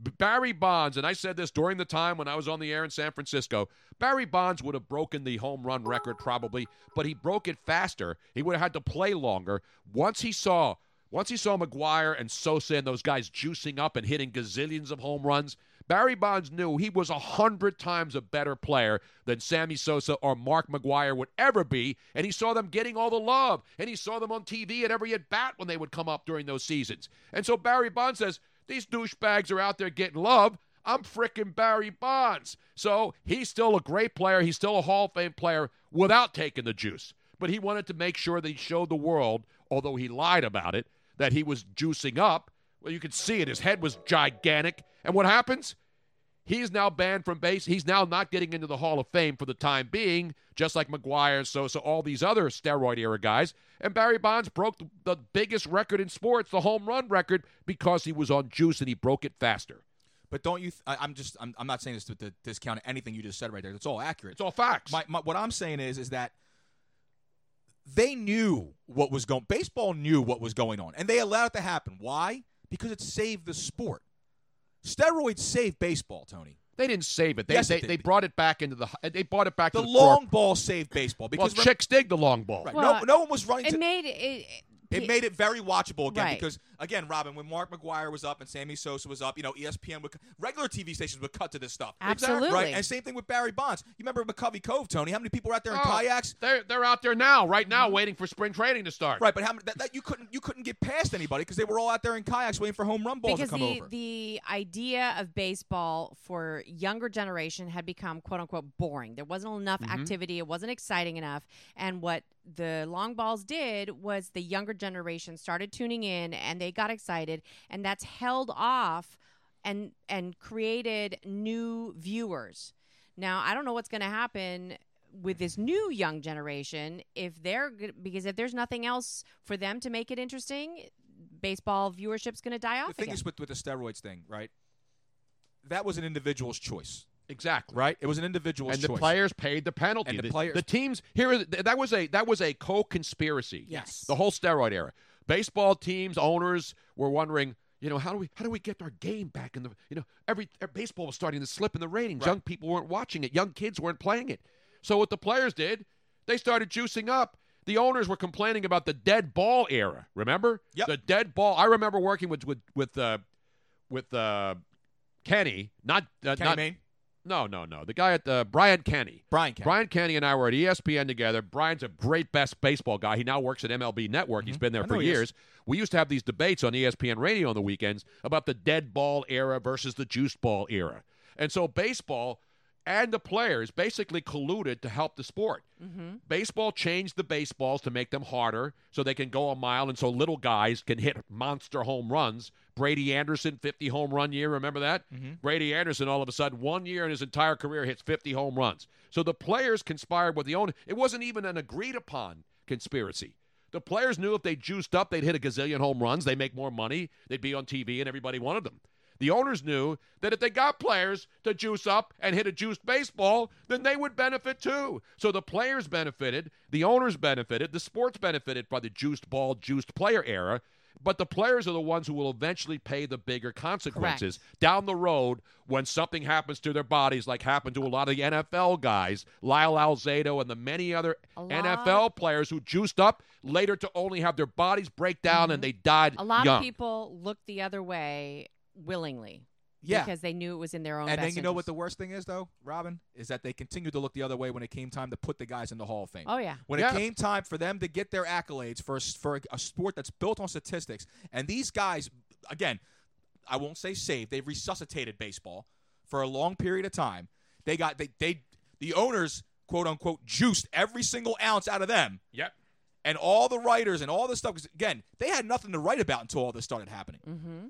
Speaker 1: B- Barry Bonds, and I said this during the time when I was on the air in San Francisco, Barry Bonds would have broken the home run record probably, but he broke it faster. He would have had to play longer. Once he saw once he saw McGuire and Sosa and those guys juicing up and hitting gazillions of home runs, Barry Bonds knew he was a hundred times a better player than Sammy Sosa or Mark McGuire would ever be, and he saw them getting all the love, and he saw them on TV at every at bat when they would come up during those seasons. And so Barry Bonds says, These douchebags are out there getting love. I'm frickin' Barry Bonds. So he's still a great player. He's still a Hall of Fame player without taking the juice. But he wanted to make sure that he showed the world, although he lied about it, that he was juicing up. Well, you could see it. His head was gigantic. And what happens? He's now banned from base. He's now not getting into the Hall of Fame for the time being, just like McGuire, Sosa, all these other steroid era guys. And Barry Bonds broke the, the biggest record in sports, the home run record, because he was on juice and he broke it faster.
Speaker 2: But don't you? Th- I, I'm just. I'm, I'm not saying this to, to discount anything you just said right there. It's all accurate.
Speaker 1: It's all facts.
Speaker 2: My, my, what I'm saying is, is that they knew what was going. Baseball knew what was going on, and they allowed it to happen. Why? Because it saved the sport. Steroids saved baseball, Tony.
Speaker 1: they didn't save it. They,
Speaker 2: Yes,
Speaker 1: they,
Speaker 2: it did.
Speaker 1: they brought it back into the. They brought it back
Speaker 2: The
Speaker 1: to the
Speaker 2: long
Speaker 1: Core.
Speaker 2: ball saved baseball
Speaker 1: Well,
Speaker 2: because rem-
Speaker 1: chicks dig the long ball.
Speaker 2: right,
Speaker 3: Well,
Speaker 2: no, no one was running.
Speaker 3: it
Speaker 2: to,
Speaker 3: made it.
Speaker 2: it made it very watchable again
Speaker 3: Right.
Speaker 2: because again, Robin, when Mark McGuire was up and Sammy Sosa was up, you know, E ESPN would regular TV stations would cut to this stuff.
Speaker 3: Absolutely.
Speaker 2: Right, and same thing with Barry Bonds. You remember McCovey Cove, Tony? How many people were out there in
Speaker 1: Oh,
Speaker 2: kayaks? Mm-hmm.
Speaker 1: They're they're out there now, right now, waiting for spring training to start.
Speaker 2: Right, but how many, that, that you couldn't you couldn't get past anybody because they were all out there in kayaks waiting for home run balls
Speaker 3: because
Speaker 2: to come
Speaker 3: the,
Speaker 2: over.
Speaker 3: the idea of baseball for younger generation had become quote unquote boring there wasn't enough
Speaker 2: Mm-hmm.
Speaker 3: activity it wasn't exciting enough and what the long balls did was the younger generation started tuning in and they got excited and that's held off and and created new viewers now i don't know what's going to happen with this new young generation if they're g- because if there's nothing else for them to make it interesting baseball viewership's going to die off
Speaker 2: the thing
Speaker 3: again.
Speaker 2: is with with the steroids thing, right? That was an individual's choice,
Speaker 1: Exactly.
Speaker 2: right? It was an individual's
Speaker 1: And the
Speaker 2: choice.
Speaker 1: players paid the penalty.
Speaker 2: And the players-
Speaker 1: teams here is that was a that was a co-conspiracy.
Speaker 3: Yes.
Speaker 1: The whole steroid era. Baseball teams owners were wondering, you know, how do we how do we get our game back in the you know, every er, baseball was starting to slip in the ratings. Young people weren't watching it. Young kids weren't playing it. So what the players did, they started juicing up. The owners were complaining about the dead ball era. Remember?
Speaker 2: Yep.
Speaker 1: The dead ball. I remember working with with with uh with uh Kenny, not uh,
Speaker 2: Kenny
Speaker 1: not
Speaker 2: Mayne,
Speaker 1: no, no, no. The guy at the Brian Kenny.
Speaker 2: Brian Kenny.
Speaker 1: Brian Kenny and I were at E ESPN together. Brian's a great best baseball guy. He now works at MLB Network. He's been there
Speaker 2: Mm-hmm. I know
Speaker 1: for
Speaker 2: he is.
Speaker 1: years. We used to have these debates on E ESPN radio on the weekends about the dead ball era versus the juice ball era. And so baseball and the players basically colluded to help the sport.
Speaker 3: Mm-hmm.
Speaker 1: Baseball changed the baseballs to make them harder so they can go a mile and so little guys can hit monster home runs. Brady Anderson, 50 home run year, remember that? Brady Anderson, all of a sudden, one year in his entire career, hits 50 home runs. So the players conspired with the owner. It wasn't even an agreed upon conspiracy. The players knew if they juiced up, they'd hit a gazillion home runs, they'd make more money, they'd be on TV, and everybody wanted them. The owners knew that if they got players to juice up and hit a juiced baseball, then they would benefit too. So the players benefited, the owners benefited, the sports benefited by the juiced ball, juiced player era. But the players are the ones who will eventually pay the bigger consequences down the road when something happens to their bodies, like happened to a lot of the NFL guys, Lyle Alzado and the many other
Speaker 3: A lot-
Speaker 1: NFL players who juiced up later to only have their bodies break down and they died
Speaker 3: Mm-hmm. A lot
Speaker 1: young.
Speaker 3: of people look the other way willingly.
Speaker 2: Yeah.
Speaker 3: because they knew it was in their own.
Speaker 2: And then
Speaker 3: best
Speaker 2: you know what the
Speaker 3: interest.
Speaker 2: worst thing is, though, Robin, is that they continued to look the other way when it came time to put the guys in the Hall of Fame.
Speaker 3: Oh, yeah.
Speaker 2: When
Speaker 1: Yeah.
Speaker 2: it came time for them to get their accolades for a, s- for a sport that's built on statistics, and these guys, again, I won't say saved. They resuscitated baseball for a long period of time. They got they they the owners quote unquote juiced every single ounce out of them,
Speaker 1: Yep.
Speaker 2: and all the writers and all this stuff. 'cause Again, they had nothing to write about until all this started happening.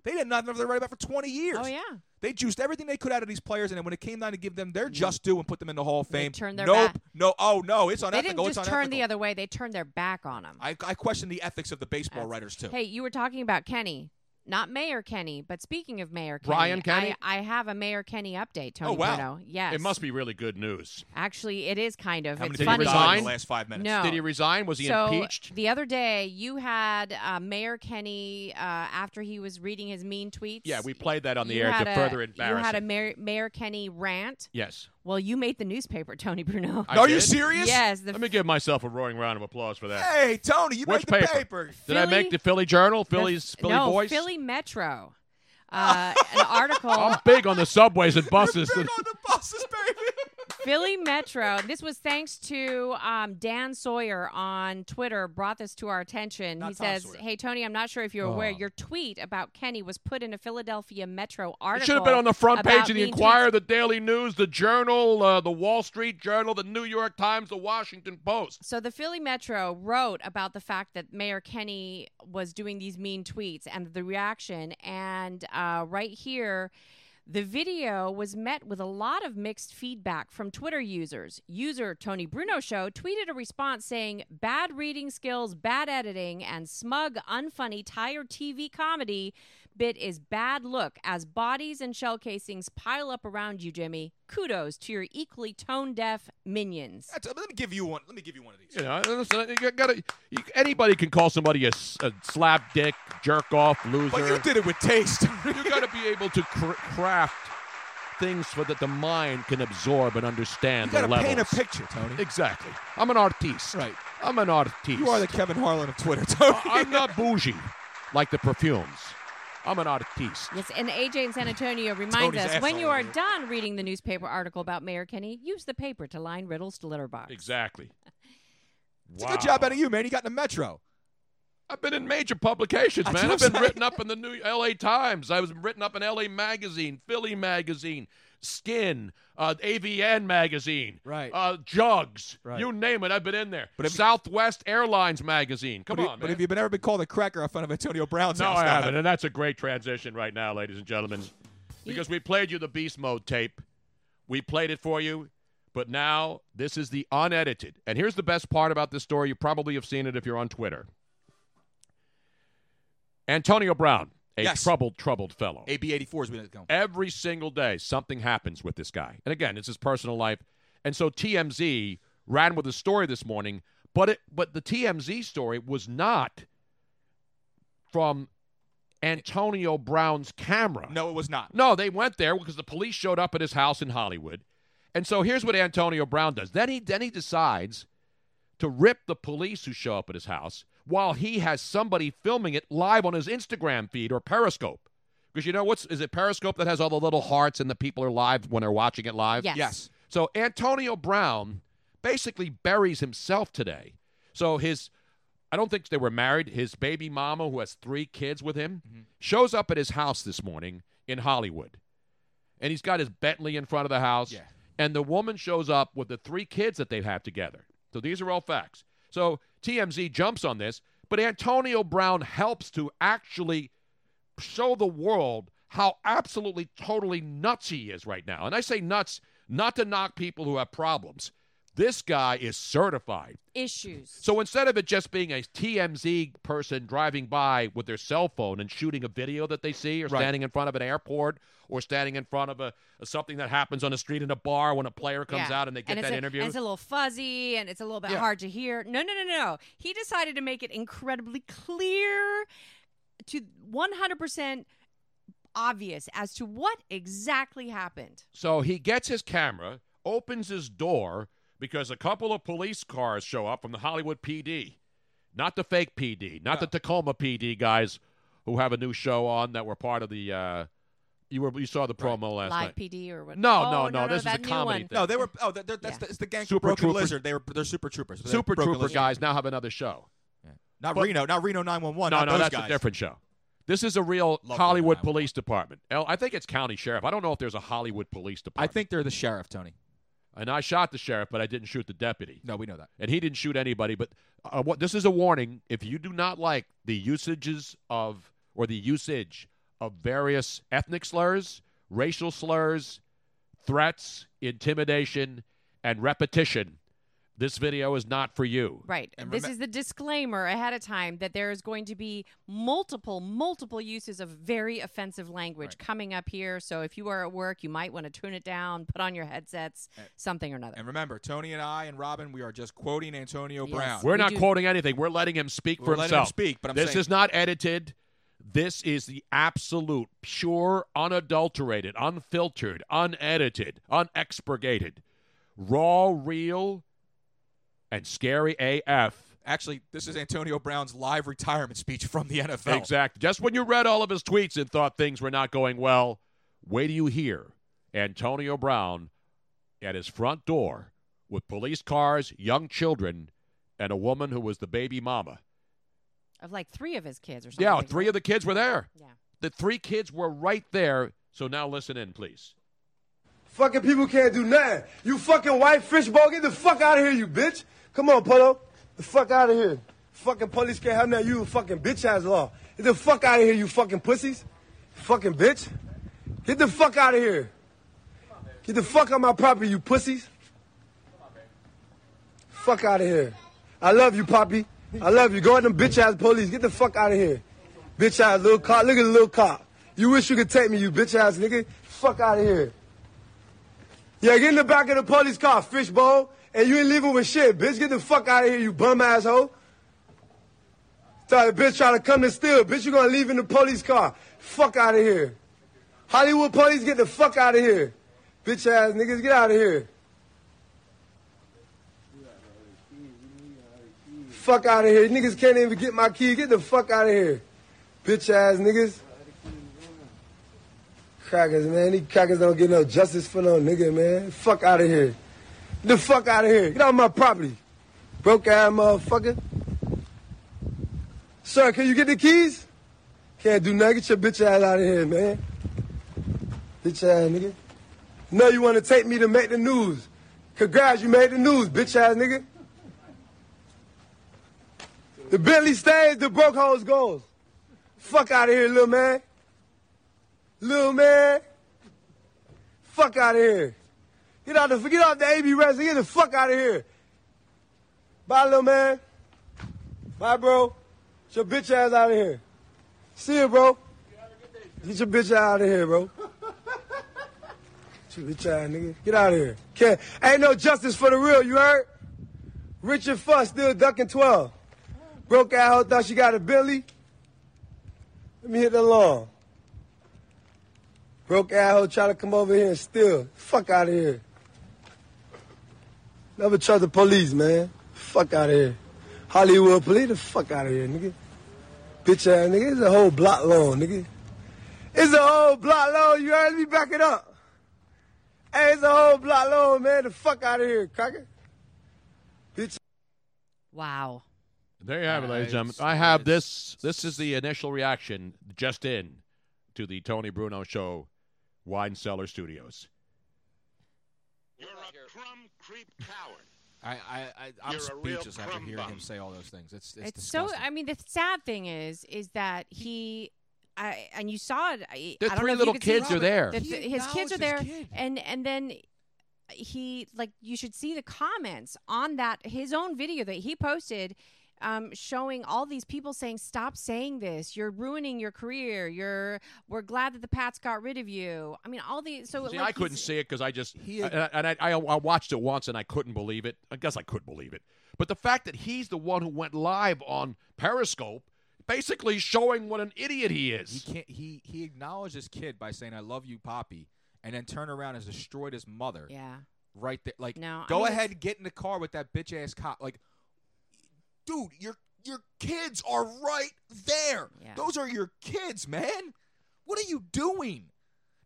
Speaker 2: They had nothing to write about for twenty years.
Speaker 3: Mm-hmm. Oh yeah,
Speaker 2: They juiced everything they could out of these players, and then when it came down to give them their just due and put them in the Hall of
Speaker 3: Mm-hmm. They
Speaker 2: Fame,
Speaker 3: turned their
Speaker 2: nope,
Speaker 3: back.
Speaker 2: no, oh no, it's
Speaker 3: they
Speaker 2: unethical.
Speaker 3: didn't just
Speaker 2: it's
Speaker 3: turn
Speaker 2: unethical.
Speaker 3: the other way; they turned their back on him.
Speaker 2: I, I question the ethics of the baseball writers too.
Speaker 3: Hey, you were talking about Kenny, not Mayor Kenny, but speaking of Mayor Kenny,
Speaker 1: Brian Kenny?
Speaker 3: I, I have a Mayor Kenny update, Tony
Speaker 2: Oh, wow.
Speaker 3: Bruno. Yes,
Speaker 1: It must be really good news.
Speaker 3: Actually, it is kind of.
Speaker 2: How many
Speaker 3: it's
Speaker 2: people
Speaker 3: funny.
Speaker 2: died in
Speaker 1: resign?
Speaker 2: the last five minutes?
Speaker 3: No.
Speaker 1: Did he resign? Was he
Speaker 3: so
Speaker 1: impeached?
Speaker 3: the other day, you had uh, Mayor Kenny uh, after he was reading his mean tweets.
Speaker 1: Yeah, we played that on the
Speaker 3: you
Speaker 1: air
Speaker 3: had
Speaker 1: to
Speaker 3: a-
Speaker 1: further embarrass
Speaker 3: You had a
Speaker 1: him.
Speaker 3: Mayor, Mayor Kenny rant.
Speaker 1: Yes.
Speaker 3: Well, you made the newspaper, Tony Bruno.
Speaker 1: I
Speaker 2: Are you
Speaker 1: did?
Speaker 2: serious?
Speaker 3: yes, the
Speaker 1: Let me give myself a roaring round of applause for that.
Speaker 2: Hey, Tony, you
Speaker 1: Which
Speaker 2: made the
Speaker 1: paper?
Speaker 2: paper.
Speaker 1: Did I make
Speaker 3: Philly-
Speaker 1: the Philly Journal?
Speaker 3: the-
Speaker 1: Philly's Philly
Speaker 3: no,
Speaker 1: Voice?
Speaker 3: Philly Metro, uh, an article.
Speaker 1: I'm big on the subways and buses.
Speaker 2: You're big on the buses, baby.
Speaker 3: Philly Metro. and This was thanks to um, Dan Sawyer on Twitter brought this to our attention.
Speaker 2: Not
Speaker 3: he
Speaker 2: Tom
Speaker 3: says,
Speaker 2: Sawyer.
Speaker 3: "Hey Tony, I'm not sure if you're aware.
Speaker 2: Oh.
Speaker 3: Your tweet about Kenny was put in a Philadelphia Metro article.
Speaker 1: It should have been on the front
Speaker 3: about
Speaker 1: page of the
Speaker 3: mean
Speaker 1: Inquirer,
Speaker 3: tweets."
Speaker 1: the Daily News, the Journal, uh, the Wall Street Journal, the New York Times, the Washington Post.
Speaker 3: So the Philly Metro wrote about the fact that Mayor Kenny was doing these mean tweets and the reaction. And uh, right here, the video was met with a lot of mixed feedback from Twitter users. User Tony Bruno Show tweeted a response saying, "Bad reading skills, bad editing, and smug, unfunny, tired TV comedy." Bit is bad look as bodies and shell casings pile up around you, Jimmy. Kudos to your equally tone deaf minions.
Speaker 2: That's- Let me give you one. Let me give you one of these.
Speaker 1: You know, listen, you gotta, you, anybody can call somebody a, s- a slap dick, jerk off, loser.
Speaker 2: But you did it with taste.
Speaker 1: you got to be able to cr- craft things so that the mind can absorb and
Speaker 2: you
Speaker 1: understand
Speaker 2: got
Speaker 1: the
Speaker 2: to
Speaker 1: levels.
Speaker 2: paint a picture, Tony.
Speaker 1: Exactly. I'm an artiste.
Speaker 2: Right.
Speaker 1: I'm an artiste.
Speaker 2: You are the Kevin Harlan of Twitter, Tony.
Speaker 1: I'm not bougie like the perfumes. I'm an artiste.
Speaker 3: Yes, and AJ in San Antonio reminds
Speaker 2: Tony's
Speaker 3: us when you
Speaker 2: asshole
Speaker 3: are
Speaker 2: here.
Speaker 3: done reading the newspaper article about Mayor Kenny, use the paper to line riddles to letterbox.
Speaker 1: Exactly.
Speaker 2: It's a good job out of you, man. You got in the Metro.
Speaker 1: I've been in major publications,
Speaker 2: That's
Speaker 1: man. I've
Speaker 2: what I'm
Speaker 1: been
Speaker 2: saying.
Speaker 1: written up in the New L.A. Times. I was written up in L.A. Magazine, Philly Magazine, Skin, uh, AVN Magazine,
Speaker 2: Right.
Speaker 1: Uh, Jugs,
Speaker 2: Right.
Speaker 1: you name it. I've been in there.
Speaker 2: But have you-
Speaker 1: Southwest Airlines Magazine. Come
Speaker 2: but
Speaker 1: on,
Speaker 2: Have, but
Speaker 1: man.
Speaker 2: have you been ever been called a cracker in front of Antonio Brown's
Speaker 1: no,
Speaker 2: house?
Speaker 1: I haven't, and that's a great transition right now, ladies and gentlemen, because we played you the Beast Mode tape. We played it for you, but now this is the unedited. And here's the best part about this story. You probably have seen it if you're on Twitter. Antonio Brown, a
Speaker 2: Yes.
Speaker 1: troubled, troubled fellow.
Speaker 2: AB eighty four is where it's going.
Speaker 1: Every single day, something happens with this guy. And again, it's his personal life. And so TMZ ran with a story this morning, but it but the TMZ story was not from Antonio Brown's camera.
Speaker 2: No, it was not.
Speaker 1: No, they went there because the police showed up at his house in Hollywood. And so here's what Antonio Brown does. Then he then he decides to rip the police who show up at his house while he has somebody filming it live on his Instagram feed or Periscope. Because you know what's is it Periscope that has all the little hearts and the people are live when they're watching it live?
Speaker 3: Yes.
Speaker 2: Yes.
Speaker 1: So Antonio Brown basically buries himself today. So his I don't think they were married. His baby mama, who has three kids with him, shows up at his house this morning in Hollywood. And he's got his Bentley in front of the house.
Speaker 2: Yeah.
Speaker 1: And the woman shows up with the three kids that they have together. So these are all facts. So TMZ jumps on this, but Antonio Brown helps to actually show the world how absolutely totally nuts he is right now. And I say nuts not to knock people who have problems. This guy is certified.
Speaker 3: Issues.
Speaker 1: So instead of it just being a TMZ person driving by with their cell phone and shooting a video that they see, or
Speaker 2: Right.
Speaker 1: standing in front of an airport, or standing in front of a, something that happens on a street in a bar when a player comes
Speaker 3: Yeah.
Speaker 1: out and they get
Speaker 3: it's
Speaker 1: that
Speaker 3: a-
Speaker 1: interview,
Speaker 3: and it's a little fuzzy and it's a little bit
Speaker 1: Yeah.
Speaker 3: hard to hear. No, no, no, no. He decided to make it incredibly clear to 100% obvious as to what exactly happened.
Speaker 1: So he gets his camera, opens his door because a couple of police cars show up from the Hollywood PD. Not the fake PD, not the Tacoma PD guys who have a new show on that were part of the uh, You were you saw the promo last
Speaker 3: Live
Speaker 1: night.
Speaker 3: PD or what?
Speaker 1: No,
Speaker 3: Oh,
Speaker 1: no, no, This is a
Speaker 3: that new
Speaker 1: comedy
Speaker 3: one.
Speaker 1: thing.
Speaker 2: No, they were. Oh, they're, they're- that's
Speaker 3: Yeah.
Speaker 2: the, it's the gang from
Speaker 1: Super
Speaker 2: Broken
Speaker 1: Troopers.
Speaker 2: Lizard. They were they're Super Troopers. They're
Speaker 1: Super
Speaker 2: Broken
Speaker 1: Trooper
Speaker 2: Lizard.
Speaker 1: guys now have another show.
Speaker 2: Not
Speaker 1: But-
Speaker 2: Reno. Not Reno 911.
Speaker 1: no,
Speaker 2: not
Speaker 1: no,
Speaker 2: those
Speaker 1: that's
Speaker 2: guys.
Speaker 1: a different show. This is a real
Speaker 2: Love
Speaker 1: Hollywood
Speaker 2: Reno 911.
Speaker 1: Police Department. El- I think it's County Sheriff. I don't know if there's a Hollywood Police
Speaker 2: I
Speaker 1: Department.
Speaker 2: think they're the sheriff, Tony.
Speaker 1: and I shot the sheriff, but I didn't shoot the deputy.
Speaker 2: No, we know that.
Speaker 1: and he didn't shoot anybody. But uh, what this is a warning: if you do not like the usages of or the usage of various ethnic slurs, racial slurs, threats, intimidation, and repetition, this video is not for you.
Speaker 3: Right.
Speaker 2: And
Speaker 3: this
Speaker 2: remem-
Speaker 3: is the disclaimer ahead of time that there is going to be multiple, multiple uses of very offensive language coming up here. So if you are at work, you might want to tune it down, put on your headsets, something or another.
Speaker 2: And remember, Tony and I and Robin, we are just quoting Antonio
Speaker 3: Yes.
Speaker 2: Brown.
Speaker 1: We're
Speaker 3: We
Speaker 1: not
Speaker 3: do-
Speaker 1: quoting anything. We're letting him speak
Speaker 2: We're
Speaker 1: for
Speaker 2: letting him
Speaker 1: himself.
Speaker 2: speak, but I'm
Speaker 1: this
Speaker 2: saying-
Speaker 1: is not edited. This is the absolute, pure, unadulterated, unfiltered, unedited, unexpurgated, raw, real, and scary AF.
Speaker 2: Actually, this is Antonio Brown's live retirement speech from the NFL.
Speaker 1: Exactly. Just when you read all of his tweets and thought things were not going well, wait till you hear Antonio Brown at his front door with police cars, young children, and a woman who was the baby mama.
Speaker 3: Of like three of his kids or something.
Speaker 1: Yeah,
Speaker 3: like
Speaker 1: three
Speaker 3: that.
Speaker 1: of the kids were there.
Speaker 3: Yeah.
Speaker 1: The three kids were right there. So now listen in, please.
Speaker 9: Fucking people can't do nothing. You fucking white fishbowl, get the fuck out of here, you bitch. Come on, Polo. The fuck out of here. Fucking police can't have nothing. You a fucking bitch ass law. Get the fuck out of here, you fucking pussies. Fucking bitch. Get the fuck out of here. Get the fuck on my property, you pussies. Fuck out of here. I love you, Poppy. I love you. Go at them bitch ass police. Get the fuck out of here. Bitch ass little cop. Look at the little cop. You wish you could take me, you bitch ass nigga. Fuck out of here. Yeah, get in the back of the police car, fishbowl, and you ain't leaving with shit, bitch. Get the fuck out of here, you bum asshole. Tell the bitch trying to come to steal, bitch. You gonna leave in the police car? Fuck out of here. Hollywood police, get the fuck out of here. Bitch ass niggas, get out of here. Fuck out of here. Niggas can't even get my key. Get the fuck out of here. Bitch ass niggas. Crackers, man. These crackers don't get no justice for no nigga, man. Fuck out of here. Get the fuck out of here. Get out of my property. Broke ass motherfucker. Sir, can you get the keys? Can't do nothing. Get your bitch ass out of here, man. Bitch ass nigga. No, you want to take me to make the news. Congrats, you made the news, bitch ass nigga. The Bentley stays, the broke hoes goes. Fuck out of here, little man. Little man. Fuck out of here. Get out the get off the AB wrestling. Get the fuck out of here. Bye, little man. Bye, bro. Get your bitch ass out of here. See you, bro. Get your bitch ass out of here, bro. Get your bitch ass, nigga. Get out of here. Can't, ain't no justice for the real, you heard? Richard Fuss still ducking 12. Broke out, hoe thought she got a Billy. Let me hit the lawn. Broke asshole try to come over here and steal. Fuck out of here. Never trust the police, man. Fuck out of here. Hollywood police, the fuck out of here, nigga. Bitch ass nigga, it's a whole block long, nigga. It's a whole block long, you heard me back it up. Hey, it's a whole block long, man. The fuck out of here, cracker. Bitch
Speaker 3: Wow.
Speaker 1: There you have it, ladies and gentlemen.
Speaker 2: Nice.
Speaker 1: I have this. This is the initial reaction just in to the Tony Bruno Show Wine Cellar Studios.
Speaker 10: You're a crumb creep coward.
Speaker 2: I, I, I, I'm
Speaker 10: You're a real
Speaker 2: speechless after
Speaker 10: crumb
Speaker 2: hearing
Speaker 10: bum.
Speaker 2: him say all those things. It's, it's,
Speaker 3: It's, so.
Speaker 2: disgusting.
Speaker 3: I mean, the sad thing is, is that he. I, and you saw it. I,
Speaker 1: The
Speaker 3: I don't
Speaker 1: three
Speaker 3: know if you
Speaker 1: little
Speaker 3: could see
Speaker 1: kids
Speaker 3: it.
Speaker 1: are there.
Speaker 3: The-
Speaker 2: He
Speaker 3: the- his kids are
Speaker 2: acknowledged his
Speaker 3: there,
Speaker 2: kid.
Speaker 3: and and then he like you should see the comments on that his own video that he posted, um, showing all these people saying, "Stop saying this. You're ruining your career. You're we're glad that the Pats got rid of you." I mean, all the so
Speaker 1: See,
Speaker 3: like,
Speaker 1: I couldn't
Speaker 3: he's-
Speaker 1: see it because I just
Speaker 2: He-
Speaker 1: and, I, and I, I I watched it once and I couldn't believe it. I guess I could believe it, but the fact that he's the one who went live on Periscope, basically showing what an idiot he
Speaker 2: He
Speaker 1: is.
Speaker 2: can't. He he acknowledged his kid by saying "I love you, Poppy," and then turn around and destroyed his mother.
Speaker 3: Yeah,
Speaker 2: Right there, like
Speaker 3: No, I
Speaker 2: go
Speaker 3: mean, it's-
Speaker 2: ahead, and get in the car with that bitch ass cop. Like, dude, your your kids are right there.
Speaker 3: Yeah.
Speaker 2: Those are your kids, man. What are you doing?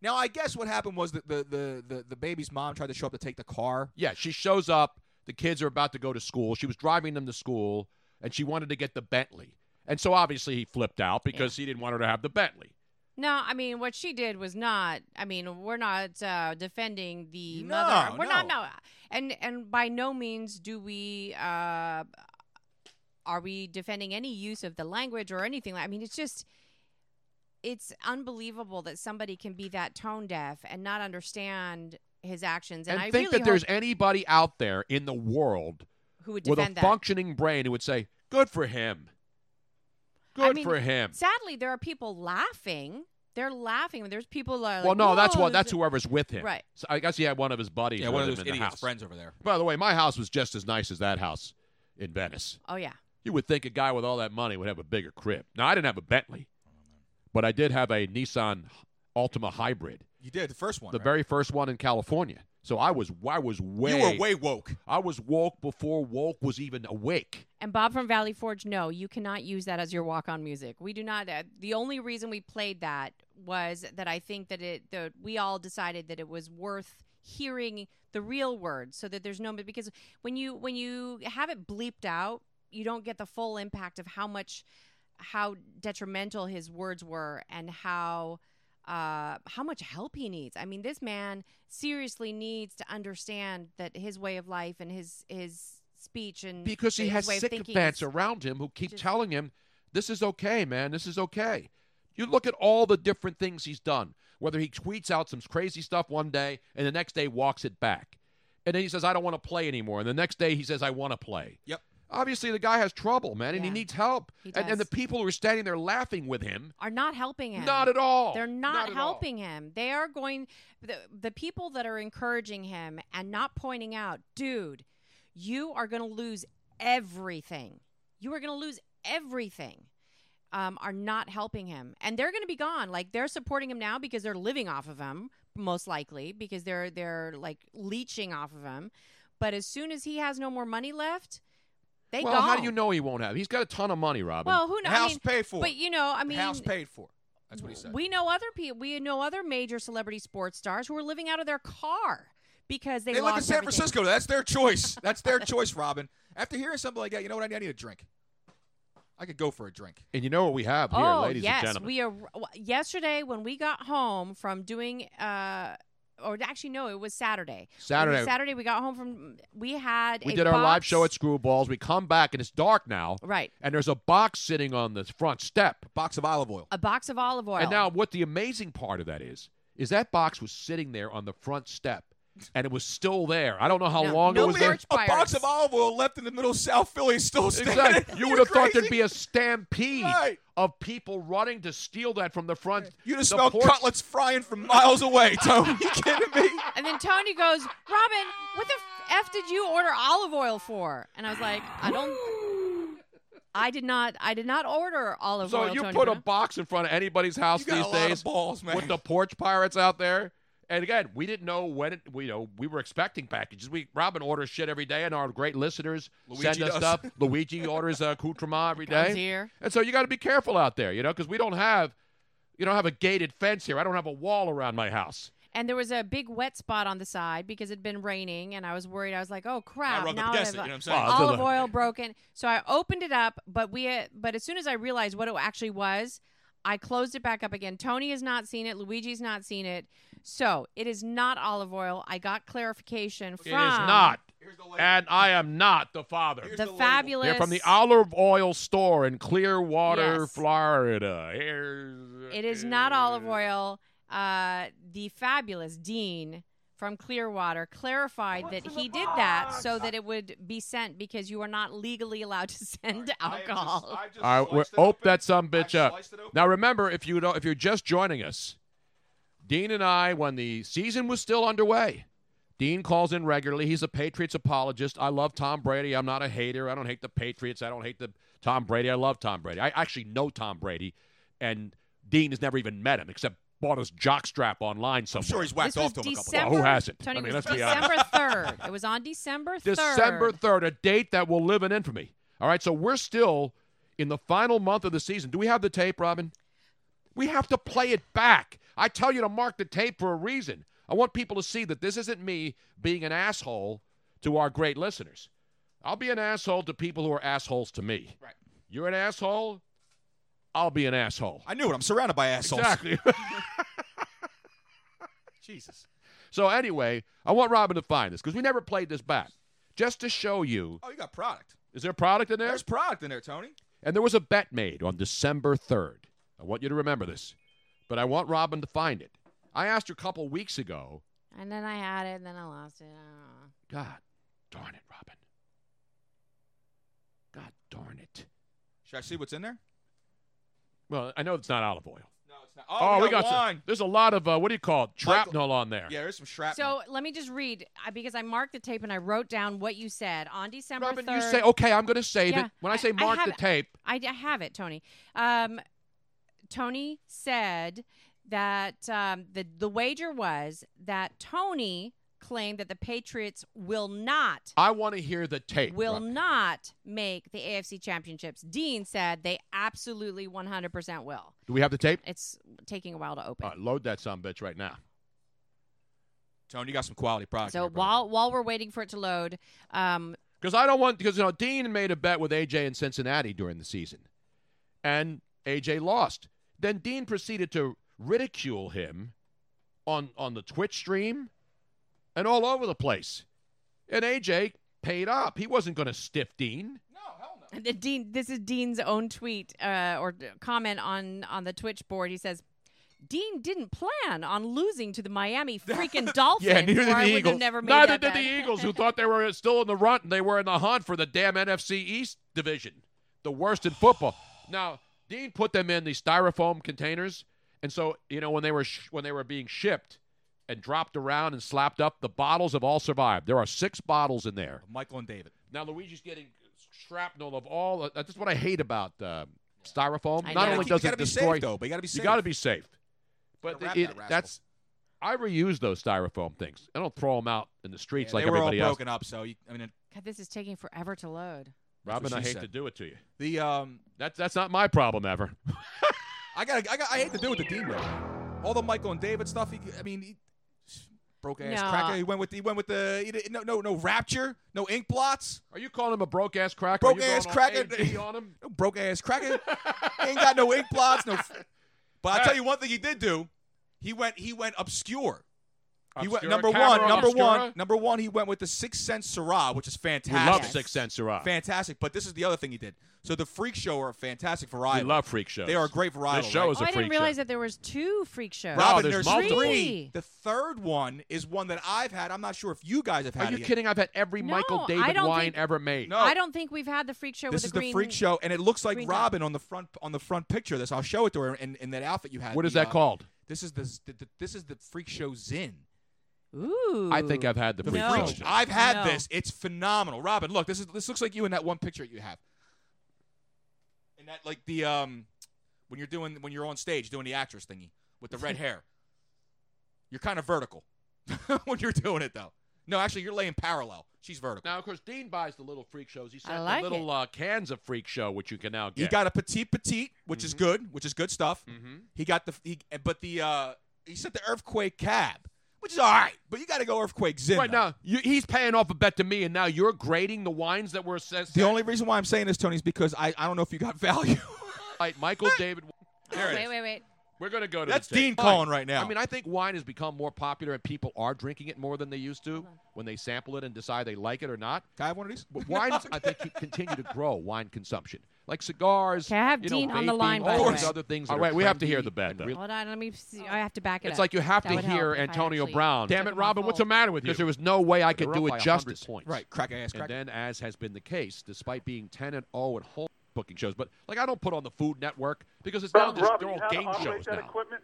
Speaker 2: Now I guess what happened was that the, the the the baby's mom tried to show up to take the car.
Speaker 1: Yeah, she shows up. The kids are about to go to school. She was driving them to school, and she wanted to get the Bentley. And so obviously he flipped out because he didn't want her to have the Bentley.
Speaker 3: No, I mean what she did was not. I mean we're not uh, defending the mother. We're not. No, and and by no means do we. Uh, are we defending any use of the language or anything? I mean, it's just. It's unbelievable that somebody can be that tone deaf and not understand his actions. And,
Speaker 1: And,
Speaker 3: I
Speaker 1: think
Speaker 3: really
Speaker 1: that there's
Speaker 3: hope
Speaker 1: anybody out there in the world
Speaker 3: who would
Speaker 1: with a
Speaker 3: defend that.
Speaker 1: functioning brain who would say, "Good for him."
Speaker 3: I
Speaker 1: Good
Speaker 3: mean,
Speaker 1: for him.
Speaker 3: Sadly, there are people laughing. They're laughing. There's people like,
Speaker 1: well, no, that's
Speaker 3: "Whoa,
Speaker 1: what that's
Speaker 3: this-"
Speaker 1: whoever's with him.
Speaker 3: Right.
Speaker 1: So I guess he had one of his buddies.
Speaker 2: Yeah, one of
Speaker 1: with him
Speaker 2: those
Speaker 1: in the
Speaker 2: idiots'
Speaker 1: house.
Speaker 2: friends over there.
Speaker 1: By the way, my house was just as nice as that house in Venice.
Speaker 3: Oh yeah.
Speaker 1: You would think a guy with all that money would have a bigger crib. Now, I didn't have a Bentley, but I did have a Nissan Altima hybrid,
Speaker 2: You did the first one.
Speaker 1: the
Speaker 2: right?
Speaker 1: very first one in California. So I was I was way
Speaker 2: you were way woke.
Speaker 1: I was woke before woke was even awake.
Speaker 3: And Bob from Valley Forge, no, you cannot use that as your walk-on music. We do not. Uh, the only reason we played that was that I think that it that we all decided that it was worth hearing the real words, so that there's no because when you when you have it bleeped out, you don't get the full impact of how much how detrimental his words were and how uh how much help he needs. I mean, this man seriously needs to understand that his way of life and his his speech and
Speaker 1: because he
Speaker 3: his
Speaker 1: has
Speaker 3: way of thinking
Speaker 1: sycophants
Speaker 3: is-
Speaker 1: around him who keep
Speaker 3: just-
Speaker 1: telling him this is okay man this is okay you look at all the different things he's done whether he tweets out some crazy stuff one day and the next day walks it back and then he says i don't want to play anymore and the next day he says i want to play
Speaker 2: Yep.
Speaker 1: obviously the guy has trouble man and he
Speaker 3: Yeah.
Speaker 1: needs help
Speaker 3: He
Speaker 1: And, and the
Speaker 3: does.
Speaker 1: people who are standing there laughing with him
Speaker 3: are not helping him.
Speaker 1: Not at all.
Speaker 3: They're
Speaker 1: Not
Speaker 3: not,
Speaker 1: at all.
Speaker 3: helping him. They are going the, the people that are encouraging him and not pointing out, dude, you are going to lose everything. You are going to lose everything. Um, are not helping him, and they're going to be gone. Like they're supporting him now because they're living off of him, most likely because they're they're like leeching off of him. But as soon as he has no more money left, they
Speaker 1: well
Speaker 3: gone.
Speaker 1: how do you know he won't have he's got a ton of money robin
Speaker 3: Well, who knows?
Speaker 2: House
Speaker 3: I mean,
Speaker 2: paid for.
Speaker 3: But you know, I
Speaker 2: The
Speaker 3: mean,
Speaker 2: house paid for. That's what he said.
Speaker 3: we know other people. We know other major celebrity sports stars who are living out of their car because they,
Speaker 2: they live in
Speaker 3: lost
Speaker 2: San
Speaker 3: everything.
Speaker 2: Francisco. That's their choice. That's their choice, Robin. After hearing something like that, you know what? I need, I need a drink. I could go for a drink.
Speaker 1: and you know what we have here
Speaker 3: oh
Speaker 1: ladies
Speaker 3: yes,
Speaker 1: and gentlemen
Speaker 3: we are. w- Yesterday, when we got home from doing, uh, or actually no, it was Saturday.
Speaker 1: Saturday.
Speaker 3: It was Saturday, we got home from. We had.
Speaker 1: we
Speaker 3: a
Speaker 1: did our live
Speaker 3: box-
Speaker 1: show at screwballs we come back and it's dark now
Speaker 3: Right,
Speaker 1: and there's a box sitting on the front step
Speaker 2: Box of olive oil.
Speaker 3: a box of olive oil.
Speaker 1: And now, what the amazing part of that is, is that box was sitting there on the front step, and it was still there. I don't know how
Speaker 3: No,
Speaker 1: long
Speaker 3: no
Speaker 1: it was there.
Speaker 3: birch
Speaker 2: a box
Speaker 3: buyers.
Speaker 2: of olive oil left in the middle of South Philly is still standing.
Speaker 1: Exactly. You would have thought there'd be a stampede
Speaker 2: Right.
Speaker 1: of people running to steal that from the front.
Speaker 2: You'd have
Speaker 1: the
Speaker 2: smelled
Speaker 1: porch-
Speaker 2: cutlets frying from miles away, Tony. You kidding me?
Speaker 3: And then Tony goes, Robin, what the f did you order olive oil for? And I was like, I don't. I did not. I did not order olive
Speaker 1: So
Speaker 3: oil.
Speaker 1: you
Speaker 3: Tony
Speaker 1: put a
Speaker 3: Bruno.
Speaker 1: box in front of anybody's house
Speaker 2: You got
Speaker 1: these
Speaker 2: a lot of
Speaker 1: days
Speaker 2: balls, man.
Speaker 1: with the porch pirates out there. And again, we didn't know when it, we you know we were expecting packages. We Robin orders shit every day, and our great listeners send
Speaker 2: Luigi
Speaker 1: us
Speaker 2: does.
Speaker 1: stuff. Luigi orders uh, accoutrement every day.
Speaker 3: Comes here.
Speaker 1: And so you got to be careful out there, you know, because we don't have you don't have a gated fence here. I don't have a wall around my house.
Speaker 3: And there was a big wet spot on the side because it'd been raining, and I was worried. I was like, "Oh crap!"
Speaker 2: rubbed up
Speaker 3: now I
Speaker 2: against
Speaker 3: have
Speaker 2: it, you know what I'm
Speaker 3: uh,
Speaker 2: saying?
Speaker 1: Well,
Speaker 3: olive
Speaker 1: the-
Speaker 3: oil broken. So I opened it up, but we, uh, but as soon as I realized what it actually was, I closed it back up again. Tony has not seen it. Luigi's not seen it. So it is not olive oil. I got clarification from
Speaker 1: It is not,
Speaker 2: Here's the label.
Speaker 1: and I am not the father.
Speaker 2: Here's
Speaker 3: the,
Speaker 2: the label.
Speaker 3: fabulous.
Speaker 1: They're from the olive oil store in Clearwater,
Speaker 3: Yes.
Speaker 1: Florida. Here's
Speaker 3: It is not olive oil. Uh, the fabulous Dean from Clearwater clarified that he did that so that it would be sent because you are not legally allowed to send alcohol.
Speaker 1: All right, we- ope that some bitch up. Now remember, if you don't, if you're just joining us, Dean and I, when the season was still underway, Dean calls in regularly. He's a Patriots apologist. I love Tom Brady. I'm not a hater. I don't hate the Patriots. I don't hate the Tom Brady. I love Tom Brady. I actually know Tom Brady, and Dean has never even met him except bought his jockstrap online
Speaker 2: I'm
Speaker 1: somewhere.
Speaker 2: sure he's
Speaker 3: This
Speaker 2: whacked
Speaker 3: was
Speaker 2: off to him a couple
Speaker 3: December.
Speaker 2: times.
Speaker 1: Well, who hasn't?
Speaker 3: Tony,
Speaker 1: I mean,
Speaker 3: it was
Speaker 1: let's be honest.
Speaker 3: December third. It was on December third.
Speaker 1: December 3rd, a date that will live in infamy. All right, so we're still in the final month of the season. Do we have the tape, Robin? We have to play it back. I tell you to mark the tape for a reason. I want people to see that this isn't me being an asshole to our great listeners. I'll be an asshole to people who are assholes to me. Right. You're an asshole. I'll be an asshole.
Speaker 2: I knew it. I'm surrounded by assholes.
Speaker 1: Exactly.
Speaker 2: Jesus.
Speaker 1: So anyway, I want Robin to find this because we never played this back, just to show you.
Speaker 2: Oh, you got product.
Speaker 1: Is there product in there?
Speaker 2: There's product in there, Tony.
Speaker 1: And there was a bet made on December 3rd. I want you to remember this, but I want Robin to find it. I asked her a couple weeks ago.
Speaker 3: And then I had it, and then I lost it. I
Speaker 1: God darn it, Robin. God darn it.
Speaker 2: Should I see what's in there?
Speaker 1: Well, I know it's not olive oil.
Speaker 2: No, it's not. Oh, we, got,
Speaker 1: some-
Speaker 2: wine.
Speaker 1: there's a lot of, uh, what do you call it, shrapnel on there.
Speaker 2: Yeah, there's some shrapnel.
Speaker 3: So let me just read I- because I marked the tape and I wrote down what you said on December
Speaker 1: Robin,
Speaker 3: 3rd.
Speaker 1: you say, okay, I'm going to save
Speaker 3: Yeah,
Speaker 1: it. When I,
Speaker 3: I-
Speaker 1: say
Speaker 3: I
Speaker 1: mark
Speaker 3: have
Speaker 1: the
Speaker 3: it.
Speaker 1: tape,
Speaker 3: I, I have it, Tony. Um, Tony said that um, the the wager was that Tony claimed that the Patriots will not
Speaker 1: I want to hear the tape.
Speaker 3: will
Speaker 1: Robin.
Speaker 3: not make the AFC championships. Dean said they absolutely 100% will.
Speaker 1: Do we have the tape?
Speaker 3: It's taking a while to open.
Speaker 1: All right, load that some bitch right now.
Speaker 2: Tony, you got some quality product. in
Speaker 3: so
Speaker 2: there, brother.
Speaker 3: while while we're waiting for it to load, um,
Speaker 1: Because I don't want because you know Dean made a bet with AJ in Cincinnati during the season, and AJ lost. Then Dean proceeded to ridicule him on on the Twitch stream and all over the place. And AJ paid up. He wasn't going to stiff Dean.
Speaker 3: The Dean, this is Dean's own tweet uh, or d- comment on on the Twitch board. He says, "Dean didn't plan on losing to the Miami freaking Dolphins.
Speaker 1: Yeah, neither
Speaker 3: or
Speaker 1: did
Speaker 3: I
Speaker 1: the
Speaker 3: would
Speaker 1: Eagles.
Speaker 3: Have never made
Speaker 1: Neither
Speaker 3: that
Speaker 1: did
Speaker 3: bet."
Speaker 1: the Eagles, who thought they were still in the runt and they were in the hunt for the damn NFC East division, the worst in football. Now Dean put them in these styrofoam containers, and so you know when they were sh- when they were being shipped and dropped around and slapped up, the bottles have all survived. There are six bottles in there.
Speaker 2: Michael and David.
Speaker 1: Now Luigi's getting shrapnel of all. uh, That's what I hate about uh, styrofoam.
Speaker 3: I
Speaker 1: Not
Speaker 3: know.
Speaker 1: only
Speaker 3: You
Speaker 1: does
Speaker 2: gotta
Speaker 1: it
Speaker 2: be safe,
Speaker 1: destroy,
Speaker 2: though, but you gotta be
Speaker 1: You
Speaker 2: safe.
Speaker 1: got to be safe. But
Speaker 2: Gotta wrap
Speaker 1: it-
Speaker 2: that rascal.
Speaker 1: that's I reuse those styrofoam things. I don't throw them out in the
Speaker 2: Yeah,
Speaker 1: streets like
Speaker 2: they were all
Speaker 1: everybody else.
Speaker 2: broken up, so you, I mean,
Speaker 3: God, this is taking forever to load.
Speaker 2: That's
Speaker 1: Robin,
Speaker 2: what
Speaker 1: I
Speaker 2: she
Speaker 1: hate
Speaker 2: said.
Speaker 1: to do it to you.
Speaker 2: the um,
Speaker 1: That's that's not my problem ever.
Speaker 2: I got, I got, I hate to do with the Dean though. All the Michael and David stuff. He, I mean, he broke ass
Speaker 3: No.
Speaker 2: cracker. He went with, he went with the, he did- no, no, no rapture, no ink blots,
Speaker 1: Are you calling him a broke ass cracker?
Speaker 2: broke
Speaker 1: Are you
Speaker 2: ass
Speaker 1: going
Speaker 2: cracker.
Speaker 1: On, AG on him?
Speaker 2: No broke ass cracker. He ain't got no ink blots, no. f- But I tell you one thing, he did do. He went, he went obscure. He went
Speaker 1: Obscura,
Speaker 2: number
Speaker 1: Cameron
Speaker 2: one, number one,
Speaker 1: Obscura?
Speaker 2: number one. He went with the Six Sense Syrah, which is
Speaker 1: We
Speaker 2: fantastic.
Speaker 1: love
Speaker 3: Yes.
Speaker 1: Six Sense Syrah.
Speaker 2: fantastic. But this is the other thing he did. So the freak show are a fantastic
Speaker 1: We
Speaker 2: variety.
Speaker 1: love freak shows.
Speaker 2: They are a great variety.
Speaker 1: This show
Speaker 2: right?
Speaker 1: is
Speaker 3: Oh,
Speaker 1: a
Speaker 3: I
Speaker 1: freak
Speaker 3: didn't realize
Speaker 1: show.
Speaker 3: that there was two freak shows.
Speaker 1: Rob-
Speaker 2: Robin,
Speaker 1: there's
Speaker 2: there's,
Speaker 1: multiple.
Speaker 2: three.
Speaker 3: Three.
Speaker 2: The third one is one that I've had. I'm not sure if you guys have had.
Speaker 1: Are you
Speaker 2: it yet.
Speaker 1: kidding? I've had every
Speaker 3: No,
Speaker 1: Michael
Speaker 3: I
Speaker 1: David
Speaker 3: don't
Speaker 1: wine
Speaker 3: think-
Speaker 1: ever made.
Speaker 2: No.
Speaker 3: I don't think we've had the freak show
Speaker 2: This
Speaker 3: with
Speaker 2: is
Speaker 3: the
Speaker 2: the,
Speaker 3: green.
Speaker 2: freak show, and it looks like
Speaker 3: green dot.
Speaker 2: Robin on the front on the front picture. of This I'll show it to her in, in that outfit you had.
Speaker 1: What is
Speaker 2: the,
Speaker 1: that
Speaker 2: uh,
Speaker 1: called?
Speaker 2: This is the, the, the- this is the freak show Zin.
Speaker 3: Ooh,
Speaker 1: I think I've had the
Speaker 2: The
Speaker 1: freak
Speaker 3: No.
Speaker 1: show.
Speaker 2: I've had
Speaker 3: No.
Speaker 2: this. It's phenomenal, Robin. Look, this is this looks like you in that one picture you have. And that like the um when you're doing when you're on stage doing the actress thingy with the red hair. You're kind of vertical when you're doing it though. No, actually, you're laying parallel. She's vertical.
Speaker 1: Now, of course, Dean buys the little freak shows. He
Speaker 3: I
Speaker 1: sent
Speaker 3: like
Speaker 1: the little uh, cans of freak show, which you can now get.
Speaker 2: He got a petite petite, which is good, which is good stuff.
Speaker 1: mm-hmm.
Speaker 2: He got the he, but the uh he sent the earthquake cab, which is all right. But you got to go earthquake zin.
Speaker 1: Right
Speaker 2: though.
Speaker 1: now, you, he's paying off a bet to me, and now you're grading the wines that were assessed.
Speaker 2: The only reason why I'm saying this, Tony, is because I, I don't know if you got value.
Speaker 1: Like, Michael David.
Speaker 3: Oh,
Speaker 2: There it
Speaker 3: wait,
Speaker 2: is.
Speaker 3: wait, wait.
Speaker 1: We're going to go to
Speaker 2: That's
Speaker 1: the tape.
Speaker 2: Dean
Speaker 1: Fine.
Speaker 2: calling right now.
Speaker 1: I mean, I think wine has become more popular, and people are drinking it more than they used to when they sample it and decide they like it or not.
Speaker 2: Can I have one of these?
Speaker 1: But wines, I think, could continue to grow. Wine consumption, like cigars.
Speaker 3: Can I have
Speaker 1: you know,
Speaker 3: Dean on the
Speaker 1: vaping,
Speaker 3: line, by
Speaker 1: All
Speaker 2: the
Speaker 1: these
Speaker 2: way?
Speaker 1: other things.
Speaker 11: All
Speaker 1: that
Speaker 11: right,
Speaker 1: are
Speaker 11: we have to
Speaker 1: trendy
Speaker 11: hear the bet,
Speaker 1: and
Speaker 11: though.
Speaker 1: real-
Speaker 3: Hold on, let me. See. I have to back it
Speaker 1: It's
Speaker 3: up.
Speaker 1: like you have
Speaker 3: That
Speaker 1: to
Speaker 3: would
Speaker 1: hear
Speaker 3: help if I
Speaker 1: Antonio
Speaker 3: actually
Speaker 1: Brown.
Speaker 3: took
Speaker 1: Damn it,
Speaker 3: them off
Speaker 1: Robin, what's the
Speaker 3: hold.
Speaker 1: matter with you? Because there was no way I could They're do up by it 100 justice. points.
Speaker 2: Right, crack ass
Speaker 1: And
Speaker 2: crack.
Speaker 1: then, as has been the case, despite being 10 and 0 at home booking shows, but like I don't put on the Food Network because it's now
Speaker 5: Rob,
Speaker 1: just
Speaker 5: Rob,
Speaker 1: they're
Speaker 5: you
Speaker 1: all
Speaker 5: know how to
Speaker 1: game
Speaker 5: operate
Speaker 1: shows
Speaker 5: that
Speaker 1: now.
Speaker 5: equipment?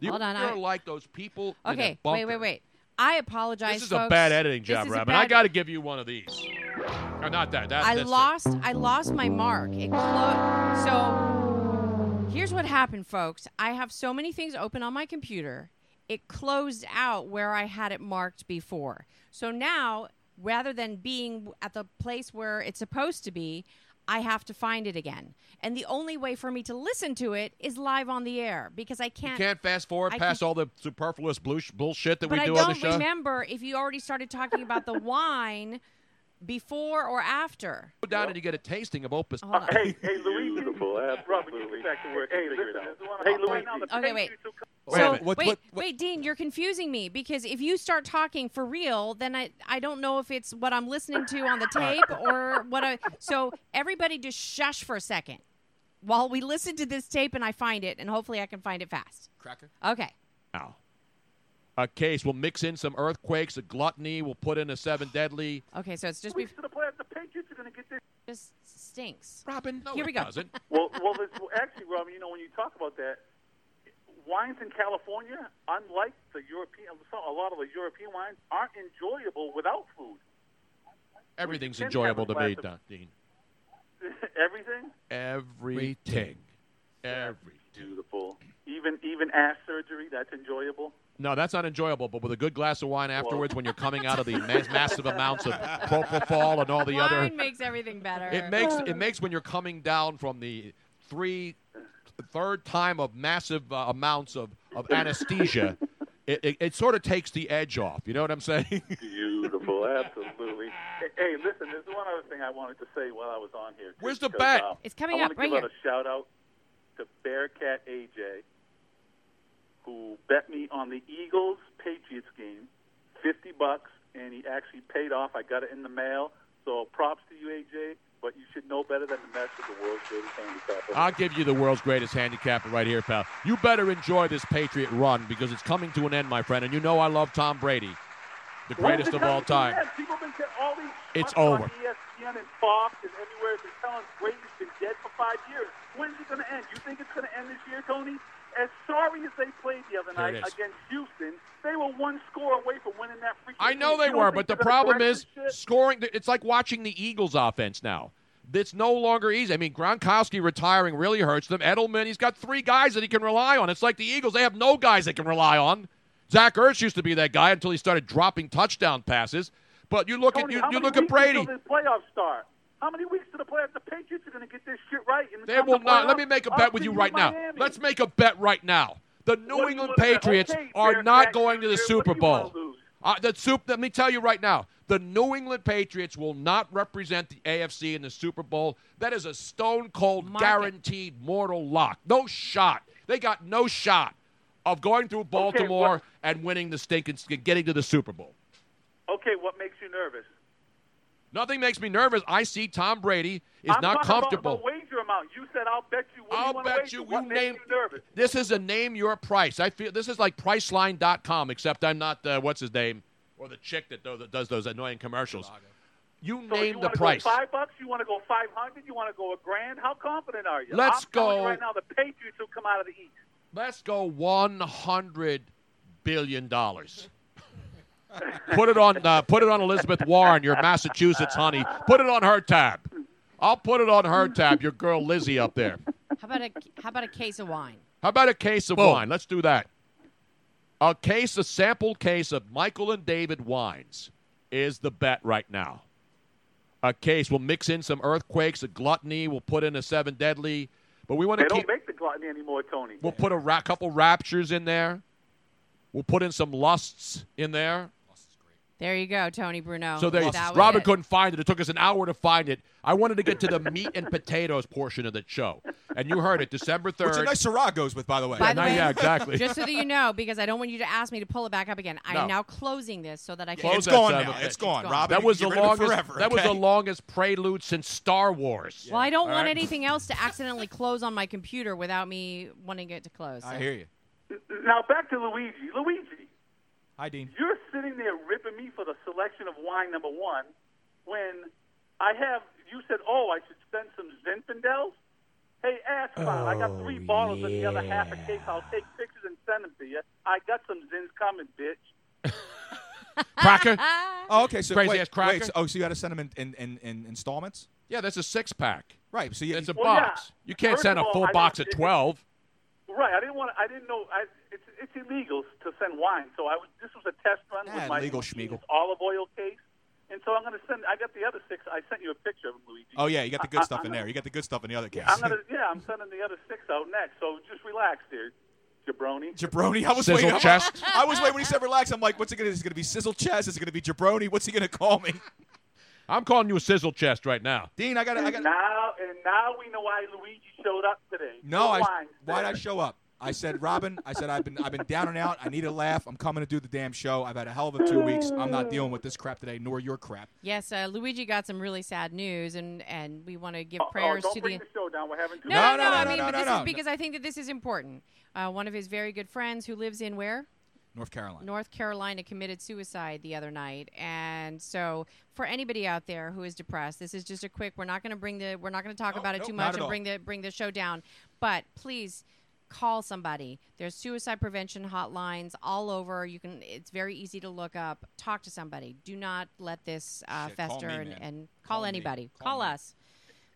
Speaker 1: You,
Speaker 3: Hold on,
Speaker 1: you're
Speaker 3: I-
Speaker 1: like those people. in a
Speaker 3: Okay, wait, wait,
Speaker 1: bunker.
Speaker 3: wait. I apologize.
Speaker 1: This is a
Speaker 3: folks.
Speaker 1: bad editing
Speaker 3: This
Speaker 1: job,
Speaker 3: is a
Speaker 1: Robin. I
Speaker 3: bad-
Speaker 1: got to give you one of these. Or not that. that
Speaker 3: I
Speaker 1: that's it.
Speaker 3: lost. I lost my mark. It clo- so here's what happened, folks. I have so many things open on my computer. It closed out where I had it marked before. So now, rather than being at the place where it's supposed to be, I have to find it again. And the only way for me to listen to it is live on the air because I
Speaker 1: You
Speaker 3: can't.
Speaker 1: can't fast forward
Speaker 3: I
Speaker 1: past
Speaker 3: can-
Speaker 1: all the superfluous blush- bullshit that
Speaker 3: but
Speaker 1: we do
Speaker 3: I
Speaker 1: on
Speaker 3: don't
Speaker 1: the show.
Speaker 3: remember if you already started talking about the wine before or after.
Speaker 1: Go down and you get a tasting of Opus.
Speaker 3: hey,
Speaker 12: hey, Luigi. Beautiful, absolutely.
Speaker 5: Hey,
Speaker 12: Hey, Luigi.
Speaker 3: Okay, wait.
Speaker 12: Wait a
Speaker 3: So
Speaker 12: minute, what-
Speaker 3: wait,
Speaker 12: what- what-
Speaker 3: wait, Dean, you're confusing me because if you start talking for real, then I I don't know if it's what I'm listening to on the tape or what I. So everybody just shush for a second while we listen to this tape and I find it and hopefully I can find it fast.
Speaker 2: Cracker.
Speaker 3: Okay.
Speaker 1: Ow. A case. We'll mix in some earthquakes, a gluttony. We'll put in a seven deadly.
Speaker 3: Okay, so it's just before the playoffs. The Patriots are going to get this. Just stinks.
Speaker 1: Robin, no,
Speaker 3: here we
Speaker 1: it
Speaker 3: go.
Speaker 1: doesn't.
Speaker 12: well, well, this, well, actually, Rob, you know, when you talk about that, wines in California, unlike the European, some, a lot of the European wines aren't enjoyable without food.
Speaker 1: Everything's
Speaker 12: can have
Speaker 1: enjoyable
Speaker 12: a
Speaker 1: to
Speaker 12: glass
Speaker 1: me,
Speaker 12: of-
Speaker 1: Don- Dean.
Speaker 12: Everything,
Speaker 1: Everything. Every.
Speaker 12: beautiful. Even even ass surgery, that's enjoyable.
Speaker 1: No, that's not enjoyable, but with a good glass of wine afterwards when you're coming out of the ma- massive amounts of propofol and all the
Speaker 3: wine
Speaker 1: other.
Speaker 3: makes everything better.
Speaker 1: It makes it makes when you're coming down from the three third time of massive uh, amounts of, of anesthesia. It, it, it sort of takes the edge off. You know what I'm saying?
Speaker 12: Beautiful, absolutely. hey, hey, listen, there's one other thing I wanted to say while I was on here. too,
Speaker 1: Where's the
Speaker 12: because,
Speaker 1: bat?
Speaker 12: um,
Speaker 3: It's coming
Speaker 12: I
Speaker 3: up,
Speaker 12: want
Speaker 3: right
Speaker 12: to give out a shout out to Bearcat AJ, who bet me on the Eagles Patriots game, fifty bucks, and he actually paid off. I got it in the mail, so props to you, AJ. But you should know better than to mess with the world's greatest handicapper.
Speaker 1: I'll give you the world's greatest handicapper right here, pal. You better enjoy this Patriot run because it's coming to an end, my friend. And you know I love Tom Brady, the
Speaker 12: Well,
Speaker 1: greatest of all
Speaker 12: because-
Speaker 1: time.
Speaker 12: yes, people been te- all these E
Speaker 1: It's
Speaker 12: fucks on
Speaker 1: over.
Speaker 12: ESPN and Fox and everywhere they're telling Brady's been dead for five years. When's it going to end? You think it's going to end this year, Tony? As sorry as they played the other
Speaker 1: Here it
Speaker 12: night
Speaker 1: is.
Speaker 12: against Houston, they were one score away from winning that freaking.
Speaker 1: I know
Speaker 12: game.
Speaker 1: they
Speaker 12: You don't
Speaker 1: were,
Speaker 12: think
Speaker 1: but the
Speaker 12: they're gonna
Speaker 1: problem
Speaker 12: correct
Speaker 1: is
Speaker 12: this shit?
Speaker 1: scoring. It's like watching the Eagles' offense now. It's no longer easy. I mean, Gronkowski retiring really hurts them. Edelman, he's got three guys that he can rely on. It's like the Eagles; they have no guys they can rely on. Zach Ertz used to be that guy until he started dropping touchdown passes. But you look
Speaker 12: Tony,
Speaker 1: at
Speaker 12: how
Speaker 1: you, you
Speaker 12: many
Speaker 1: look at
Speaker 12: weeks
Speaker 1: Brady.
Speaker 12: Until this playoffs start. How many weeks to the playoffs? The Patriots are going to get this shit right. and
Speaker 1: They
Speaker 12: come
Speaker 1: will
Speaker 12: to
Speaker 1: not. Let
Speaker 12: playoffs,
Speaker 1: me make a
Speaker 12: I'll
Speaker 1: bet with
Speaker 12: see
Speaker 1: you right now.
Speaker 12: Miami.
Speaker 1: Let's make a bet right now. The New
Speaker 12: What do you
Speaker 1: England
Speaker 12: wanna bet?
Speaker 1: Patriots
Speaker 12: Okay,
Speaker 1: are
Speaker 12: Bearcat,
Speaker 1: not going to the
Speaker 12: what do you
Speaker 1: Super
Speaker 12: wanna
Speaker 1: Bowl.
Speaker 12: lose?
Speaker 1: Uh, the soup. Let me tell you right now. The New England Patriots will not represent the AFC in the Super Bowl. That is a stone cold, guaranteed, mortal lock. No shot. They got no shot of going through Baltimore and winning the stink and getting to the Super Bowl.
Speaker 12: Okay, what makes you nervous?
Speaker 1: Nothing makes me nervous. I see Tom Brady is not
Speaker 12: I'm talking about
Speaker 1: comfortable.
Speaker 12: the wager amount. You said I'll bet you. What do
Speaker 1: I'll
Speaker 12: you wanna
Speaker 1: bet
Speaker 12: wager?
Speaker 1: you
Speaker 12: What
Speaker 1: you
Speaker 12: makes
Speaker 1: name-
Speaker 12: you nervous?
Speaker 1: This is a name your price. I feel this is like Priceline.com, except I'm not uh, what's his name or the chick that, do, that does those annoying commercials. You
Speaker 12: So
Speaker 1: name
Speaker 12: you
Speaker 1: the
Speaker 12: wanna
Speaker 1: price.
Speaker 12: Go five bucks. You want to go five hundred? You want to go a grand? How confident are you?
Speaker 1: Let's
Speaker 12: I'm telling you
Speaker 1: go-
Speaker 12: right now. The Patriots will come out of the East.
Speaker 1: Let's go one hundred billion dollars. put it on. Uh, put it on Elizabeth Warren, your Massachusetts honey. Put it on her tab. I'll put it on her tab. Your girl Lizzie up there.
Speaker 3: How about a how about a case of wine?
Speaker 1: How about a case of wine? Let's do that. A case, a sample case of Michael and David wines is the bet right now. A case. We'll mix in some earthquakes, a gluttony. We'll put in a seven deadly, but we want
Speaker 12: They
Speaker 1: to keep.
Speaker 12: don't make the gluttony anymore, Tony.
Speaker 1: We'll put a ra- couple raptures in there. We'll put in some lusts in there.
Speaker 3: There you go, Tony Bruno.
Speaker 1: so there,
Speaker 3: Oh, That was
Speaker 1: Robin
Speaker 3: it.
Speaker 1: couldn't find it. It took us an hour to find it. I wanted to get to the meat and potatoes portion of the show, and you heard it, December third.
Speaker 2: Which a nice Syrah goes with, by the way.
Speaker 3: By the way,
Speaker 1: yeah, exactly.
Speaker 3: Just so that you know, because I don't want you to ask me to pull it back up again. I
Speaker 1: No.
Speaker 3: am now closing this so that I can.
Speaker 1: Close
Speaker 2: It's
Speaker 1: that
Speaker 2: gone
Speaker 1: son of
Speaker 2: now.
Speaker 1: a
Speaker 2: It's
Speaker 1: bitch.
Speaker 2: gone. Robin,
Speaker 1: that was the
Speaker 2: you can get rid of
Speaker 1: longest.
Speaker 2: it forever,
Speaker 1: That was the
Speaker 2: okay?
Speaker 1: longest prelude since Star Wars.
Speaker 3: Well, I don't
Speaker 1: All
Speaker 3: want
Speaker 1: right?
Speaker 3: anything else to accidentally close on my computer without me wanting it to close. so.
Speaker 2: you.
Speaker 12: Now back to Luigi. Luigi,
Speaker 2: Hi, Dean.
Speaker 12: you're sitting there ripping me for the selection of wine number one, when I have you said, oh, I should spend some Zinfandels. Hey, ass clown, I got
Speaker 1: Oh,
Speaker 12: three bottles and the other half a case. I'll take pictures and send them to you. I got some Zins coming, bitch.
Speaker 1: Cracker.
Speaker 2: Oh, okay. So
Speaker 1: Crazy
Speaker 2: wait,
Speaker 1: ass cracker.
Speaker 2: wait, so- oh, so you got to send them in, in, in, in installments?
Speaker 1: Yeah, that's a six pack.
Speaker 2: Right. So you,
Speaker 1: It's a
Speaker 12: Well, yeah.
Speaker 1: box. You can't
Speaker 12: First
Speaker 1: send a
Speaker 12: of all,
Speaker 1: full
Speaker 12: I
Speaker 1: box of
Speaker 12: don't-
Speaker 1: twelve.
Speaker 12: Right, I didn't want. To, I didn't know. I, it's it's illegal to send wine, so I was. This was a test run
Speaker 2: Ah,
Speaker 12: with my
Speaker 2: legal schmeagle.
Speaker 12: olive oil case, And so I'm going to send. I got the other six. I sent you a picture of them, Luigi.
Speaker 2: Oh yeah, you got the good
Speaker 12: I-
Speaker 2: stuff
Speaker 12: I'm
Speaker 2: in
Speaker 12: gonna-
Speaker 2: there. You got the good stuff in the other case.
Speaker 12: I'm gonna, yeah, I'm sending the other six out next. So just relax, there, jabroni.
Speaker 2: Jabroni. I was
Speaker 1: Sizzle
Speaker 2: waiting.
Speaker 1: chest.
Speaker 2: I was waiting when he said relax. I'm like, what's it gonna? Is it gonna be sizzle chest? Is it gonna be jabroni? What's he gonna call me?
Speaker 1: I'm calling you a sizzle chest right now.
Speaker 2: Dean, I got. I
Speaker 12: And
Speaker 2: got.
Speaker 12: now, and now we know why Luigi showed up today.
Speaker 2: No, I,
Speaker 12: Why?
Speaker 2: why'd I show up? I said, Robin. I said, I've been, I've been down and out. I need a laugh. I'm coming to do the damn show. I've had a hell of a two weeks. I'm not dealing with this crap today, nor your crap.
Speaker 3: Yes, uh, Luigi got some really sad news, and, and we want to give
Speaker 12: Oh, oh,
Speaker 3: prayers
Speaker 12: don't
Speaker 3: to
Speaker 12: bring
Speaker 3: the.
Speaker 12: the show down. We're having too
Speaker 3: No,
Speaker 12: much
Speaker 3: no, no,
Speaker 12: fun.
Speaker 3: I mean,
Speaker 2: no,
Speaker 3: but
Speaker 2: no,
Speaker 3: this
Speaker 2: no.
Speaker 3: is because I think that this is important. Uh, one of his very good friends who lives in where?
Speaker 2: North Carolina.
Speaker 3: North Carolina committed suicide the other night, and so for anybody out there who is depressed, this is just a quick. We're not going to bring the. We're not going to talk about it
Speaker 2: nope,
Speaker 3: too
Speaker 2: not
Speaker 3: much
Speaker 2: at
Speaker 3: and
Speaker 2: all.
Speaker 3: bring the bring the show down. But please call somebody. There's suicide prevention hotlines all over. You can. It's very easy to look up. Talk to somebody. Do not let this uh,
Speaker 2: Shit, call
Speaker 3: fester
Speaker 2: me,
Speaker 3: and,
Speaker 2: man.
Speaker 3: and call,
Speaker 2: Call me.
Speaker 3: anybody.
Speaker 2: Call
Speaker 3: Call,
Speaker 2: me.
Speaker 3: us.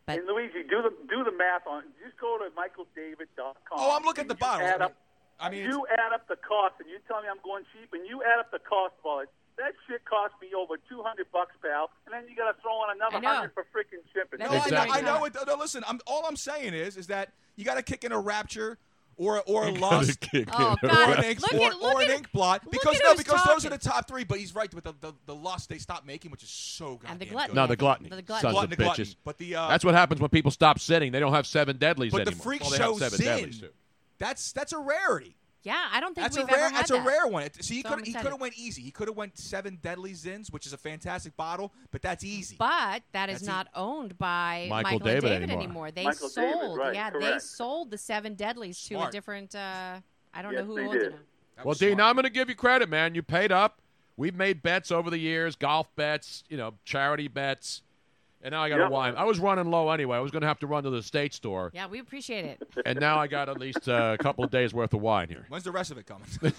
Speaker 3: But
Speaker 12: And Luigi, do the do the math on. Just go to michaeldavid.com.
Speaker 2: Oh, I'm looking at
Speaker 12: and
Speaker 2: the
Speaker 12: you
Speaker 2: bottles.
Speaker 12: Add up,
Speaker 2: I mean,
Speaker 12: you add up the cost, and you tell me I'm going cheap, and you add up the cost of all it. That shit cost me over 200 bucks, pal. And then you got to throw in
Speaker 3: I
Speaker 12: another
Speaker 3: know.
Speaker 12: 100 for freaking shipping.
Speaker 3: That's
Speaker 2: No,
Speaker 3: Exactly.
Speaker 2: I, know, I know
Speaker 3: Yeah.
Speaker 2: it. No, listen, I'm, all I'm saying is, is that you got to kick in a rapture or or a
Speaker 1: Gotta
Speaker 2: lust.
Speaker 1: kick
Speaker 3: Oh,
Speaker 1: in.
Speaker 3: God.
Speaker 2: Or an
Speaker 3: Look
Speaker 2: ink,
Speaker 3: at-
Speaker 2: or,
Speaker 3: look
Speaker 2: or
Speaker 3: at-
Speaker 2: an ink blot
Speaker 3: look
Speaker 2: because
Speaker 3: at
Speaker 2: no
Speaker 3: who's
Speaker 2: because those
Speaker 3: talking.
Speaker 2: are the top three. But he's right with the the, the lust they stopped making, which is so goddamn
Speaker 3: and the
Speaker 2: good.
Speaker 3: gluttony.
Speaker 1: No, the gluttony.
Speaker 3: The
Speaker 1: Sons
Speaker 3: gluttony.
Speaker 1: of
Speaker 2: Gluttony, gluttony.
Speaker 1: bitches.
Speaker 2: But the uh,
Speaker 1: That's what happens when people stop sitting. They don't have seven deadlies
Speaker 2: but
Speaker 1: anymore.
Speaker 2: the freak
Speaker 1: well, they have
Speaker 2: show
Speaker 1: seven
Speaker 2: zin.
Speaker 1: deadlies too.
Speaker 2: That's that's a rarity.
Speaker 3: Yeah, I don't think
Speaker 2: That's a
Speaker 3: we've
Speaker 2: rare.
Speaker 3: ever had
Speaker 2: That's
Speaker 3: that.
Speaker 2: a rare one. It- See, he
Speaker 3: So I'm
Speaker 2: could he
Speaker 3: excited.
Speaker 2: could have went easy. He could have went seven deadly zins, which is a fantastic bottle, but that's easy.
Speaker 3: But that is
Speaker 2: That's it.
Speaker 3: not owned by
Speaker 1: Michael
Speaker 3: Michael, and
Speaker 1: David
Speaker 3: David
Speaker 1: anymore.
Speaker 3: anymore. They
Speaker 12: Michael David,
Speaker 3: sold,
Speaker 12: right,
Speaker 3: yeah, they
Speaker 12: correct.
Speaker 3: sold the Seven Deadlies to
Speaker 2: Smart.
Speaker 3: a different. Uh, I don't
Speaker 12: Yes,
Speaker 3: know who
Speaker 12: they
Speaker 3: owns
Speaker 12: did.
Speaker 3: it. now.
Speaker 2: That
Speaker 1: Well,
Speaker 2: was
Speaker 1: Dean,
Speaker 2: smart.
Speaker 1: I'm going to give you credit, man. You paid up. We've made bets over the years, golf bets, you know, charity bets, and now I got to
Speaker 12: Yeah.
Speaker 1: wine. I was running low anyway. I was going to have to run to the state store,
Speaker 3: Yeah, we appreciate it.
Speaker 1: and now I got at least uh, a couple of days worth of wine here.
Speaker 2: When's the rest of it coming?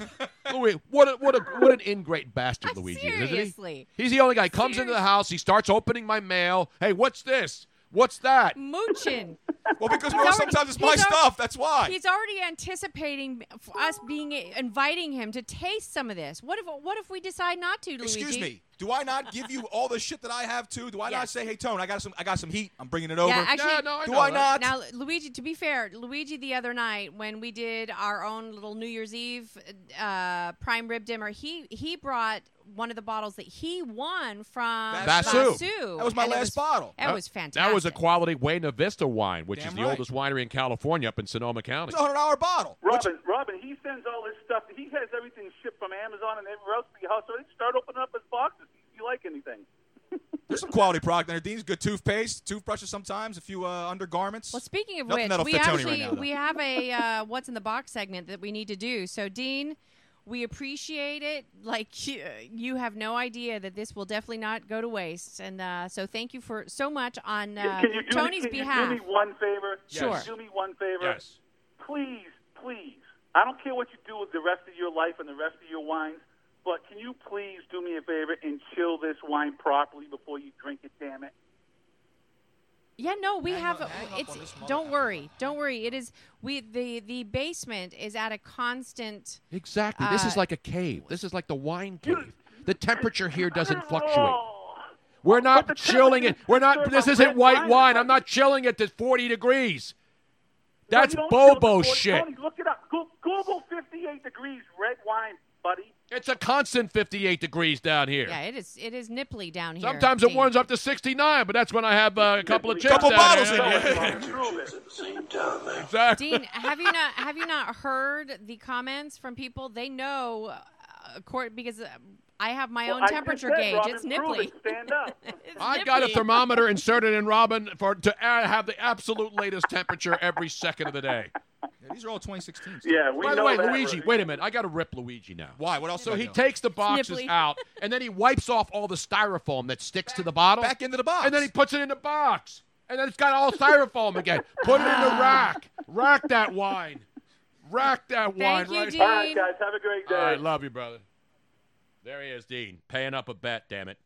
Speaker 1: Louis, what a, what a, what an ingrate bastard Luigi is, isn't he?
Speaker 3: Seriously.
Speaker 1: He's the only guy. He comes into the house. He starts opening my mail. Hey, what's this? What's that?
Speaker 3: Moochin.
Speaker 2: well, because
Speaker 3: He's
Speaker 2: well,
Speaker 3: already-
Speaker 2: sometimes it's
Speaker 3: he's
Speaker 2: my
Speaker 3: already-
Speaker 2: stuff. That's why.
Speaker 3: He's already anticipating f- us being inviting him to taste some of this. What if what if we decide not to, Luigi?
Speaker 2: Excuse me. Do I not give you all the shit that I have too? Do I not
Speaker 3: Yes.
Speaker 2: say, "Hey, Tone, I got some, I got some heat. I'm bringing it over."
Speaker 3: Yeah, actually,
Speaker 1: yeah, no, I
Speaker 2: do
Speaker 1: know
Speaker 2: I
Speaker 1: that.
Speaker 2: not?
Speaker 3: Now, Luigi, to be fair, Luigi the other night when we did our own little New Year's Eve uh, prime rib dinner, he he brought one of the bottles that he won from
Speaker 2: Vasu.
Speaker 3: Vasu.
Speaker 2: That was my
Speaker 3: and it
Speaker 2: last bottle.
Speaker 3: That was fantastic.
Speaker 1: Uh, That was a quality Buena Vista wine, which
Speaker 2: Damn
Speaker 1: is the
Speaker 2: right.
Speaker 1: oldest winery in California up in Sonoma County.
Speaker 2: It's a hundred dollar bottle.
Speaker 12: Robin, Robin, he sends all his stuff. He has everything shipped from Amazon and everywhere else to your house. So he start opening up his boxes. You like anything?
Speaker 2: There's some quality product there. Dean's good toothpaste, toothbrushes sometimes, a few uh, undergarments.
Speaker 3: Well, speaking of
Speaker 2: Nothing that'll
Speaker 3: which, we
Speaker 2: fit Tony
Speaker 3: actually
Speaker 2: right now, though.
Speaker 3: we have a uh, what's in the box segment that we need to do. So, Dean, we appreciate it. Like you, you have no idea that this will definitely not go to waste, and uh, so thank you for so much on uh,
Speaker 12: can you do
Speaker 3: Tony's
Speaker 12: me, can
Speaker 3: behalf.
Speaker 12: You do me one favor?
Speaker 3: Ah. Sure.
Speaker 12: Can you do me one favor?
Speaker 1: Yes.
Speaker 12: Please, please. I don't care what you do with the rest of your life and the rest of your wines, but can you please do me a favor and chill this wine properly before you drink it? Damn it.
Speaker 3: Yeah, no, we
Speaker 2: Hang
Speaker 3: have.
Speaker 2: on- hang up
Speaker 3: it's
Speaker 2: on this
Speaker 3: don't
Speaker 2: motherfucker.
Speaker 3: worry, don't worry. It is we the the basement is at a constant.
Speaker 1: Exactly. this is
Speaker 3: Uh,
Speaker 1: like a cave. This is like the wine cave. The temperature here doesn't fluctuate.
Speaker 12: Oh,
Speaker 1: We're not
Speaker 12: But the
Speaker 1: chilling it.
Speaker 12: temperature
Speaker 1: We're not. This
Speaker 12: is my
Speaker 1: isn't
Speaker 12: red
Speaker 1: white
Speaker 12: wine.
Speaker 1: wine. I'm not chilling it to 40 degrees. That's
Speaker 12: you don't chill
Speaker 1: Bobo
Speaker 12: before-
Speaker 1: shit.
Speaker 12: Tony, look it up. Go- Google 58 degrees red wine, buddy.
Speaker 1: It's a constant 58 degrees down here.
Speaker 3: Yeah, it is. It is nipply down here.
Speaker 1: Sometimes it
Speaker 3: Dean.
Speaker 1: warms up to 69, but that's when I have uh, a couple of chips.
Speaker 2: Couple
Speaker 1: down
Speaker 2: bottles
Speaker 1: here.
Speaker 2: in here.
Speaker 12: Prove it.
Speaker 1: Exactly.
Speaker 3: Dean, have you not have you not heard the comments from people? They know, uh, court because uh, I have my
Speaker 12: Well,
Speaker 3: own
Speaker 12: I
Speaker 3: temperature
Speaker 12: just said,
Speaker 3: gauge.
Speaker 12: Robin,
Speaker 3: it's
Speaker 12: prove
Speaker 3: nipply.
Speaker 12: it. Stand up.
Speaker 3: It's
Speaker 1: I got a
Speaker 3: nipply.
Speaker 1: thermometer inserted in Robin for to uh, have the absolute latest temperature every second of the day.
Speaker 2: Yeah, these are all 2016.
Speaker 12: Yeah, we
Speaker 1: By the
Speaker 12: know
Speaker 1: way,
Speaker 12: that.
Speaker 1: Luigi, wait a minute. I got to rip Luigi now.
Speaker 2: Why? What else?
Speaker 1: So
Speaker 2: did I
Speaker 1: he
Speaker 2: do?
Speaker 1: takes the boxes
Speaker 3: Snipply.
Speaker 1: out, and then he wipes off all the styrofoam that sticks to the bottle.
Speaker 2: back into the box.
Speaker 1: And then he puts it in the box. And then it's got all styrofoam again. Put it in the rack. Rack that wine. Rack that wine.
Speaker 3: Thank you,
Speaker 1: right?
Speaker 3: Dean.
Speaker 12: All right, guys, have a great day.
Speaker 1: All right, love you, brother. There he is, Dean, paying up a bet, damn it.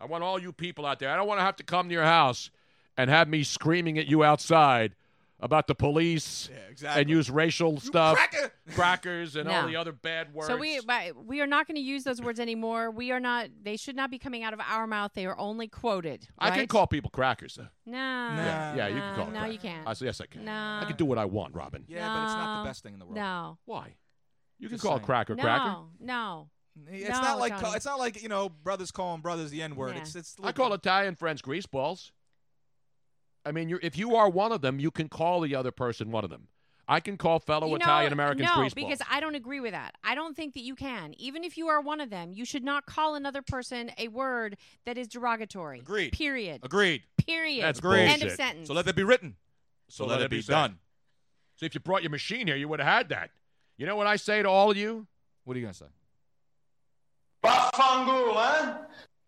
Speaker 1: I want all you people out there. I don't want to have to come to your house and have me screaming at you outside. about the police and
Speaker 2: exactly.
Speaker 1: use racial stuff, crackers, and all
Speaker 3: No.
Speaker 1: the other bad words.
Speaker 3: So we but we are not going to use those words anymore. We are not. They should not be coming out of our mouth. They are only quoted.
Speaker 1: I can
Speaker 3: right?
Speaker 1: call people crackers. though.
Speaker 3: No.
Speaker 1: yeah, yeah, you can
Speaker 3: no,
Speaker 1: call. them
Speaker 3: No,
Speaker 1: crackers.
Speaker 3: you can't.
Speaker 1: I say yes, I can. I
Speaker 3: No.
Speaker 1: can do what I want, Robin.
Speaker 2: Yeah, but it's not the
Speaker 3: No.
Speaker 2: best thing in the world.
Speaker 3: No.
Speaker 1: Why? You can
Speaker 2: Just
Speaker 1: call a
Speaker 2: saying.
Speaker 1: cracker
Speaker 3: No.
Speaker 1: cracker.
Speaker 3: No.
Speaker 2: It's
Speaker 3: No,
Speaker 2: not like
Speaker 3: Tony.
Speaker 2: it's not like you know brothers calling brothers the n word. It's it's.
Speaker 1: I call Italian friends greaseballs. I mean, you're, if you are one of them, you can call the other person one of them. I can call fellow
Speaker 3: You know,
Speaker 1: Italian Americans
Speaker 3: No,
Speaker 1: greaseballs.
Speaker 3: because I don't agree with that. I don't think that you can. Even if you are one of them, you should not call another person a word that is derogatory. Agreed. Period.
Speaker 2: Agreed.
Speaker 3: Period.
Speaker 1: That's
Speaker 3: End of
Speaker 1: bullshit.
Speaker 3: sentence.
Speaker 1: So let
Speaker 2: that be written.
Speaker 1: So
Speaker 2: let it be
Speaker 1: said.
Speaker 2: done.
Speaker 1: So if you brought your machine here, you would have had that. You know what I say to all of you?
Speaker 2: What are you gonna say?
Speaker 1: Bafangu, huh?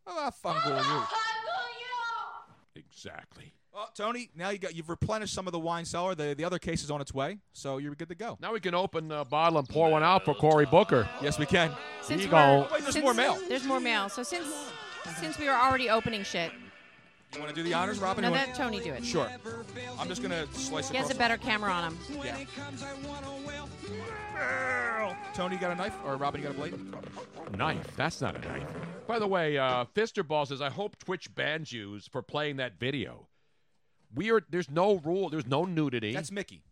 Speaker 2: Ah, fungal you.
Speaker 1: Exactly.
Speaker 2: Well, Oh, Tony, now you got you've replenished some of the wine cellar. The the other case is on its way, so you're good to go.
Speaker 1: Now we can open a bottle and pour one out for Cory Booker.
Speaker 2: Yes, we can.
Speaker 3: Since
Speaker 1: He
Speaker 3: we're-
Speaker 1: gone.
Speaker 3: since- There's more mail. So since since we were already opening shit,
Speaker 2: You want to do the honors, Robin?
Speaker 3: No,
Speaker 2: You wanna-
Speaker 3: let Tony do it.
Speaker 2: Sure. I'm just gonna slice.
Speaker 3: he has a
Speaker 2: across-
Speaker 3: better camera on him.
Speaker 2: Yeah. Tony, you got a knife, or Robin, you got a blade?
Speaker 1: Knife. That's not a knife. By the way, uh, Fisterball says, I hope Twitch bans you for playing that video. We are, there's no rule, there's no nudity.
Speaker 2: That's Mickey.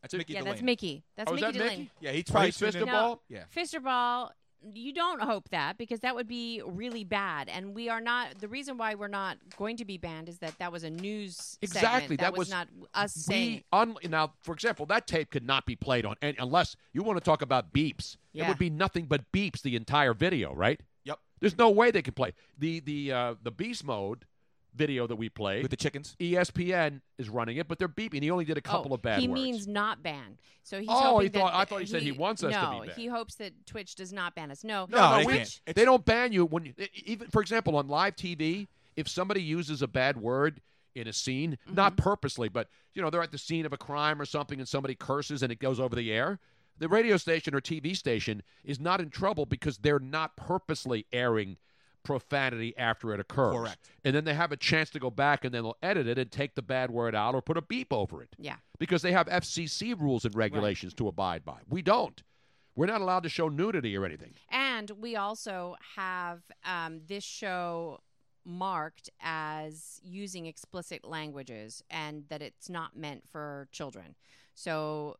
Speaker 2: That's Mickey.
Speaker 3: yeah, that's
Speaker 2: Delane.
Speaker 3: Mickey. That's
Speaker 1: Oh, is
Speaker 3: Mickey
Speaker 1: that
Speaker 3: Delane.
Speaker 1: Mickey?
Speaker 2: Yeah, he's
Speaker 1: Oh,
Speaker 2: probably
Speaker 1: he's
Speaker 2: tuned in.
Speaker 1: Fisterball? No.
Speaker 2: Yeah.
Speaker 3: Fisterball, you don't hope that because that would be really bad. And we are not. The reason why we're not going to be banned is that that was a news.
Speaker 1: Exactly.
Speaker 3: Segment. That,
Speaker 1: That was-
Speaker 3: was not us saying.
Speaker 1: We un- now, for example, that tape could not be played on and unless you want to talk about beeps. It
Speaker 3: Yeah.
Speaker 1: would be nothing but beeps the entire video, right?
Speaker 2: Yep.
Speaker 1: There's no way they could play the the uh, the beast mode video that we played E
Speaker 2: With the chickens.
Speaker 1: ESPN is running it, but they're beeping. He only did a couple
Speaker 3: Oh,
Speaker 1: of bad
Speaker 3: he
Speaker 1: words.
Speaker 3: means not banned. So he's
Speaker 1: Oh,
Speaker 3: hoping
Speaker 1: he thought-
Speaker 3: that
Speaker 1: I thought you said he wants us to
Speaker 3: no,
Speaker 1: be banned.
Speaker 3: he hopes that Twitch does not ban us. No,
Speaker 1: no,
Speaker 2: they
Speaker 1: we-
Speaker 2: can't.
Speaker 1: They don't ban you when you, e- even for example on live TV if somebody uses a bad word in a scene not
Speaker 2: Mm-hmm.
Speaker 1: purposely but you know they're at the scene of a crime or something and somebody curses and it goes over the air the radio station or TV station is not in trouble because they're not purposely airing profanity after it occurs
Speaker 2: Correct.
Speaker 1: and then they have a chance to go back and then they'll edit it and take the bad word out or put a beep over it
Speaker 3: Yeah.
Speaker 1: because they have FCC rules and regulations to abide by we don't we're not allowed to show nudity or anything
Speaker 3: And we also have um, this show marked as using explicit languages and that it's not meant for children. So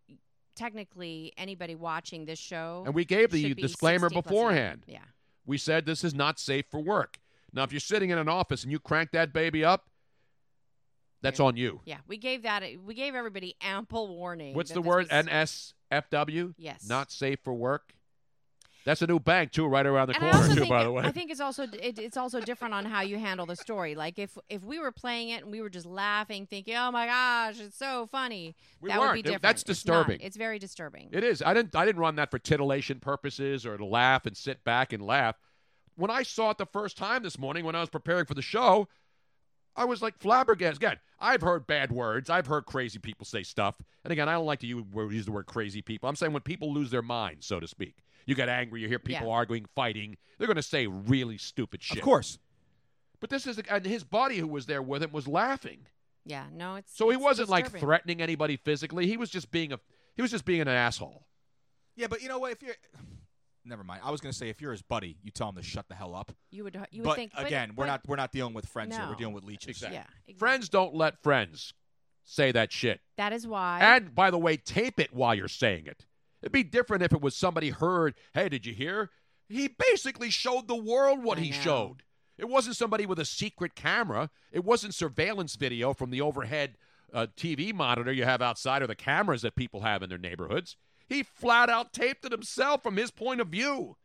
Speaker 3: technically, anybody watching this show.
Speaker 1: And we gave the
Speaker 3: should be
Speaker 1: disclaimer
Speaker 3: 60 plus
Speaker 1: beforehand.
Speaker 3: young. Yeah.
Speaker 1: We said this is not safe for work. Now, if you're sitting in an office and you crank that baby up, that's on you.
Speaker 3: Yeah. We gave that, we gave everybody ample warning.
Speaker 1: What's
Speaker 3: that
Speaker 1: the
Speaker 3: this
Speaker 1: word?
Speaker 3: was-
Speaker 1: NSFW?
Speaker 3: Yes.
Speaker 1: Not safe for work. That's a new bank too, right around the
Speaker 3: And I
Speaker 1: corner
Speaker 3: also
Speaker 1: too.
Speaker 3: think-
Speaker 1: by the way,
Speaker 3: I think it's also it, it's also different on how you handle the story. Like if if we were playing it and we were just laughing, thinking, "Oh my gosh, it's so funny,"
Speaker 1: We
Speaker 3: that would be
Speaker 1: weren't. It-
Speaker 3: different.
Speaker 1: that's
Speaker 3: It's not.
Speaker 1: disturbing.
Speaker 3: It's, very disturbing.
Speaker 1: it is. I didn't. I didn't run that for titillation purposes or to laugh and sit back and laugh. When I saw it the first time this morning, when I was preparing for the show, I was like flabbergasted. Again, I've heard bad words. I've heard crazy people say stuff. And again, I don't like to u- wor- use the word crazy people. I'm saying when people lose their minds, so to speak. You get angry. You hear people
Speaker 3: Yeah.
Speaker 1: arguing, fighting. They're going to say really stupid shit.
Speaker 2: Of course.
Speaker 1: But this is and his buddy who was there with him was laughing.
Speaker 3: yeah, no, it's
Speaker 1: So he
Speaker 3: it's
Speaker 1: wasn't like
Speaker 3: disturbing.
Speaker 1: threatening anybody physically. He was just being a he was just being an asshole.
Speaker 2: Yeah, but you know what? If you're, never mind. I was gonna say if you're his buddy, you tell him to shut the hell up.
Speaker 3: You would you would
Speaker 2: but
Speaker 3: think but-
Speaker 2: again, we're
Speaker 3: but-
Speaker 2: not we're not dealing with friends here. We're
Speaker 3: No.
Speaker 2: dealing with leeches.
Speaker 1: Exactly.
Speaker 3: Yeah, exactly.
Speaker 1: Friends don't let friends say that shit.
Speaker 3: That is why.
Speaker 1: And by the way, tape it while you're saying it. It'd be different if it was somebody heard, hey, did you hear? He basically showed the world what
Speaker 3: I
Speaker 1: he
Speaker 3: know.
Speaker 1: showed. It wasn't somebody with a secret camera. It wasn't surveillance video from the overhead uh, TV monitor you have outside or the cameras that people have in their neighborhoods. He flat out taped it himself from his point of view.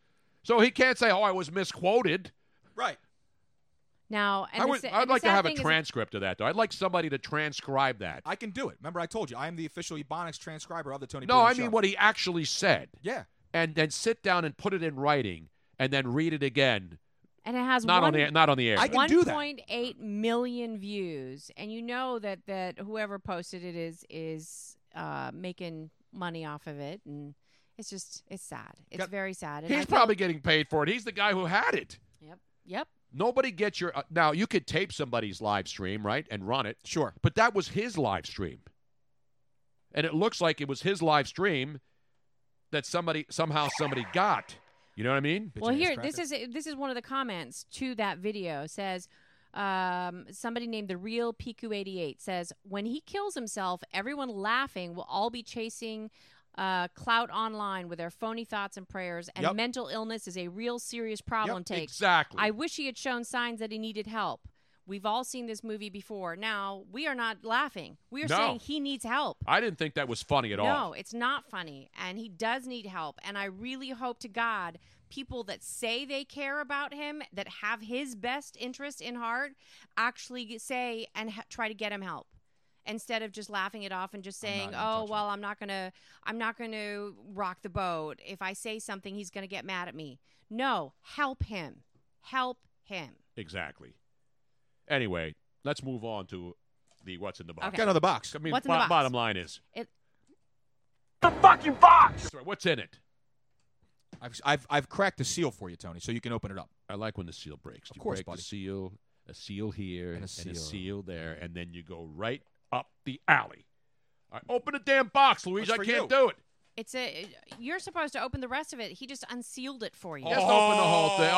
Speaker 1: So he can't say, oh, I was misquoted.
Speaker 2: Right.
Speaker 3: now, and
Speaker 1: I
Speaker 3: the
Speaker 1: would,
Speaker 3: sa-
Speaker 1: I'd
Speaker 3: and the
Speaker 1: like to
Speaker 3: sad
Speaker 1: have a
Speaker 3: thing is-
Speaker 1: transcript of that, though. I'd like somebody to transcribe that.
Speaker 2: I can do it. Remember, I told you I am the official Ebonics transcriber of the Tony.
Speaker 1: No,
Speaker 2: Bruno
Speaker 1: I
Speaker 2: Show.
Speaker 1: mean what he actually said.
Speaker 2: Yeah.
Speaker 1: and then sit down and put it in writing and then read it again.
Speaker 3: and it has
Speaker 1: Not
Speaker 3: one,
Speaker 1: on the not on the air.
Speaker 2: I can do that.
Speaker 3: 1.8 million views, and you know that that whoever posted it is is uh, making money off of it, and it's just it's sad. It's
Speaker 2: Got-
Speaker 3: very sad. And I
Speaker 1: He's
Speaker 3: feel-
Speaker 1: probably getting paid for it. He's the guy who had it.
Speaker 3: yep, yep.
Speaker 1: Nobody gets your uh, now. You could tape somebody's live stream, right, and run it.
Speaker 2: Sure.
Speaker 1: But that was his live stream. and it looks like it was his live stream that somebody somehow somebody got. You know what I mean?
Speaker 3: Well, here this is this is one of the comments to that video says um, somebody named the real Piku eighty eight says when he kills himself, everyone laughing will all be chasing. Uh, clout online with their phony thoughts and prayers, and
Speaker 1: Yep.
Speaker 3: mental illness is a real serious problem.
Speaker 1: Yep,
Speaker 3: take
Speaker 1: exactly.
Speaker 3: I wish he had shown signs that he needed help. We've all seen this movie before. Now we are not laughing. We are
Speaker 1: No.
Speaker 3: saying he needs help.
Speaker 1: I didn't think that was funny at
Speaker 3: no,
Speaker 1: all.
Speaker 3: it's not funny. And he does need help. And I really hope to God people that say they care about him, that have his best interest in heart, actually say and ha- try to get him help instead of just laughing it off and just saying oh well i'm not gonna i'm not gonna rock the boat if i say something he's gonna get mad at me no help him help him
Speaker 1: Exactly. Anyway, let's move on to the what's in the box.
Speaker 3: Okay. Got another
Speaker 2: box.
Speaker 1: I mean,
Speaker 3: What's in the
Speaker 1: bo-
Speaker 3: box?
Speaker 1: bottom line is
Speaker 3: It-
Speaker 1: the fucking box. What's in it?
Speaker 2: I've, I've, I've cracked the seal for you, Tony, so you can open it up.
Speaker 1: I like when the seal breaks.
Speaker 2: Of course,
Speaker 1: break
Speaker 2: buddy.
Speaker 1: the seal, a seal here, and a seal.
Speaker 2: seal.
Speaker 1: there, and then you go right up the alley. All right, open the damn box, Luigi. I can't do it.
Speaker 3: it's a you're supposed to open the rest of it he just unsealed it for you
Speaker 1: Just open the whole thing.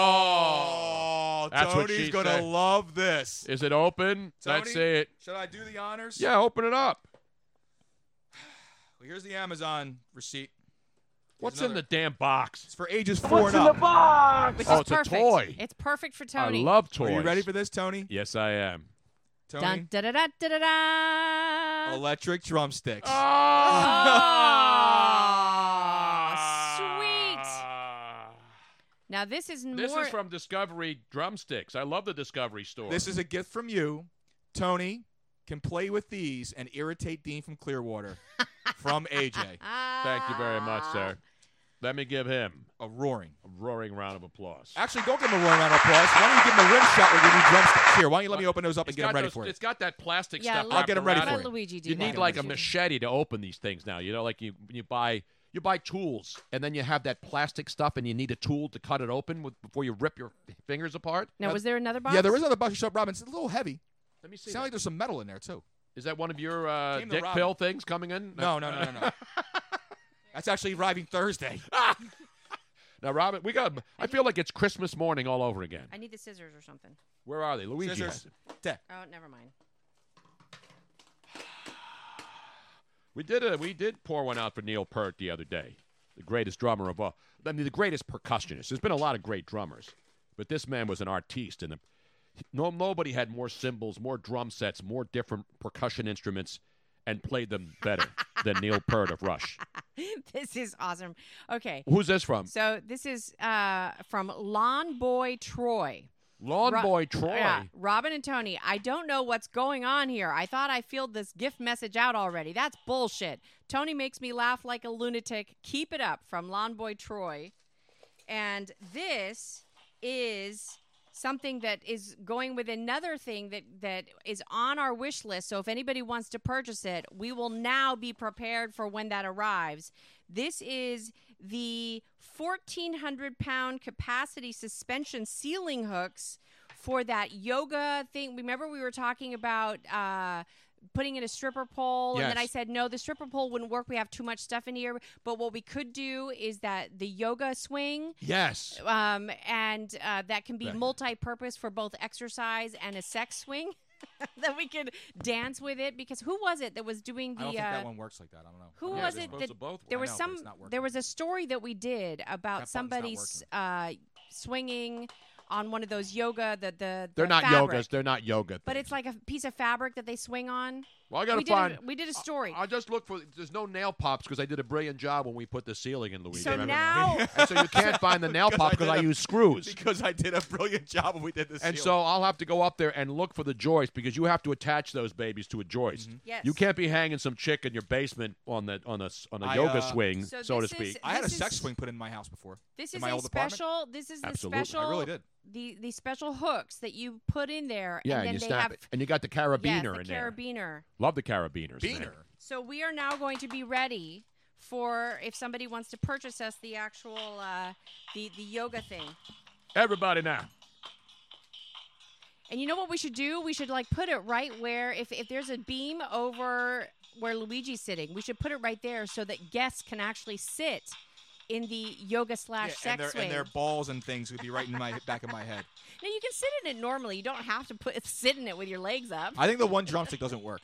Speaker 1: Oh, that's what
Speaker 2: Tony's
Speaker 1: she's
Speaker 2: gonna love this.
Speaker 1: Is it open? That's
Speaker 2: Tony,
Speaker 1: it.
Speaker 2: Should I do the honors?
Speaker 1: Yeah, open it up.
Speaker 2: Well, here's the Amazon receipt.
Speaker 1: What's in the damn box? It's
Speaker 2: for ages four and up.
Speaker 3: Which
Speaker 1: oh,
Speaker 3: is
Speaker 1: it's
Speaker 3: perfect.
Speaker 1: a toy.
Speaker 3: It's perfect for Tony.
Speaker 1: I love toys.
Speaker 2: Are you ready for this, Tony?
Speaker 1: Yes, I am.
Speaker 3: Dun,
Speaker 2: Tony,
Speaker 3: da, da, da, da, da, da.
Speaker 2: electric drumsticks.
Speaker 1: Oh.
Speaker 3: Oh, Sweet. Now this is
Speaker 1: This
Speaker 3: more.
Speaker 1: is from Discovery Drumsticks. I love the Discovery store.
Speaker 2: This is a gift from you, Tony. Can play with these and irritate Dean from Clearwater. from AJ.
Speaker 1: Thank you very much, sir. Let me give him
Speaker 2: a roaring,
Speaker 1: a roaring round of applause.
Speaker 2: Actually, don't give him a roaring round of applause. Why don't you give him a rim shot with your new drumsticks? Here, why don't you let me open those up and
Speaker 1: It's
Speaker 2: get them
Speaker 1: got
Speaker 2: ready
Speaker 1: those-
Speaker 2: for you?
Speaker 1: It's got that plastic
Speaker 3: Yeah,
Speaker 1: stuff.
Speaker 3: let- I'll
Speaker 2: get 'em ready
Speaker 1: wrapped
Speaker 2: for
Speaker 1: around
Speaker 3: you. Let Luigi do
Speaker 1: You
Speaker 3: that.
Speaker 1: need
Speaker 3: Let
Speaker 1: like a
Speaker 3: Luigi.
Speaker 1: machete to open these things now. You know, like you you buy you buy tools and then you have that plastic stuff and you need a tool to cut it open with, before you rip your fingers apart.
Speaker 3: now, was there another box?
Speaker 2: Yeah, there is another box of Shop Robin. It's a little heavy.
Speaker 1: Let me see.
Speaker 2: Sounds like there's some metal in there too.
Speaker 1: Is that one of your uh,
Speaker 2: Came to
Speaker 1: dick
Speaker 2: Robin.
Speaker 1: pill things coming in?
Speaker 2: No, no, no, no, no. That's actually arriving Thursday.
Speaker 1: now, Robin, we got. I feel like it's Christmas morning all over again.
Speaker 3: I need the scissors or something.
Speaker 1: Where are they, Luigi?
Speaker 2: Scissors. Deck.
Speaker 3: Oh, never mind.
Speaker 1: We did a we did pour one out for Neil Peart the other day, the greatest drummer of all. I mean, the greatest percussionist. There's been a lot of great drummers, but this man was an artiste, and the, no nobody had more cymbals, more drum sets, more different percussion instruments, and played them better than Neil Peart of Rush.
Speaker 3: this is awesome. Okay.
Speaker 1: Who's this from?
Speaker 3: So this is uh, from Lawn Boy Troy.
Speaker 1: Lawn
Speaker 3: Ro-
Speaker 1: Boy Troy.
Speaker 3: Yeah, Robin and Tony, I don't know what's going on here. I thought I filled this gift message out already. That's bullshit. Tony makes me laugh like a lunatic. Keep it up from Lawn Boy Troy. And this is something that is going with another thing that that is on our wish list. So if anybody wants to purchase it, we will now be prepared for when that arrives. This is the 1400 pound capacity suspension ceiling hooks for that yoga thing. Remember we were talking about uh putting in a stripper pole and then I
Speaker 1: Yes.
Speaker 3: said no the stripper pole wouldn't work we have too much stuff in here but what we could do is that the yoga swing
Speaker 1: Yes.
Speaker 3: um, and uh, that can be
Speaker 1: Right.
Speaker 3: multi-purpose for both exercise and a sex swing. that we could dance with it because who was it that was doing
Speaker 2: I don't
Speaker 3: the?
Speaker 2: think that
Speaker 3: Uh,
Speaker 2: one works like that. I don't know.
Speaker 3: who
Speaker 1: Yeah,
Speaker 3: was
Speaker 1: they're
Speaker 3: it
Speaker 1: supposed
Speaker 3: that
Speaker 1: to both
Speaker 3: there
Speaker 2: work.
Speaker 3: was
Speaker 2: I know, but
Speaker 3: some?
Speaker 2: it's not working.
Speaker 3: There was a story that we did about
Speaker 2: That button's not
Speaker 3: somebody s- uh, swinging on one of those yoga. The the, the
Speaker 1: They're not
Speaker 3: fabric.
Speaker 1: yogas. They're not yoga.
Speaker 3: but
Speaker 1: things.
Speaker 3: it's like a piece of fabric that they swing on.
Speaker 1: Well, I gotta
Speaker 3: we
Speaker 1: find.
Speaker 3: Did a, we did a story.
Speaker 1: I just look for. There's no nail pops because I did a brilliant job when we put the ceiling in, Luigi.
Speaker 3: so
Speaker 1: remember?
Speaker 3: now,
Speaker 1: and so you can't find the nail pop because I,
Speaker 2: did a-
Speaker 1: use screws.
Speaker 2: Because I did a brilliant job when we did this.
Speaker 1: And so I'll have to go up there and look for the joist because you have to attach those babies to a joist.
Speaker 3: Yes.
Speaker 1: You can't be hanging some chick in your basement on the on a s- on a
Speaker 2: I,
Speaker 1: yoga
Speaker 2: uh,
Speaker 1: swing,
Speaker 3: So
Speaker 1: so,
Speaker 3: this
Speaker 1: to
Speaker 3: is-
Speaker 1: speak.
Speaker 2: I had a
Speaker 3: this
Speaker 2: sex
Speaker 3: is-
Speaker 2: swing put in my house before.
Speaker 3: This
Speaker 2: in
Speaker 3: is
Speaker 2: my
Speaker 3: a
Speaker 2: old apartment.
Speaker 3: special. This is
Speaker 1: Absolutely. I
Speaker 3: the special.
Speaker 2: really did.
Speaker 3: The the special hooks that you put in there,
Speaker 1: yeah,
Speaker 3: and then
Speaker 1: and you
Speaker 3: they
Speaker 1: snap
Speaker 3: have
Speaker 1: it, and you got the carabiner
Speaker 3: yes,
Speaker 1: in
Speaker 3: the
Speaker 1: there.
Speaker 3: carabiner.
Speaker 1: Love the carabiners. man.
Speaker 2: Beaner.
Speaker 3: So we are now going to be ready for if somebody wants to purchase us the actual uh, the the yoga thing.
Speaker 1: Everybody now.
Speaker 3: And you know what we should do? We should like put it right where if, if there's a beam over where Luigi's sitting, we should put it right there so that guests can actually sit in the yoga slash
Speaker 2: Yeah, and,
Speaker 3: sex
Speaker 2: their,
Speaker 3: swing.
Speaker 2: and their balls and things would be right in my back of my head.
Speaker 3: No, you can sit in it normally. You don't have to put sit in it with your legs up.
Speaker 2: I think the one drumstick doesn't work.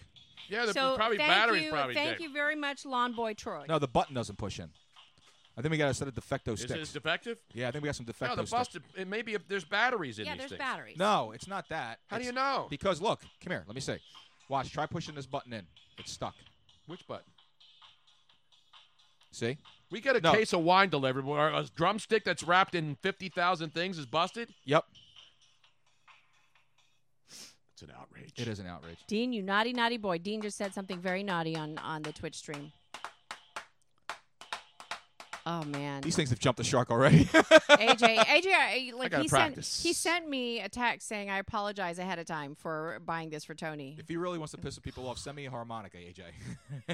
Speaker 1: Yeah,
Speaker 2: the-
Speaker 3: so
Speaker 1: probably
Speaker 3: thank
Speaker 1: battery's
Speaker 3: you,
Speaker 1: probably
Speaker 3: Thank
Speaker 1: dead.
Speaker 3: you very much, Lawn Boy Troy.
Speaker 2: No, the button doesn't push in. I think we got to set a defecto
Speaker 1: Is
Speaker 2: sticks.
Speaker 1: it defective?
Speaker 2: yeah, I think we got some defecto
Speaker 1: no, the
Speaker 2: sticks.
Speaker 1: busted. It maybe if there's batteries in
Speaker 3: Yeah,
Speaker 1: these
Speaker 3: there's
Speaker 1: things.
Speaker 3: batteries.
Speaker 2: No, it's not that.
Speaker 1: How do
Speaker 2: It's-
Speaker 1: you know?
Speaker 2: Because look, come here. Let me see. Watch. Try pushing this button in. It's stuck.
Speaker 1: Which button?
Speaker 2: See?
Speaker 1: We get a
Speaker 2: No.
Speaker 1: case of wine delivered. Where a drumstick that's wrapped in fifty thousand things is busted.
Speaker 2: Yep.
Speaker 1: It's an outrage.
Speaker 2: It is an outrage.
Speaker 3: Dean, you naughty naughty boy. Dean just said something very naughty on on the Twitch stream. Oh man.
Speaker 2: These things have jumped the shark already.
Speaker 3: AJ, AJ, I- like
Speaker 2: gotta
Speaker 3: he
Speaker 2: practice.
Speaker 3: sent he sent me a text saying I apologize ahead of time for buying this for Tony.
Speaker 2: if he really wants to piss some people off, send me a harmonica, AJ.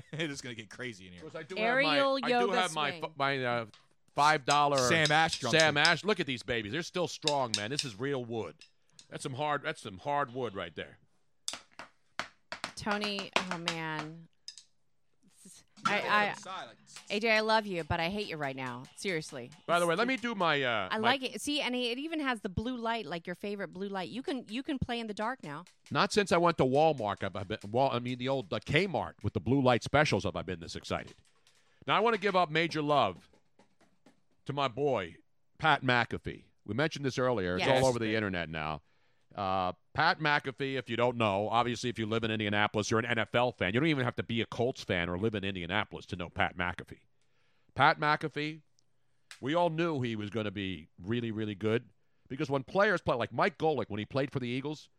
Speaker 2: it is going to get crazy in here.
Speaker 1: I do
Speaker 3: Aerial
Speaker 1: have my, I do
Speaker 3: yoga
Speaker 1: have my
Speaker 3: swing.
Speaker 1: f- my uh, five dollar
Speaker 2: Sam Ash drumstick.
Speaker 1: Sam Ash. Look at these babies. They're still strong, man. This is real wood. That's some hard. That's some hard wood right there.
Speaker 3: Tony, oh man. This is- I, I, AJ, I love you, but I hate you right now. Seriously.
Speaker 1: By the way, let me do my. Uh,
Speaker 3: I like it. See, and it even has the blue light, like your favorite blue light. You can you can play in the dark now.
Speaker 1: Not since I went to Walmart. I've I've been. Wal, I mean, the old uh, Kmart with the blue light specials. Have I been this excited? Now I want to give up major love to my boy Pat McAfee. We mentioned this earlier. It's
Speaker 13: Yes.
Speaker 1: all over the internet now. Uh, Pat McAfee, if you don't know, obviously, if you live in Indianapolis, you're an NFL fan. You don't even have to be a Colts fan or live in Indianapolis to know Pat McAfee. Pat McAfee, we all knew he was going to be really, really good because when players play, like Mike Golick, when he played for the Eagles,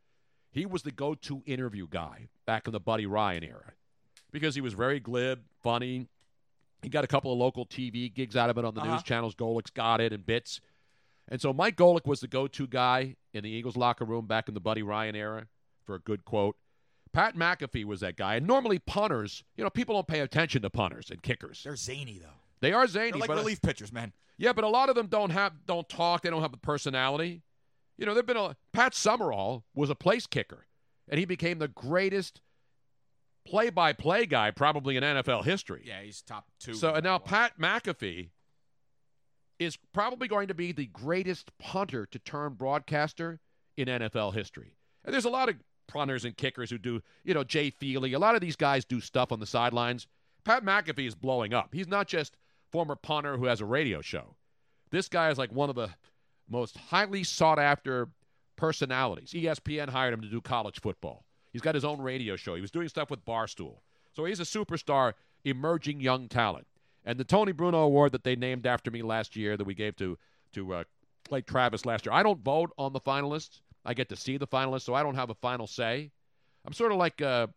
Speaker 1: he was the go to interview guy back in the Buddy Ryan era because he was very glib, funny. He got a couple of local TV gigs out of it on the
Speaker 13: Uh-huh.
Speaker 1: news channels. Golick's got it and bits. And so Mike Golick was the go to guy in the Eagles locker room back in the Buddy Ryan era for a good quote. Pat McAfee was that guy. And normally punters, you know, people don't pay attention to punters and kickers.
Speaker 2: They're zany though.
Speaker 1: They are zany.
Speaker 2: They're like
Speaker 1: but
Speaker 2: relief pitchers, man.
Speaker 1: yeah, but a lot of them don't have don't talk. They don't have a personality. You know, there've been a Pat Summerall was a place kicker, and he became the greatest play-by-play guy probably in NFL history.
Speaker 2: Yeah, he's top two.
Speaker 1: So and now Pat McAfee is probably going to be the greatest punter to turn broadcaster in NFL history. And there's a lot of punters and kickers who do, you know, Jay Feely. A lot of these guys do stuff on the sidelines. Pat McAfee is blowing up. He's not just former punter who has a radio show. This guy is like one of the most highly sought after personalities. E ESPN hired him to do college football. He's got his own radio show. He was doing stuff with Barstool. So he's a superstar, emerging young talent. And the Tony Bruno Award that they named after me last year that we gave to to uh, Clay Travis last year. I don't vote on the finalists. I get to see the finalists, so I don't have a final say. I'm sort of like uh,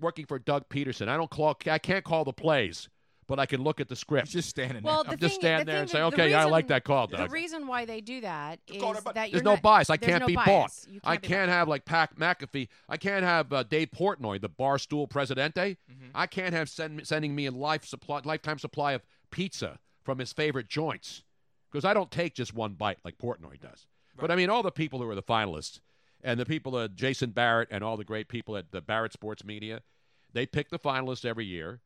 Speaker 1: working for Doug Peterson. I don't call, I can't call the plays, but I can look at the script.
Speaker 2: just standing
Speaker 3: Well,
Speaker 1: I'm
Speaker 3: the
Speaker 1: just
Speaker 3: thing-
Speaker 1: standing
Speaker 3: the
Speaker 1: there and
Speaker 3: thing-
Speaker 1: say,
Speaker 3: the
Speaker 1: okay, yeah, I
Speaker 3: reason-
Speaker 1: like that call,
Speaker 3: The
Speaker 1: Doug.
Speaker 3: reason why they do that is that you're
Speaker 1: There's no
Speaker 3: not-
Speaker 1: bias. I
Speaker 3: there's
Speaker 1: can't
Speaker 3: no
Speaker 1: be
Speaker 3: bias.
Speaker 1: bought.
Speaker 3: You
Speaker 1: I
Speaker 3: be
Speaker 1: can't have like Pat McAfee. I can't have uh, Dave Portnoy, the barstool presidente. I can't have send, sending me a life supply, lifetime supply of pizza from his favorite joints because I don't take just one bite like Portnoy does. But I mean, all the people who are the finalists and the people at Jason Barrett and all the great people at the Barrett Sports Media, they pick the finalists every year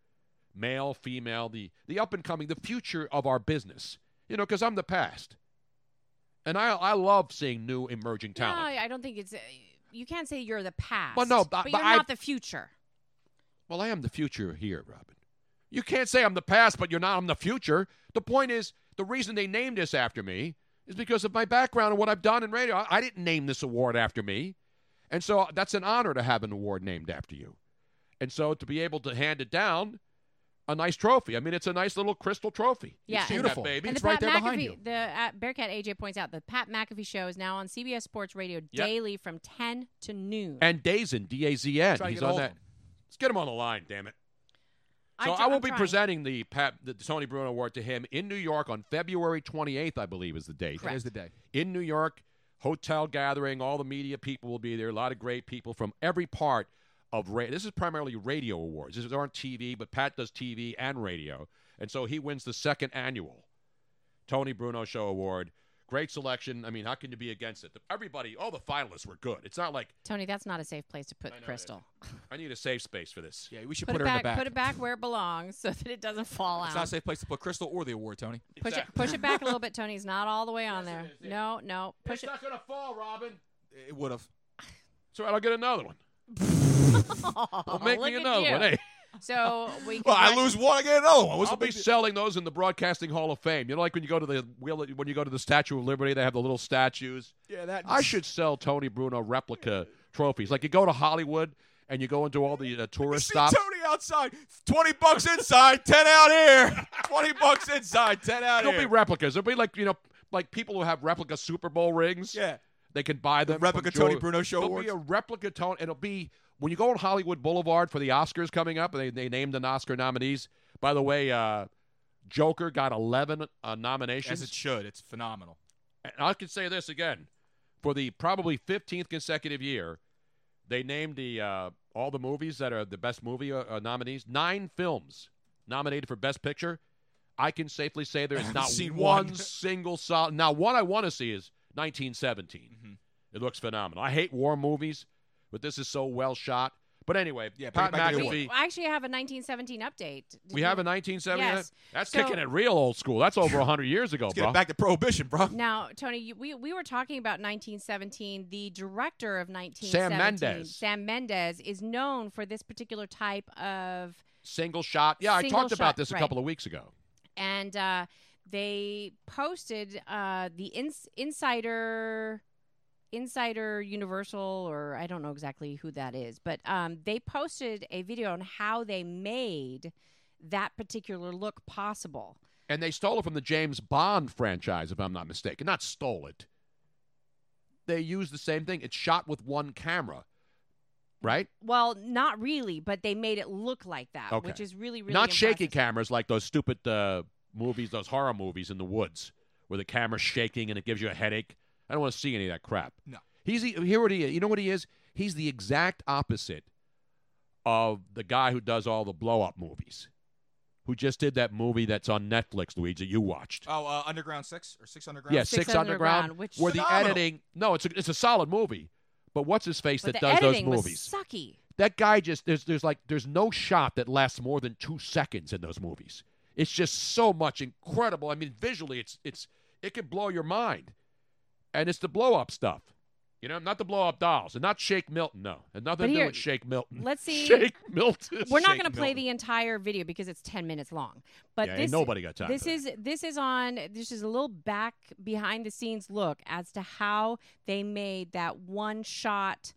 Speaker 1: male, female, the, the up and coming, the future of our business. You know, because I'm the past. And I, I love seeing new emerging
Speaker 3: No,
Speaker 1: talent.
Speaker 3: I don't think it's. uh, You can't say you're the past.
Speaker 1: Well, no, but-
Speaker 3: but,
Speaker 1: but
Speaker 3: you're
Speaker 1: I-
Speaker 3: not the future.
Speaker 1: Well, I am the future here, Robin. You can't say I'm the past, but you're not. I'm the future. The point is, the reason they named this after me is because of my background and what I've done in radio. I, I didn't name this award after me, and so uh, that's an honor to have an award named after you, and so to be able to hand it down, a nice trophy. I mean, it's a nice little crystal trophy.
Speaker 3: Yeah,
Speaker 1: You've seen
Speaker 2: beautiful.
Speaker 1: that, baby.
Speaker 3: And the Pat McAfee, The uh, Bearcat AJ points out the Pat McAfee show is now on CBS Sports Radio
Speaker 1: Yep.
Speaker 3: daily from 10 to noon.
Speaker 1: and Dazen, D A Z N.
Speaker 3: Try to
Speaker 1: He's
Speaker 3: get
Speaker 1: on
Speaker 3: hold of
Speaker 1: that. Let's get him on the line, damn it.
Speaker 3: I
Speaker 1: So
Speaker 3: tr-
Speaker 1: I will
Speaker 3: I'm
Speaker 1: be
Speaker 3: trying.
Speaker 1: presenting the Pat, the Tony Bruno Award to him in New York on February 28th, I believe, is the date.
Speaker 2: Correct. That is the day.
Speaker 1: In New York, hotel gathering. All the media people will be there. A lot of great people from every part of radio. This is primarily radio awards. This aren't TV, but Pat does TV and radio, and so he wins the second annual Tony Bruno Show Award. Great selection. I mean, how can you be against it? The- everybody, all the finalists were good. It's not like
Speaker 3: Tony, that's not a safe place to put
Speaker 1: it
Speaker 3: Crystal.
Speaker 1: I need a safe space for this.
Speaker 2: Yeah, we should
Speaker 3: Put, it back, Put it back where it belongs so that it doesn't fall
Speaker 2: It's
Speaker 3: out.
Speaker 2: not a safe place to put Crystal or the award, Tony.
Speaker 3: Push it, push it back a little bit, Tony. It's not all the way on there. No, no. Push
Speaker 1: it's not gonna fall, Robin.
Speaker 2: It would have.
Speaker 1: It's all right. I'll get another one.
Speaker 3: well,
Speaker 1: make
Speaker 3: look
Speaker 1: me
Speaker 3: at
Speaker 1: another
Speaker 3: you.
Speaker 1: one. Hey.
Speaker 3: So we. congrat-
Speaker 2: one, I get another one. What's
Speaker 1: I'll
Speaker 2: the
Speaker 1: be selling those in the Broadcasting Hall of Fame. You know, like when you go to the wheel- when you go to the Statue of Liberty, they have the little statues.
Speaker 2: Yeah, that.
Speaker 1: I should sell Tony Bruno replica trophies. Like you go to Hollywood and you go into all the uh, tourist stops.
Speaker 2: Tony outside. Twenty bucks inside, ten out here. Twenty bucks inside, ten out
Speaker 1: There'll be
Speaker 2: here.
Speaker 1: replicas. There'll be like you know, like people who have replica Super Bowl rings.
Speaker 2: Yeah.
Speaker 1: they can buy them.
Speaker 2: replica
Speaker 1: from
Speaker 2: Tony
Speaker 1: jewel-
Speaker 2: Bruno Show
Speaker 1: There'll be a
Speaker 2: Awards.
Speaker 1: replica Tony. and It'll be when you go on Hollywood Boulevard for the Oscars coming up, and they they named an Oscar nominees. By the way, uh, Joker got eleven uh, nominations.
Speaker 2: As it should. It's phenomenal.
Speaker 1: And I can say this again, for the probably 15th consecutive year, they named the uh, all the movies that are the best movie uh, uh, nominees. Nine films nominated for Best Picture. I can safely say there
Speaker 2: I
Speaker 1: is
Speaker 2: haven't
Speaker 1: not
Speaker 2: seen
Speaker 1: one,
Speaker 2: one.
Speaker 1: single solid. Now, one I want to see is 1917.
Speaker 2: Mm-hmm.
Speaker 1: It looks phenomenal. I hate war movies, but this is so well shot. But anyway,
Speaker 2: Yeah, bring
Speaker 1: Pat
Speaker 2: it back to the
Speaker 1: McAfee.
Speaker 3: Well, I actually have a 1917 update. Did
Speaker 1: We
Speaker 3: you-
Speaker 1: have a 1970.
Speaker 3: Yes.
Speaker 1: That's
Speaker 3: So-
Speaker 1: kicking it real old school. That's over 100 years ago,
Speaker 2: Let's
Speaker 1: bro.
Speaker 2: get it back to prohibition, bro.
Speaker 3: Now, Tony, you, we we were talking about 1917. The director of 1917,
Speaker 1: Mendes.
Speaker 3: Sam Mendes, is known for this particular type of,
Speaker 1: Single shot. Yeah, I
Speaker 3: Single
Speaker 1: talked about
Speaker 3: shot,
Speaker 1: this a
Speaker 3: right.
Speaker 1: couple of weeks ago.
Speaker 3: and uh, they posted uh, the ins- insider. Insider Universal, or I don't know exactly who that is, but um, they posted a video on how they made that particular look possible.
Speaker 1: And they stole it from the James Bond franchise, if I'm not mistaken. Not stole it. They used the same thing. It's shot with one camera, right?
Speaker 3: Well, not really, but they made it look like that, Uh,
Speaker 1: Okay.
Speaker 3: which is really, really
Speaker 1: not shaky
Speaker 3: impressive.
Speaker 1: cameras like those stupid uh, movies, those horror movies in the woods where the camera's shaking and it gives you a headache. I don't want to see any of that crap.
Speaker 2: No.
Speaker 1: He's the, here what he is. You know what he is? He's the exact opposite of the guy who does all the blow up movies. Who just did that movie that's on Netflix, Luigi, that you watched.
Speaker 2: Oh, uh, Underground Six or Six Underground.
Speaker 1: Yeah,
Speaker 3: Six
Speaker 1: Six, Underground,
Speaker 3: Underground, which-
Speaker 1: where the
Speaker 2: Phenomenal.
Speaker 1: editing. No, it's a, it's a solid movie, but what's his face
Speaker 3: But
Speaker 1: that
Speaker 3: the
Speaker 1: does those
Speaker 3: editing was
Speaker 1: movies?
Speaker 3: sucky.
Speaker 1: that guy just there's there's like there's no shot that lasts more than two seconds in those movies. It's just so much incredible. I mean, visually, it's it's it could blow your mind, and it's the blow up stuff. You know, not the blow up dolls, and not Shake Milton. No, and nothing
Speaker 3: But
Speaker 1: to do
Speaker 3: here-
Speaker 1: with Shake Milton.
Speaker 3: let's see-
Speaker 1: Shake Milton.
Speaker 3: We're not
Speaker 2: Shake
Speaker 3: going to play
Speaker 2: Milton.
Speaker 3: the entire video because it's 10 minutes long. But
Speaker 1: Yeah, ain't
Speaker 3: this
Speaker 1: nobody got time
Speaker 3: This
Speaker 1: for that.
Speaker 3: is this is on this is a little back behind the scenes look as to how they made that one shot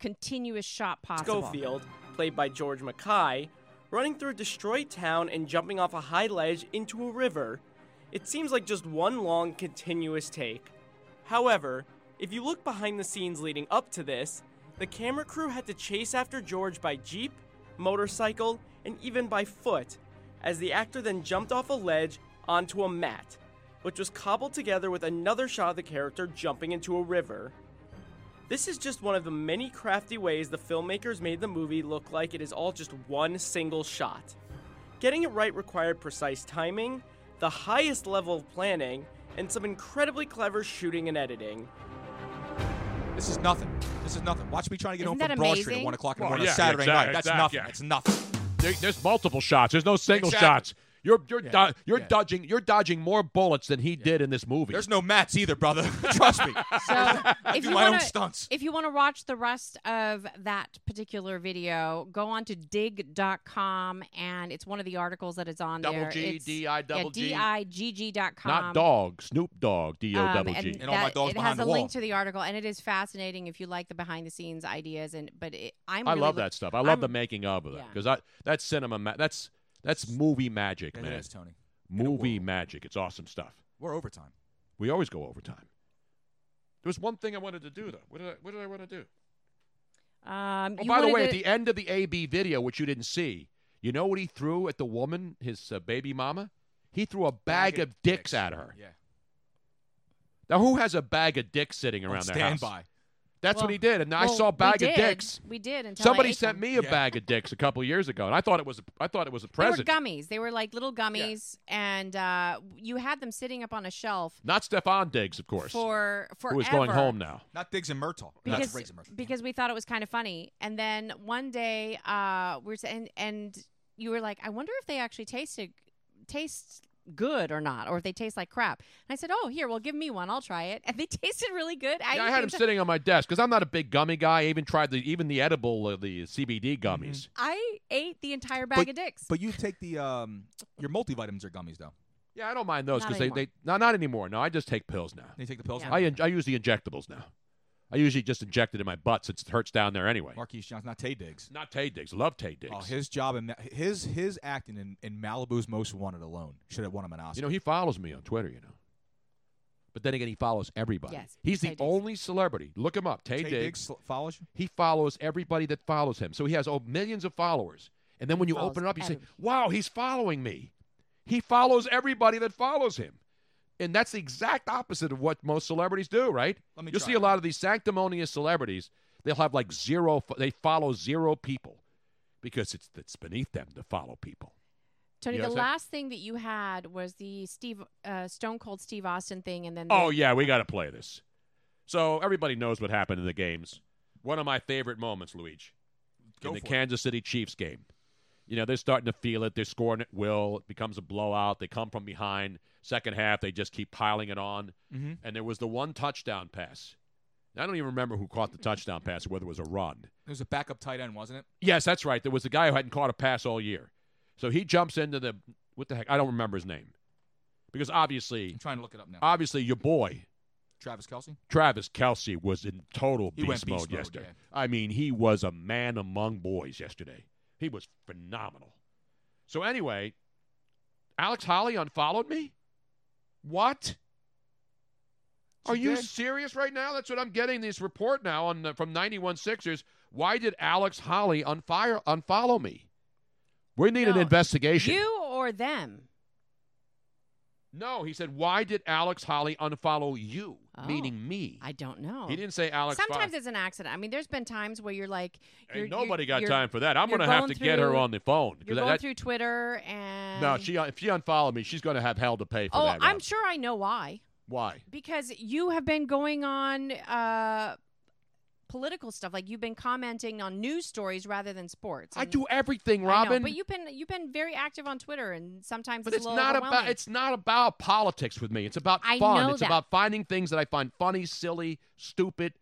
Speaker 3: continuous shot possible.
Speaker 13: Schofield, played by George Mackay, running through a destroyed town and jumping off a high ledge into a river. It seems like just one long, continuous take. However, if you look behind the scenes leading up to this, the camera crew had to chase after George by jeep, motorcycle, and even by foot, as the actor then jumped off a ledge onto a mat, which was cobbled together with another shot of the character jumping into a river. This is just one of the many crafty ways the filmmakers made the movie look like it is all just one single shot. Getting it right required precise timing, the highest level of planning, and some incredibly clever shooting and editing.
Speaker 2: This is nothing. This is nothing. Watch me trying to get
Speaker 3: Isn't
Speaker 2: home
Speaker 3: that
Speaker 2: from Broad Street at
Speaker 3: amazing?
Speaker 2: one o'clock in the
Speaker 1: Well,
Speaker 2: morning
Speaker 1: yeah,
Speaker 2: on Saturday
Speaker 1: exact-
Speaker 2: night. That's
Speaker 1: exact,
Speaker 2: nothing.
Speaker 1: yeah.
Speaker 2: It's nothing.
Speaker 1: There- there's multiple shots. There's no single
Speaker 2: Exactly.
Speaker 1: shots. You're you're
Speaker 2: Yeah.
Speaker 1: do- you're
Speaker 2: Yeah.
Speaker 1: dodging you're dodging more bullets than he did in this movie.
Speaker 2: There's no mats either, brother. Trust me.
Speaker 3: So
Speaker 2: I
Speaker 3: if
Speaker 2: do
Speaker 3: you
Speaker 2: my own
Speaker 3: wanna,
Speaker 2: stunts.
Speaker 3: If you want to watch the rest of that particular video, go on to dig.com and it's one of the articles that is on
Speaker 1: Double
Speaker 3: there.
Speaker 1: G,
Speaker 3: It's-
Speaker 1: D-I-double G.
Speaker 3: Yeah, D-I-G-G.com.
Speaker 1: Not dog, Snoop Dogg, D O
Speaker 3: Um,
Speaker 1: double
Speaker 3: and
Speaker 1: G.
Speaker 2: And all my
Speaker 3: that-
Speaker 2: dogs
Speaker 3: it
Speaker 2: behind
Speaker 3: has
Speaker 2: the
Speaker 3: a
Speaker 2: wall.
Speaker 3: link to the article, and it is fascinating if you like the behind the scenes ideas. And but it, I'm
Speaker 1: I
Speaker 3: really
Speaker 1: love
Speaker 3: look-
Speaker 1: that stuff. I love
Speaker 3: I'm-
Speaker 1: the making of of that
Speaker 3: Yeah.
Speaker 1: because I that's cinema. Ma- that's that's movie magic,
Speaker 2: It
Speaker 1: man.
Speaker 2: is, Tony.
Speaker 1: Movie magic. It's awesome stuff.
Speaker 2: We're overtime.
Speaker 1: We always go overtime. There was one thing I wanted to do though. What did I, what did I want to do?
Speaker 3: Um,
Speaker 1: Oh,
Speaker 3: you
Speaker 1: by the
Speaker 3: wanted
Speaker 1: way, at
Speaker 3: to-
Speaker 1: the end of the AB video, which you didn't see, you know what he threw at the woman, his uh, baby mama? He threw a bag, of dicks, at her.
Speaker 2: Yeah.
Speaker 1: Now, who has a bag of dicks sitting around their
Speaker 2: Stand
Speaker 1: house?
Speaker 2: by.
Speaker 1: That's what
Speaker 3: Well-
Speaker 1: he did, and I
Speaker 3: well,
Speaker 1: saw a
Speaker 3: we
Speaker 1: bag of
Speaker 3: did.
Speaker 1: dicks.
Speaker 3: We did until I
Speaker 1: Somebody
Speaker 3: ate
Speaker 1: sent
Speaker 3: them.
Speaker 1: me a bag of dicks a couple years ago, and I thought it was a, I thought it was a present.
Speaker 3: They were gummies. They were like little gummies, and uh, you had them sitting up on a shelf
Speaker 1: Not Stefan Diggs, of course.
Speaker 3: for forever.
Speaker 1: who is going home now?
Speaker 2: Not Diggs and
Speaker 1: Oh,
Speaker 2: Myrtle.
Speaker 3: because
Speaker 2: Riggs and Murphy.
Speaker 3: because we thought it was kind of funny. And then one day uh, we're saying, and you were like, I wonder if they actually tasted taste good or not, or if they taste like crap. And I said, Oh, here, well, give me one. I'll try it. And they tasted really good.
Speaker 1: Yeah, I
Speaker 3: didn't
Speaker 1: had him
Speaker 3: think that-
Speaker 1: sitting on my desk because I'm not a big gummy guy. I even tried the even the edible uh, the CBD
Speaker 3: Mm-hmm.
Speaker 1: gummies.
Speaker 3: I ate the entire bag
Speaker 2: But-
Speaker 3: of dicks.
Speaker 2: But you take the um, your multivitamins or gummies though.
Speaker 1: Yeah, I don't mind those
Speaker 3: Not
Speaker 1: because they,
Speaker 3: anymore.
Speaker 1: they no, not anymore. No, I just take pills now.
Speaker 2: You take the pills.
Speaker 3: Yeah.
Speaker 2: now?
Speaker 1: I in, I use the injectables now. I usually just inject it in my butt since it hurts down there anyway.
Speaker 2: Marquise Johnson, not Tay Diggs.
Speaker 1: Not Tay Diggs. Love Tay Diggs.
Speaker 2: Oh, his job in Ma- his his acting in, in Malibu's Most Wanted alone should have won him an Oscar.
Speaker 1: You know, he follows me on Twitter, you know. But then again, he follows everybody.
Speaker 3: Yes,
Speaker 1: He's the
Speaker 3: Tay Diggs.
Speaker 1: only celebrity. Look him up. Tay,
Speaker 2: Tay
Speaker 1: Diggs.
Speaker 2: Diggs sl- follows you.
Speaker 1: He follows everybody that follows him. So he has oh, millions of followers. And then when you
Speaker 3: follows
Speaker 1: open it up, you say,
Speaker 3: everybody.
Speaker 1: wow, he's following me. He follows everybody that follows him. And that's the exact opposite of what most celebrities do, right?
Speaker 2: Let me
Speaker 1: You'll
Speaker 2: try
Speaker 1: see
Speaker 2: it.
Speaker 1: a lot of these sanctimonious celebrities. They'll have like zero, fo- they follow zero people because it's, it's beneath them to follow people.
Speaker 3: Tony,
Speaker 1: You know
Speaker 3: the
Speaker 1: what I'm saying?
Speaker 3: last thing that you had was the Steve uh, Stone Cold Steve Austin thing, and then the-
Speaker 1: Oh yeah, we got to play this. So everybody knows what happened in the games. One of my favorite moments, Luigi,
Speaker 2: Go
Speaker 1: in the
Speaker 2: for it.
Speaker 1: Kansas City Chiefs game. You know they're starting to feel it. They're scoring at will. It becomes a blowout. They come from behind. Second half, they just keep piling it on.
Speaker 2: Mhm.
Speaker 1: And there was the one touchdown pass. I don't even remember who caught the touchdown pass, or whether it was a run.
Speaker 2: There was a backup tight end, wasn't it?
Speaker 1: Yes, that's right. There was a guy who hadn't caught a pass all year. So he jumps into the what the heck? I don't remember his name because obviously,
Speaker 2: I'm trying to look it up now.
Speaker 1: obviously your boy
Speaker 2: Travis Kelsey.
Speaker 1: Travis Kelsey was in total
Speaker 2: He went
Speaker 1: beast,
Speaker 2: beast
Speaker 1: mode
Speaker 2: mode,
Speaker 1: yesterday.
Speaker 2: yeah.
Speaker 1: I mean, he was a man among boys yesterday. He was phenomenal. So anyway, Alex Holly unfollowed me. What? Are
Speaker 2: She
Speaker 1: you
Speaker 2: did.
Speaker 1: serious right now? That's what I'm getting this report now on the, from 91 Sixers. Why did Alex Holly unfire, unfollow me? We need an
Speaker 3: No,
Speaker 1: investigation.
Speaker 3: you or them.
Speaker 1: No, he said, why did Alex Holly unfollow you?
Speaker 3: Oh,
Speaker 1: Meaning me.
Speaker 3: I don't know.
Speaker 1: He didn't say Alex. Fo-
Speaker 3: Sometimes it's an accident. I mean, there's been times where you're like, you're,
Speaker 1: Ain't nobody
Speaker 3: you're-
Speaker 1: got
Speaker 3: you're-
Speaker 1: time for that. I'm
Speaker 3: you're
Speaker 1: going to have to
Speaker 3: going
Speaker 1: get her
Speaker 3: through-
Speaker 1: on the phone. 'cause
Speaker 3: You're
Speaker 1: that-
Speaker 3: going
Speaker 1: that-
Speaker 3: through Twitter and
Speaker 1: no, she if she unfollowed me, she's going to have hell to pay for
Speaker 3: Oh,
Speaker 1: that.
Speaker 3: I'm
Speaker 1: Rob.
Speaker 3: sure I know why.
Speaker 1: Why?
Speaker 3: Because you have been going on uh, political stuff, like you've been commenting on news stories rather than sports.
Speaker 1: I
Speaker 3: And-
Speaker 1: do everything,
Speaker 3: I know,
Speaker 1: Robin.
Speaker 3: but you've been you've been very active on Twitter, and sometimes
Speaker 1: But
Speaker 3: it's,
Speaker 1: it's
Speaker 3: a little
Speaker 1: not about
Speaker 3: overwhelming.
Speaker 1: it's not about politics with me. It's about
Speaker 3: I
Speaker 1: fun.
Speaker 3: know
Speaker 1: it's
Speaker 3: that.
Speaker 1: about finding things that I find funny, silly, stupid.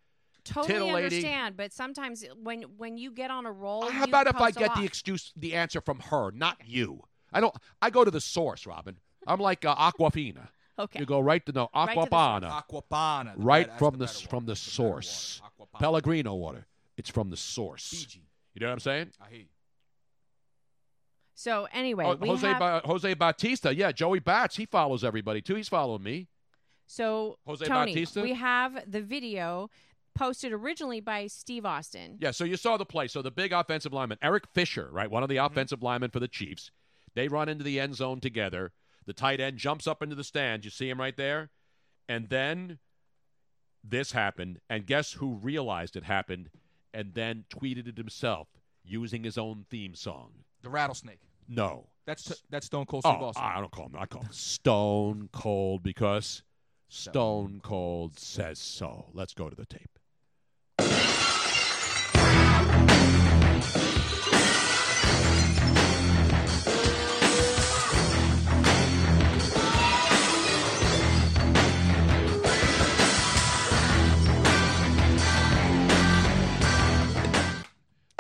Speaker 3: totally
Speaker 1: titillating.
Speaker 3: understand. But sometimes when when you get on a roll,
Speaker 1: How
Speaker 3: you
Speaker 1: about if I
Speaker 3: post a
Speaker 1: get
Speaker 3: lot.
Speaker 1: the excuse, the answer from her, not you? I don't. I go to the source, Robin. I'm like uh, Aquafina.
Speaker 3: okay?
Speaker 1: You go right to no
Speaker 3: Right to the source.
Speaker 1: Aquapana.
Speaker 2: Aquapana. the
Speaker 1: right
Speaker 2: better- that's
Speaker 1: from the,
Speaker 2: better
Speaker 1: s-
Speaker 2: one.
Speaker 1: from the
Speaker 2: That's better one.
Speaker 1: source.
Speaker 2: Aquapana.
Speaker 1: Pellegrino water. It's from the source.
Speaker 2: Fiji.
Speaker 1: You know what I'm saying?
Speaker 2: I hate.
Speaker 3: So anyway,
Speaker 1: Oh,
Speaker 3: we
Speaker 1: Jose
Speaker 3: have,
Speaker 1: Ba- Jose Bautista, yeah, Joey Bats, he follows everybody too. He's following me.
Speaker 3: So
Speaker 1: Jose
Speaker 3: Tony,
Speaker 1: Bautista?
Speaker 3: we have the video posted originally by Steve Austin.
Speaker 1: Yeah, so you saw the play. So the big offensive lineman, Eric Fisher, right, one of the
Speaker 2: Mm-hmm.
Speaker 1: offensive linemen for the Chiefs, they run into the end zone together. The tight end jumps up into the stands. You see him right there, and then this happened. And guess who realized it happened, and then tweeted it himself using his own theme song.
Speaker 2: The rattlesnake.
Speaker 1: No.
Speaker 2: That's that's Stone Cold Steve
Speaker 1: Oh,
Speaker 2: Austin.
Speaker 1: I don't call him. I call him Stone Cold because Stone Cold says so. Let's go to the tape.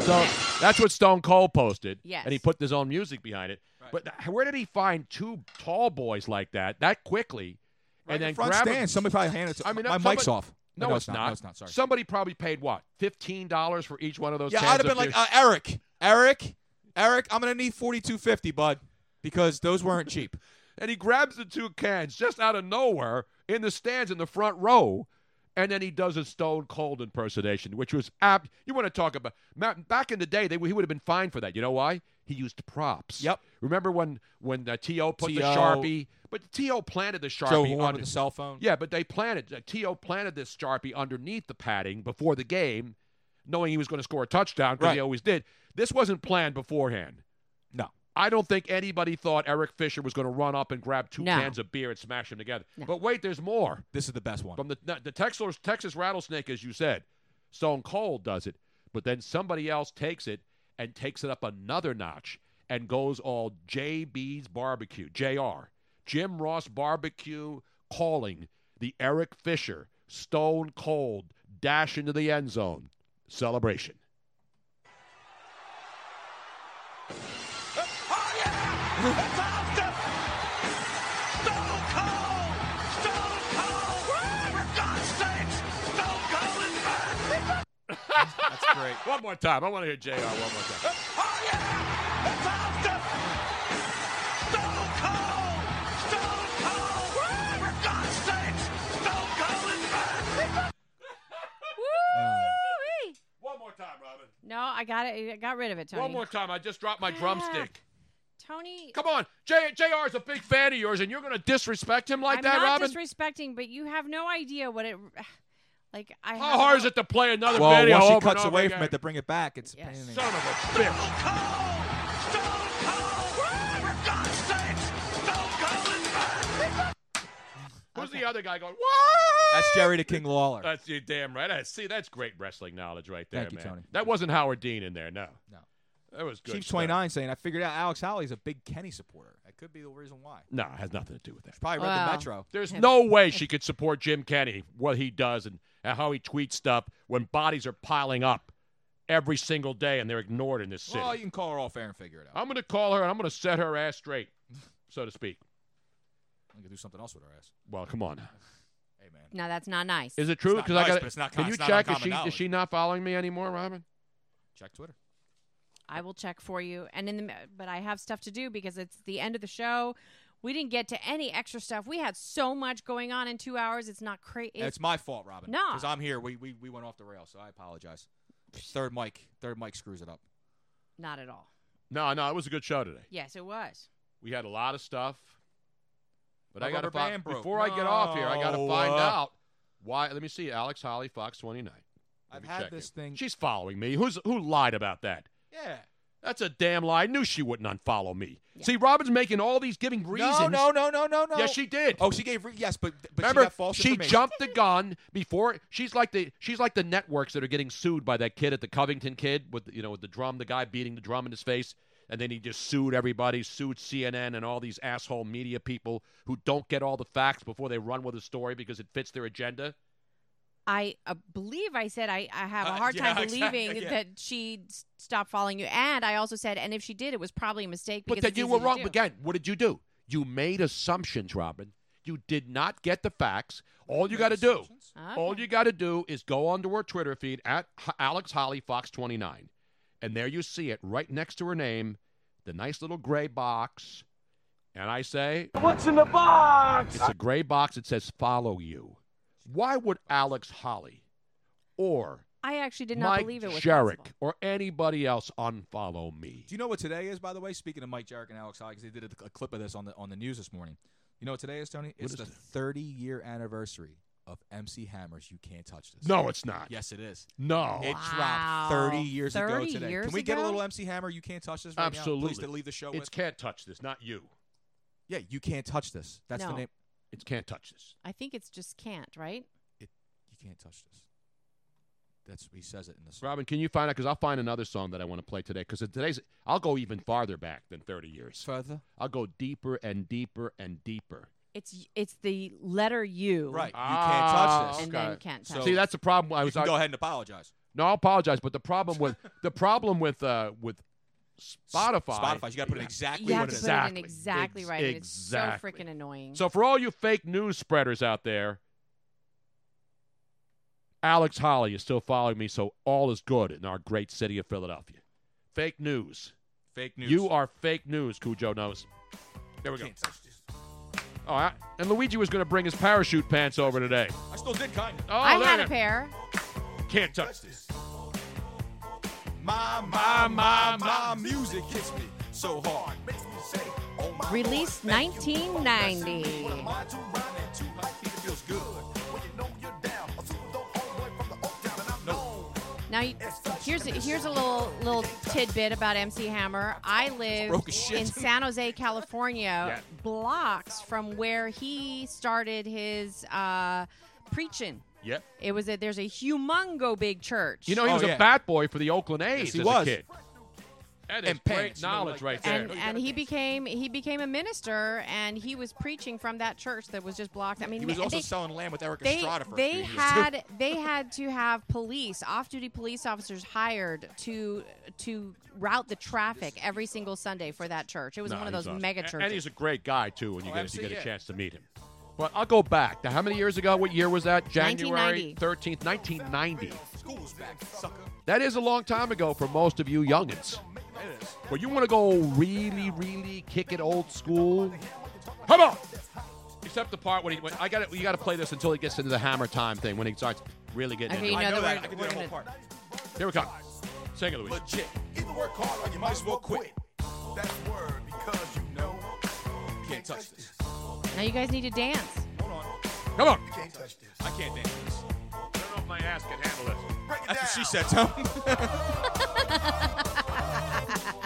Speaker 1: So that's what Stone Cold posted.
Speaker 3: Yes.
Speaker 1: And he put his own music behind it. But th- where did he find two tall boys like that that quickly?
Speaker 2: Right in
Speaker 1: and then
Speaker 2: the front
Speaker 1: grab a-
Speaker 2: stand. Somebody probably handed it to.
Speaker 1: I mean,
Speaker 2: my
Speaker 1: somebody-
Speaker 2: mic's off.
Speaker 1: No, it's, not.
Speaker 2: No, it's not. Sorry.
Speaker 1: Somebody probably paid what fifteen dollars for each one of those.
Speaker 2: yeah,
Speaker 1: cans
Speaker 2: I'd have been
Speaker 1: of
Speaker 2: like
Speaker 1: juice?
Speaker 2: uh, Eric, Eric, Eric. I'm gonna need 42.50, bud, because those weren't cheap.
Speaker 1: and he grabs the two cans just out of nowhere in the stands in the front row, and then he does a Stone Cold impersonation, which was apt. You want to talk about ma- back in the day? They, he would have been fined for that. You know why? He used props.
Speaker 2: Yep.
Speaker 1: Remember when when uh, To put the
Speaker 2: T.O.
Speaker 1: sharpie, but T.O. planted the sharpie
Speaker 2: Joe Horn
Speaker 1: under-
Speaker 2: with the cell phone.
Speaker 1: Yeah, but they planted uh, To planted this sharpie underneath the padding before the game, knowing he was going to score a touchdown because he
Speaker 2: Right.
Speaker 1: always did. This wasn't planned beforehand.
Speaker 2: No.
Speaker 1: I don't think anybody thought Eric Fisher was going to run up and grab two
Speaker 2: No.
Speaker 1: cans of beer and smash them together. But wait, there's more.
Speaker 2: This is the best one.
Speaker 1: From the the Texas Texas rattlesnake, as you said, Stone Cold does it, but then somebody else takes it and takes it up another notch and goes all JB's barbecue, JR, Jim Ross barbecue, calling the Eric Fisher Stone Cold dash into the end zone celebration. That's great. one more time. I want to hear JR one more time.
Speaker 3: Woo-wee.
Speaker 1: One more time, Robin.
Speaker 3: No, I got it. I got rid of it, Tony.
Speaker 1: One more time. I just dropped my drumstick.
Speaker 3: Tony.
Speaker 1: Come on. J- JR is a big fan of yours, and you're going to disrespect him like
Speaker 3: I'm
Speaker 1: that,
Speaker 3: not
Speaker 1: Robin?
Speaker 3: disrespecting, but you have no idea what it. Like I.
Speaker 1: How
Speaker 3: have
Speaker 1: hard
Speaker 3: no-
Speaker 1: is it to play another
Speaker 2: well,
Speaker 1: video
Speaker 2: once she
Speaker 1: over
Speaker 2: cuts
Speaker 1: and over
Speaker 2: away
Speaker 1: again?
Speaker 2: from it to bring it back, it's a pain in the
Speaker 1: Son of a bitch. Who's the other guy going? What?
Speaker 2: That's Jerry the King Lawler.
Speaker 1: That's you damn right. I see. That's great wrestling knowledge right there,
Speaker 2: Thank you,
Speaker 1: man.
Speaker 2: Tony.
Speaker 1: That wasn't Howard Dean in there. No. No. That was good.
Speaker 2: Chiefs
Speaker 1: stuff.
Speaker 2: twenty nine saying, "I figured out Alex Holly's a big Kenny supporter. That could be the reason why."
Speaker 1: No, it has nothing to do with that.
Speaker 2: Probably read the Metro.
Speaker 1: There's no way she could support Jim Kenny, what he does, and, and how he tweets stuff when bodies are piling up every single day and they're ignored in this city.
Speaker 2: Well, you can call her off air and figure it out.
Speaker 1: I'm going to call her and I'm going to set her ass straight, so to speak.
Speaker 2: I can do something else with her ass.
Speaker 1: Well, come on.
Speaker 3: No, that's not nice.
Speaker 1: Is it true?
Speaker 2: not
Speaker 1: Because
Speaker 2: nice,
Speaker 1: I got.
Speaker 2: but it's not
Speaker 1: can
Speaker 2: con-
Speaker 1: you
Speaker 2: it's not
Speaker 1: check? Is
Speaker 2: uncommon
Speaker 1: she
Speaker 2: knowledge.
Speaker 1: is she not following me anymore, Robin?
Speaker 2: Check Twitter.
Speaker 3: I will check for you. And in the but I have stuff to do because it's the end of the show. We didn't get to any extra stuff. We had so much going on in two hours. It's not crazy.
Speaker 2: It's, my fault, Robin.
Speaker 3: No.
Speaker 2: because I'm here. We, we we went off the rails, so I apologize. Third mic, third mic screws it up.
Speaker 3: not at all.
Speaker 1: No, no, it was a good show today.
Speaker 3: Yes, it was.
Speaker 1: We had a lot of stuff, but
Speaker 2: My
Speaker 1: I got to
Speaker 2: rubber
Speaker 1: find
Speaker 2: band broke.
Speaker 1: before I get off here. I got to
Speaker 2: No,
Speaker 1: find
Speaker 2: uh,
Speaker 1: out why. Let me see, Alex Holly, Fox Twenty Nine.
Speaker 2: I've had this thing.
Speaker 1: She's following me. Who's who lied about that?
Speaker 2: Yeah.
Speaker 1: That's a damn lie. I knew she wouldn't unfollow me. See, Robin's making all these giving reasons.
Speaker 2: No, no, no, no, no, no.
Speaker 1: Yes, she did.
Speaker 2: Oh, she gave. Re- yes, but but
Speaker 1: Remember,
Speaker 2: she got false information.
Speaker 1: jumped the gun before. She's like the she's like the networks that are getting sued by that kid at the Covington kid with you know with the drum, the guy beating the drum in his face, and then he just sued everybody, sued CNN and all these asshole media people who don't get all the facts before they run with a story because it fits their agenda.
Speaker 3: I uh, believe I said I, I have a
Speaker 1: Uh,
Speaker 3: hard
Speaker 1: yeah,
Speaker 3: time
Speaker 1: exactly,
Speaker 3: believing
Speaker 1: yeah.
Speaker 3: that she s- stopped following you. And I also said, and if she did, it was probably a mistake.
Speaker 1: But
Speaker 3: because
Speaker 1: then
Speaker 3: it's
Speaker 1: you
Speaker 3: easy
Speaker 1: were
Speaker 3: to
Speaker 1: wrong.
Speaker 3: do.
Speaker 1: Again, what did you do? You made assumptions, Robin. You did not get the facts. All you got to do,
Speaker 3: Ah,
Speaker 1: all you got to do, is go onto her Twitter feed at H- Alex Holly Fox twenty nine, and there you see it right next to her name, the nice little gray box, and I say,
Speaker 9: What's in the box?
Speaker 1: it's a gray box that says follow you. Why would Alex Holly or
Speaker 3: I actually did not
Speaker 1: Mike
Speaker 3: believe it was
Speaker 1: Sherrick
Speaker 3: possible.
Speaker 1: or anybody else unfollow me?
Speaker 2: Do you know what today is, by the way? Speaking of Mike Jarek and Alex Holly, 'cause they did a, a clip of this on the on the news this morning. You know what today is, Tony? It's
Speaker 1: is
Speaker 2: the
Speaker 1: today?
Speaker 2: 30 year anniversary of MC Hammer's "You Can't Touch This."
Speaker 1: No, it's not.
Speaker 2: Yes, it is.
Speaker 1: No.
Speaker 2: it
Speaker 1: Wow.
Speaker 2: dropped 30 years
Speaker 1: 30
Speaker 2: ago today.
Speaker 1: years
Speaker 2: Can we get a
Speaker 1: ago?
Speaker 2: little MC Hammer? You can't touch this. Right Now? Please
Speaker 1: Absolutely.
Speaker 2: to leave the show.
Speaker 1: It's
Speaker 2: with.
Speaker 1: can't touch this. Not you.
Speaker 2: Yeah, you can't touch this. That's
Speaker 3: No.
Speaker 2: the name.
Speaker 1: It's can't touch this.
Speaker 3: I think it's just can't, right?
Speaker 2: You can't touch this. That's he says it in the song.
Speaker 1: Robin, can you find out? Because I'll find another song that I want to play today. Because today's, I'll go even farther back than 30 years.
Speaker 2: Further?
Speaker 1: I'll go deeper and deeper and deeper.
Speaker 3: It's it's the letter U.
Speaker 2: Right. You
Speaker 1: Ah,
Speaker 2: can't touch this.
Speaker 3: And then can't touch
Speaker 1: See,
Speaker 3: it.
Speaker 1: that's the problem. I
Speaker 2: You
Speaker 1: was.
Speaker 2: can
Speaker 1: I-
Speaker 2: go ahead and apologize.
Speaker 1: No, I apologize, but the problem with the problem with uh with Spotify.
Speaker 2: Spotify, you gotta put it exactly
Speaker 3: You have
Speaker 2: what
Speaker 3: to put
Speaker 2: it is.
Speaker 3: it in exactly
Speaker 1: Ex-
Speaker 3: right. and It's so
Speaker 1: exactly.
Speaker 3: freaking annoying.
Speaker 1: So for all you fake news spreaders out there, Alex Holly is still following me, so all is good in our great city of Philadelphia. Fake news.
Speaker 2: Fake news.
Speaker 1: You are fake news, Cujo knows. There we go. All right. And Luigi was going to bring his parachute pants over today.
Speaker 2: I still did kind of.
Speaker 1: Oh,
Speaker 3: I
Speaker 1: there
Speaker 3: had
Speaker 1: it
Speaker 3: a
Speaker 1: is.
Speaker 3: pair.
Speaker 1: Can't touch this.
Speaker 2: My my my my music hits me. so hard. Makes me say, oh my
Speaker 3: Released 1990.
Speaker 2: mind to rhyme and to my feet, it feels good. When you know you're down, a super dope homeboy from the Oak Town, and I'm known.
Speaker 3: Now, you- here's a, here's a little little tidbit about MC Hammer. I lived
Speaker 2: Broke as shit.
Speaker 3: in San Jose, California,
Speaker 2: Yeah.
Speaker 3: blocks from where he started his uh, preaching.
Speaker 1: Yep.
Speaker 3: It was a, there's a humongo big church.
Speaker 1: You know, he was a bat boy for the Oakland A's
Speaker 2: oh, he
Speaker 1: as
Speaker 2: was.
Speaker 1: a kid. That is
Speaker 2: And
Speaker 1: great
Speaker 2: pants, Oh, you know,
Speaker 1: knowledge
Speaker 2: like
Speaker 1: right there.
Speaker 3: And, and he became he became a minister, and he was preaching from that church that was just blocked. I mean,
Speaker 2: He was
Speaker 3: ma-
Speaker 2: also
Speaker 3: they-
Speaker 2: selling land with Eric
Speaker 3: they,
Speaker 2: Estrada for a
Speaker 3: they
Speaker 2: few years, too.
Speaker 3: had they had to have police off-duty police officers hired to to route the traffic every single sunday for that church it was
Speaker 1: No,
Speaker 3: one of
Speaker 1: he's
Speaker 3: those
Speaker 1: awesome.
Speaker 3: mega
Speaker 1: A-
Speaker 3: churches
Speaker 1: And he's a great guy too. When you
Speaker 3: Oh,
Speaker 1: get if you
Speaker 3: absolutely,
Speaker 1: get a
Speaker 3: yeah.
Speaker 1: chance to meet him. But I'll go back. Now, how many years ago? What year was that? January
Speaker 3: 1990.
Speaker 1: thirteenth, nineteen ninety.
Speaker 2: School's back, sucker.
Speaker 1: That is a long time ago for most of you youngins.
Speaker 2: It is.
Speaker 1: But you want to go really, really kick it old school? Come on. Except the part when he when, I got to you got to play this until he gets into the hammer time thing when he starts really getting
Speaker 3: Okay,
Speaker 1: into
Speaker 3: you
Speaker 1: it.
Speaker 3: know that
Speaker 2: I
Speaker 3: we're-
Speaker 2: can do
Speaker 3: we're
Speaker 2: that whole
Speaker 3: gonna-
Speaker 2: part.
Speaker 1: Here we come. Sing it, Louise.
Speaker 2: Legit. Either work hard or you might as well quit. That word because you know you can't touch this.
Speaker 3: now you guys need to dance
Speaker 1: Come on.
Speaker 2: You can't touch this. I can't dance this.
Speaker 1: I don't know if my ass can handle this.
Speaker 2: That's what she said, Tom.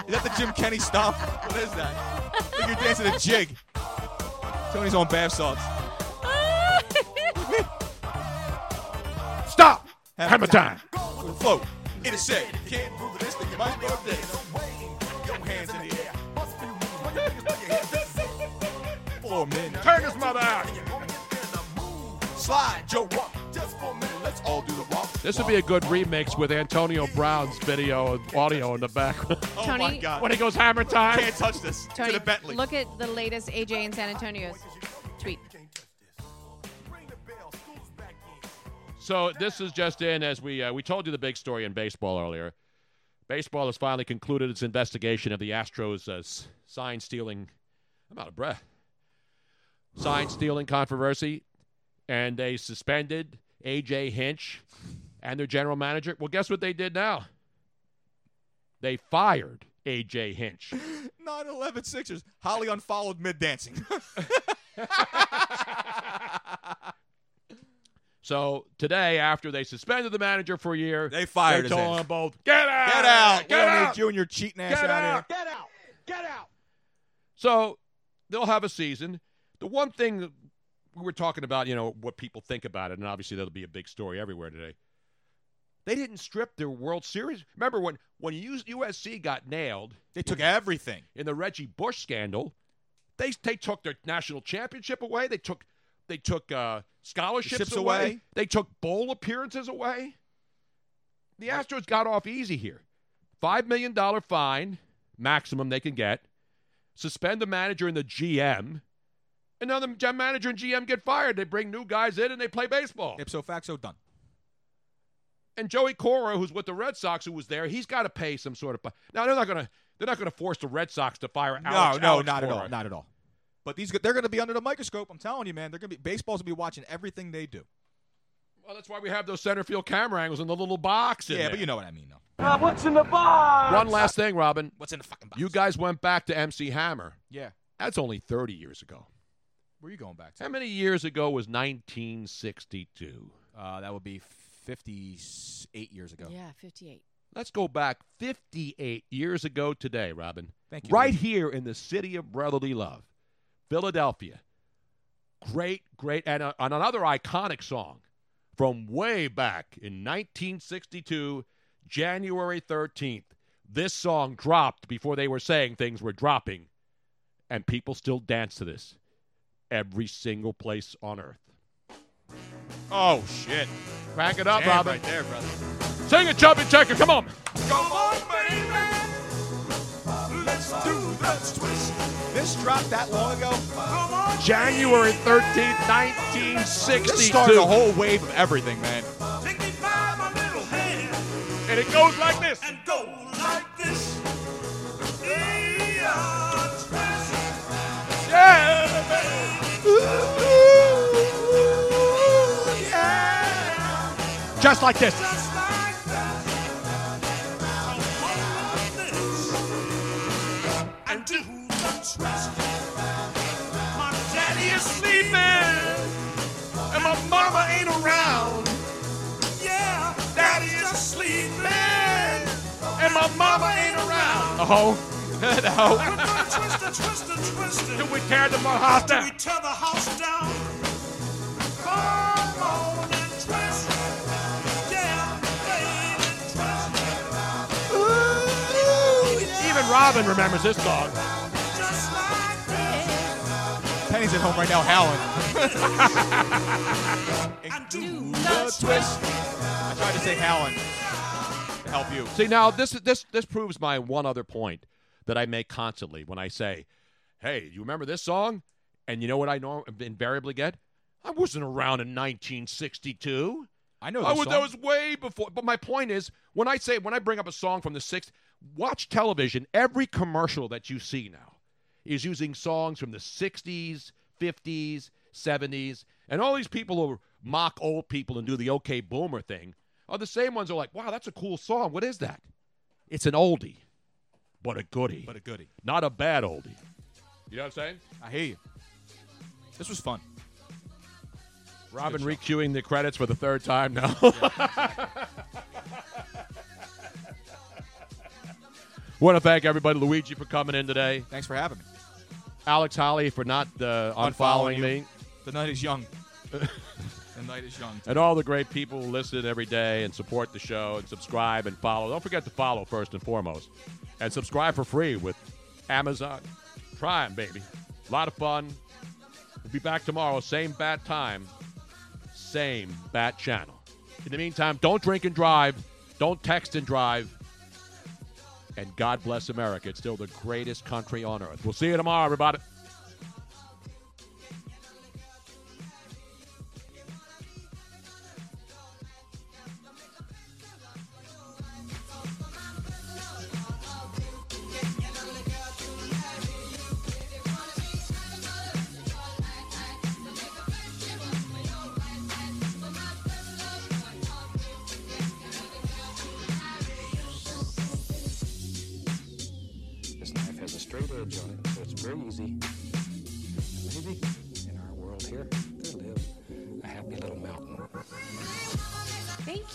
Speaker 2: is that the Jim Kenny stomp? What is that? I think you're dancing a jig. Tony's on bath salts.
Speaker 1: Stop! Hammer time.
Speaker 2: With the float. It is said, you can't prove this thing. You might as well dance. Your hands in the air. Must be moving. Put your fingers to your hips. Four minutes.
Speaker 1: Turn his mother out.
Speaker 2: Slide your walk. Just for a minute. Let's all do the walk.
Speaker 1: This would be a good remix with Antonio Brown's video and audio in the background.
Speaker 2: Oh my
Speaker 3: Tony-
Speaker 2: God.
Speaker 1: when he goes hammer time.
Speaker 2: Can't touch this.
Speaker 3: Tony,
Speaker 2: to the Bentley.
Speaker 3: look at the latest aj in san antonio's tweet
Speaker 1: So this is just in as we uh, we told you the big story in baseball earlier. Baseball has finally concluded its investigation of the Astros' uh, s- sign stealing. I'm out of breath. Sign stealing controversy, and they suspended AJ Hinch and their general manager. Well, guess what they did now? They fired AJ Hinch.
Speaker 2: 9 11 Sixers. Holly unfollowed mid dancing.
Speaker 1: So today, after they suspended the manager for a year,
Speaker 2: They fired
Speaker 1: They
Speaker 2: his
Speaker 1: told
Speaker 2: ass.
Speaker 1: them both, get out,
Speaker 2: Get out.
Speaker 1: get
Speaker 2: we don't
Speaker 1: out,
Speaker 2: need you and your cheating ass
Speaker 1: get
Speaker 2: out,
Speaker 1: out,
Speaker 2: here.
Speaker 1: get out, get out. So they'll have a season. The one thing that we were talking about, you know, what people think about it, and obviously that'll be a big story everywhere today. They didn't strip their World Series. Remember when when US USC got nailed
Speaker 2: They took everything.
Speaker 1: in the Reggie Bush scandal? They they took their national championship away. They took they took uh, scholarships
Speaker 2: Ships
Speaker 1: away.
Speaker 2: away.
Speaker 1: They took bowl appearances away. The Astros got off easy here. Five million dollar fine maximum they can get. Suspend the manager and the GM. And now the gen- manager and GM get fired. They bring new guys in and they play baseball.
Speaker 2: Ipso facto done.
Speaker 1: And Joey Cora, who's with the Red Sox, who was there, he's got to pay some sort of. fi- Now they're not gonna they're not gonna force the Red Sox to fire Alex.
Speaker 2: no, no,
Speaker 1: Alex
Speaker 2: not at
Speaker 1: Cora.
Speaker 2: all. Not at all. But these they're going to be under the microscope. I'm telling you, man. They're going to be baseball's going to be watching everything they do.
Speaker 1: Well, that's why we have those center field camera angles in the little box. in
Speaker 2: Yeah,
Speaker 1: there.
Speaker 2: but you know what I mean, though.
Speaker 9: what's in the box?
Speaker 1: One last thing, Robin.
Speaker 2: What's in the fucking box?
Speaker 1: You guys went back to MC Hammer.
Speaker 2: Yeah.
Speaker 1: That's only 30 years ago.
Speaker 2: Where are you going back to?
Speaker 1: How many years ago was 1962?
Speaker 2: Uh, that would be 58 years ago.
Speaker 3: yeah 58
Speaker 1: Let's go back 58 years ago today, Robin.
Speaker 2: Thank you.
Speaker 1: Right
Speaker 2: Lee.
Speaker 1: here in the city of brotherly love, Philadelphia. Great, great, and, uh, and another iconic song from way back in 1962, January 13th. This song dropped before they were saying things were dropping, and people still dance to this every single place on earth.
Speaker 2: Oh shit!
Speaker 1: Crack it up,
Speaker 2: Damn,
Speaker 1: Robin.
Speaker 2: right there, brother.
Speaker 1: Sing it, Chubby Checker. Come on.
Speaker 2: Come on, baby. Let's do the twist. This dropped that long ago. Come on.
Speaker 1: January 13th, 1962.
Speaker 2: This started a whole wave of everything, man.
Speaker 1: And it goes like this. Just like this.
Speaker 14: you sleeping, and my mama ain't around. Yeah, daddy is sleeping, and my mama ain't around.
Speaker 1: Oh,
Speaker 14: We're
Speaker 1: no.
Speaker 14: gonna twist it, twist it, twist it.
Speaker 1: Till we tear the mo- house
Speaker 14: Till
Speaker 1: down.
Speaker 14: we tear the house down. Come on and twist it. Yeah, baby, twist it. Ooh,
Speaker 1: Even Robin remembers this song.
Speaker 14: just like this.
Speaker 2: Penny's at home right now howling.
Speaker 14: And do
Speaker 2: the twist. I tried to say howling to help you.
Speaker 1: See now this this this proves my one other point that I make constantly when I say, "Hey, you remember this song?" And you know what I norm- invariably get? I wasn't around in 1962.
Speaker 2: I know
Speaker 1: I
Speaker 2: this
Speaker 1: was,
Speaker 2: song.
Speaker 1: That was way before. But my point is, when I say when I bring up a song from the '60s, watch television. Every commercial that you see now is using songs from the '60s, '50s, '70s, and all these people who mock old people and do the "OK Boomer" thing are the same ones who are like, "Wow, that's a cool song. What is that?" It's an oldie, but a goodie. But
Speaker 2: a goodie.
Speaker 1: Not a bad oldie. You know what I'm saying?
Speaker 2: I hear you. This was fun.
Speaker 1: Robin recueing the credits for the third time now. Want to thank everybody, Luigi, for coming in today.
Speaker 2: Thanks for having me.
Speaker 1: Alex Holly for not uh,
Speaker 2: Unfollowing
Speaker 1: unfollowing
Speaker 2: you.
Speaker 1: me,
Speaker 2: The night is young. the night is young.
Speaker 1: and all the great people who listen every day and support the show and subscribe and follow. Don't forget to follow first and foremost, and subscribe for free with Amazon Prime, baby. A lot of fun. We'll be back tomorrow, same bat time, same bat channel. In the meantime, don't drink and drive, don't text and drive, and God bless America. It's still the greatest country on earth. We'll see you tomorrow, everybody.
Speaker 15: This knife has a straight edge on it, so it's very easy. And maybe in our world here, there lives a happy little mountain.
Speaker 3: Thank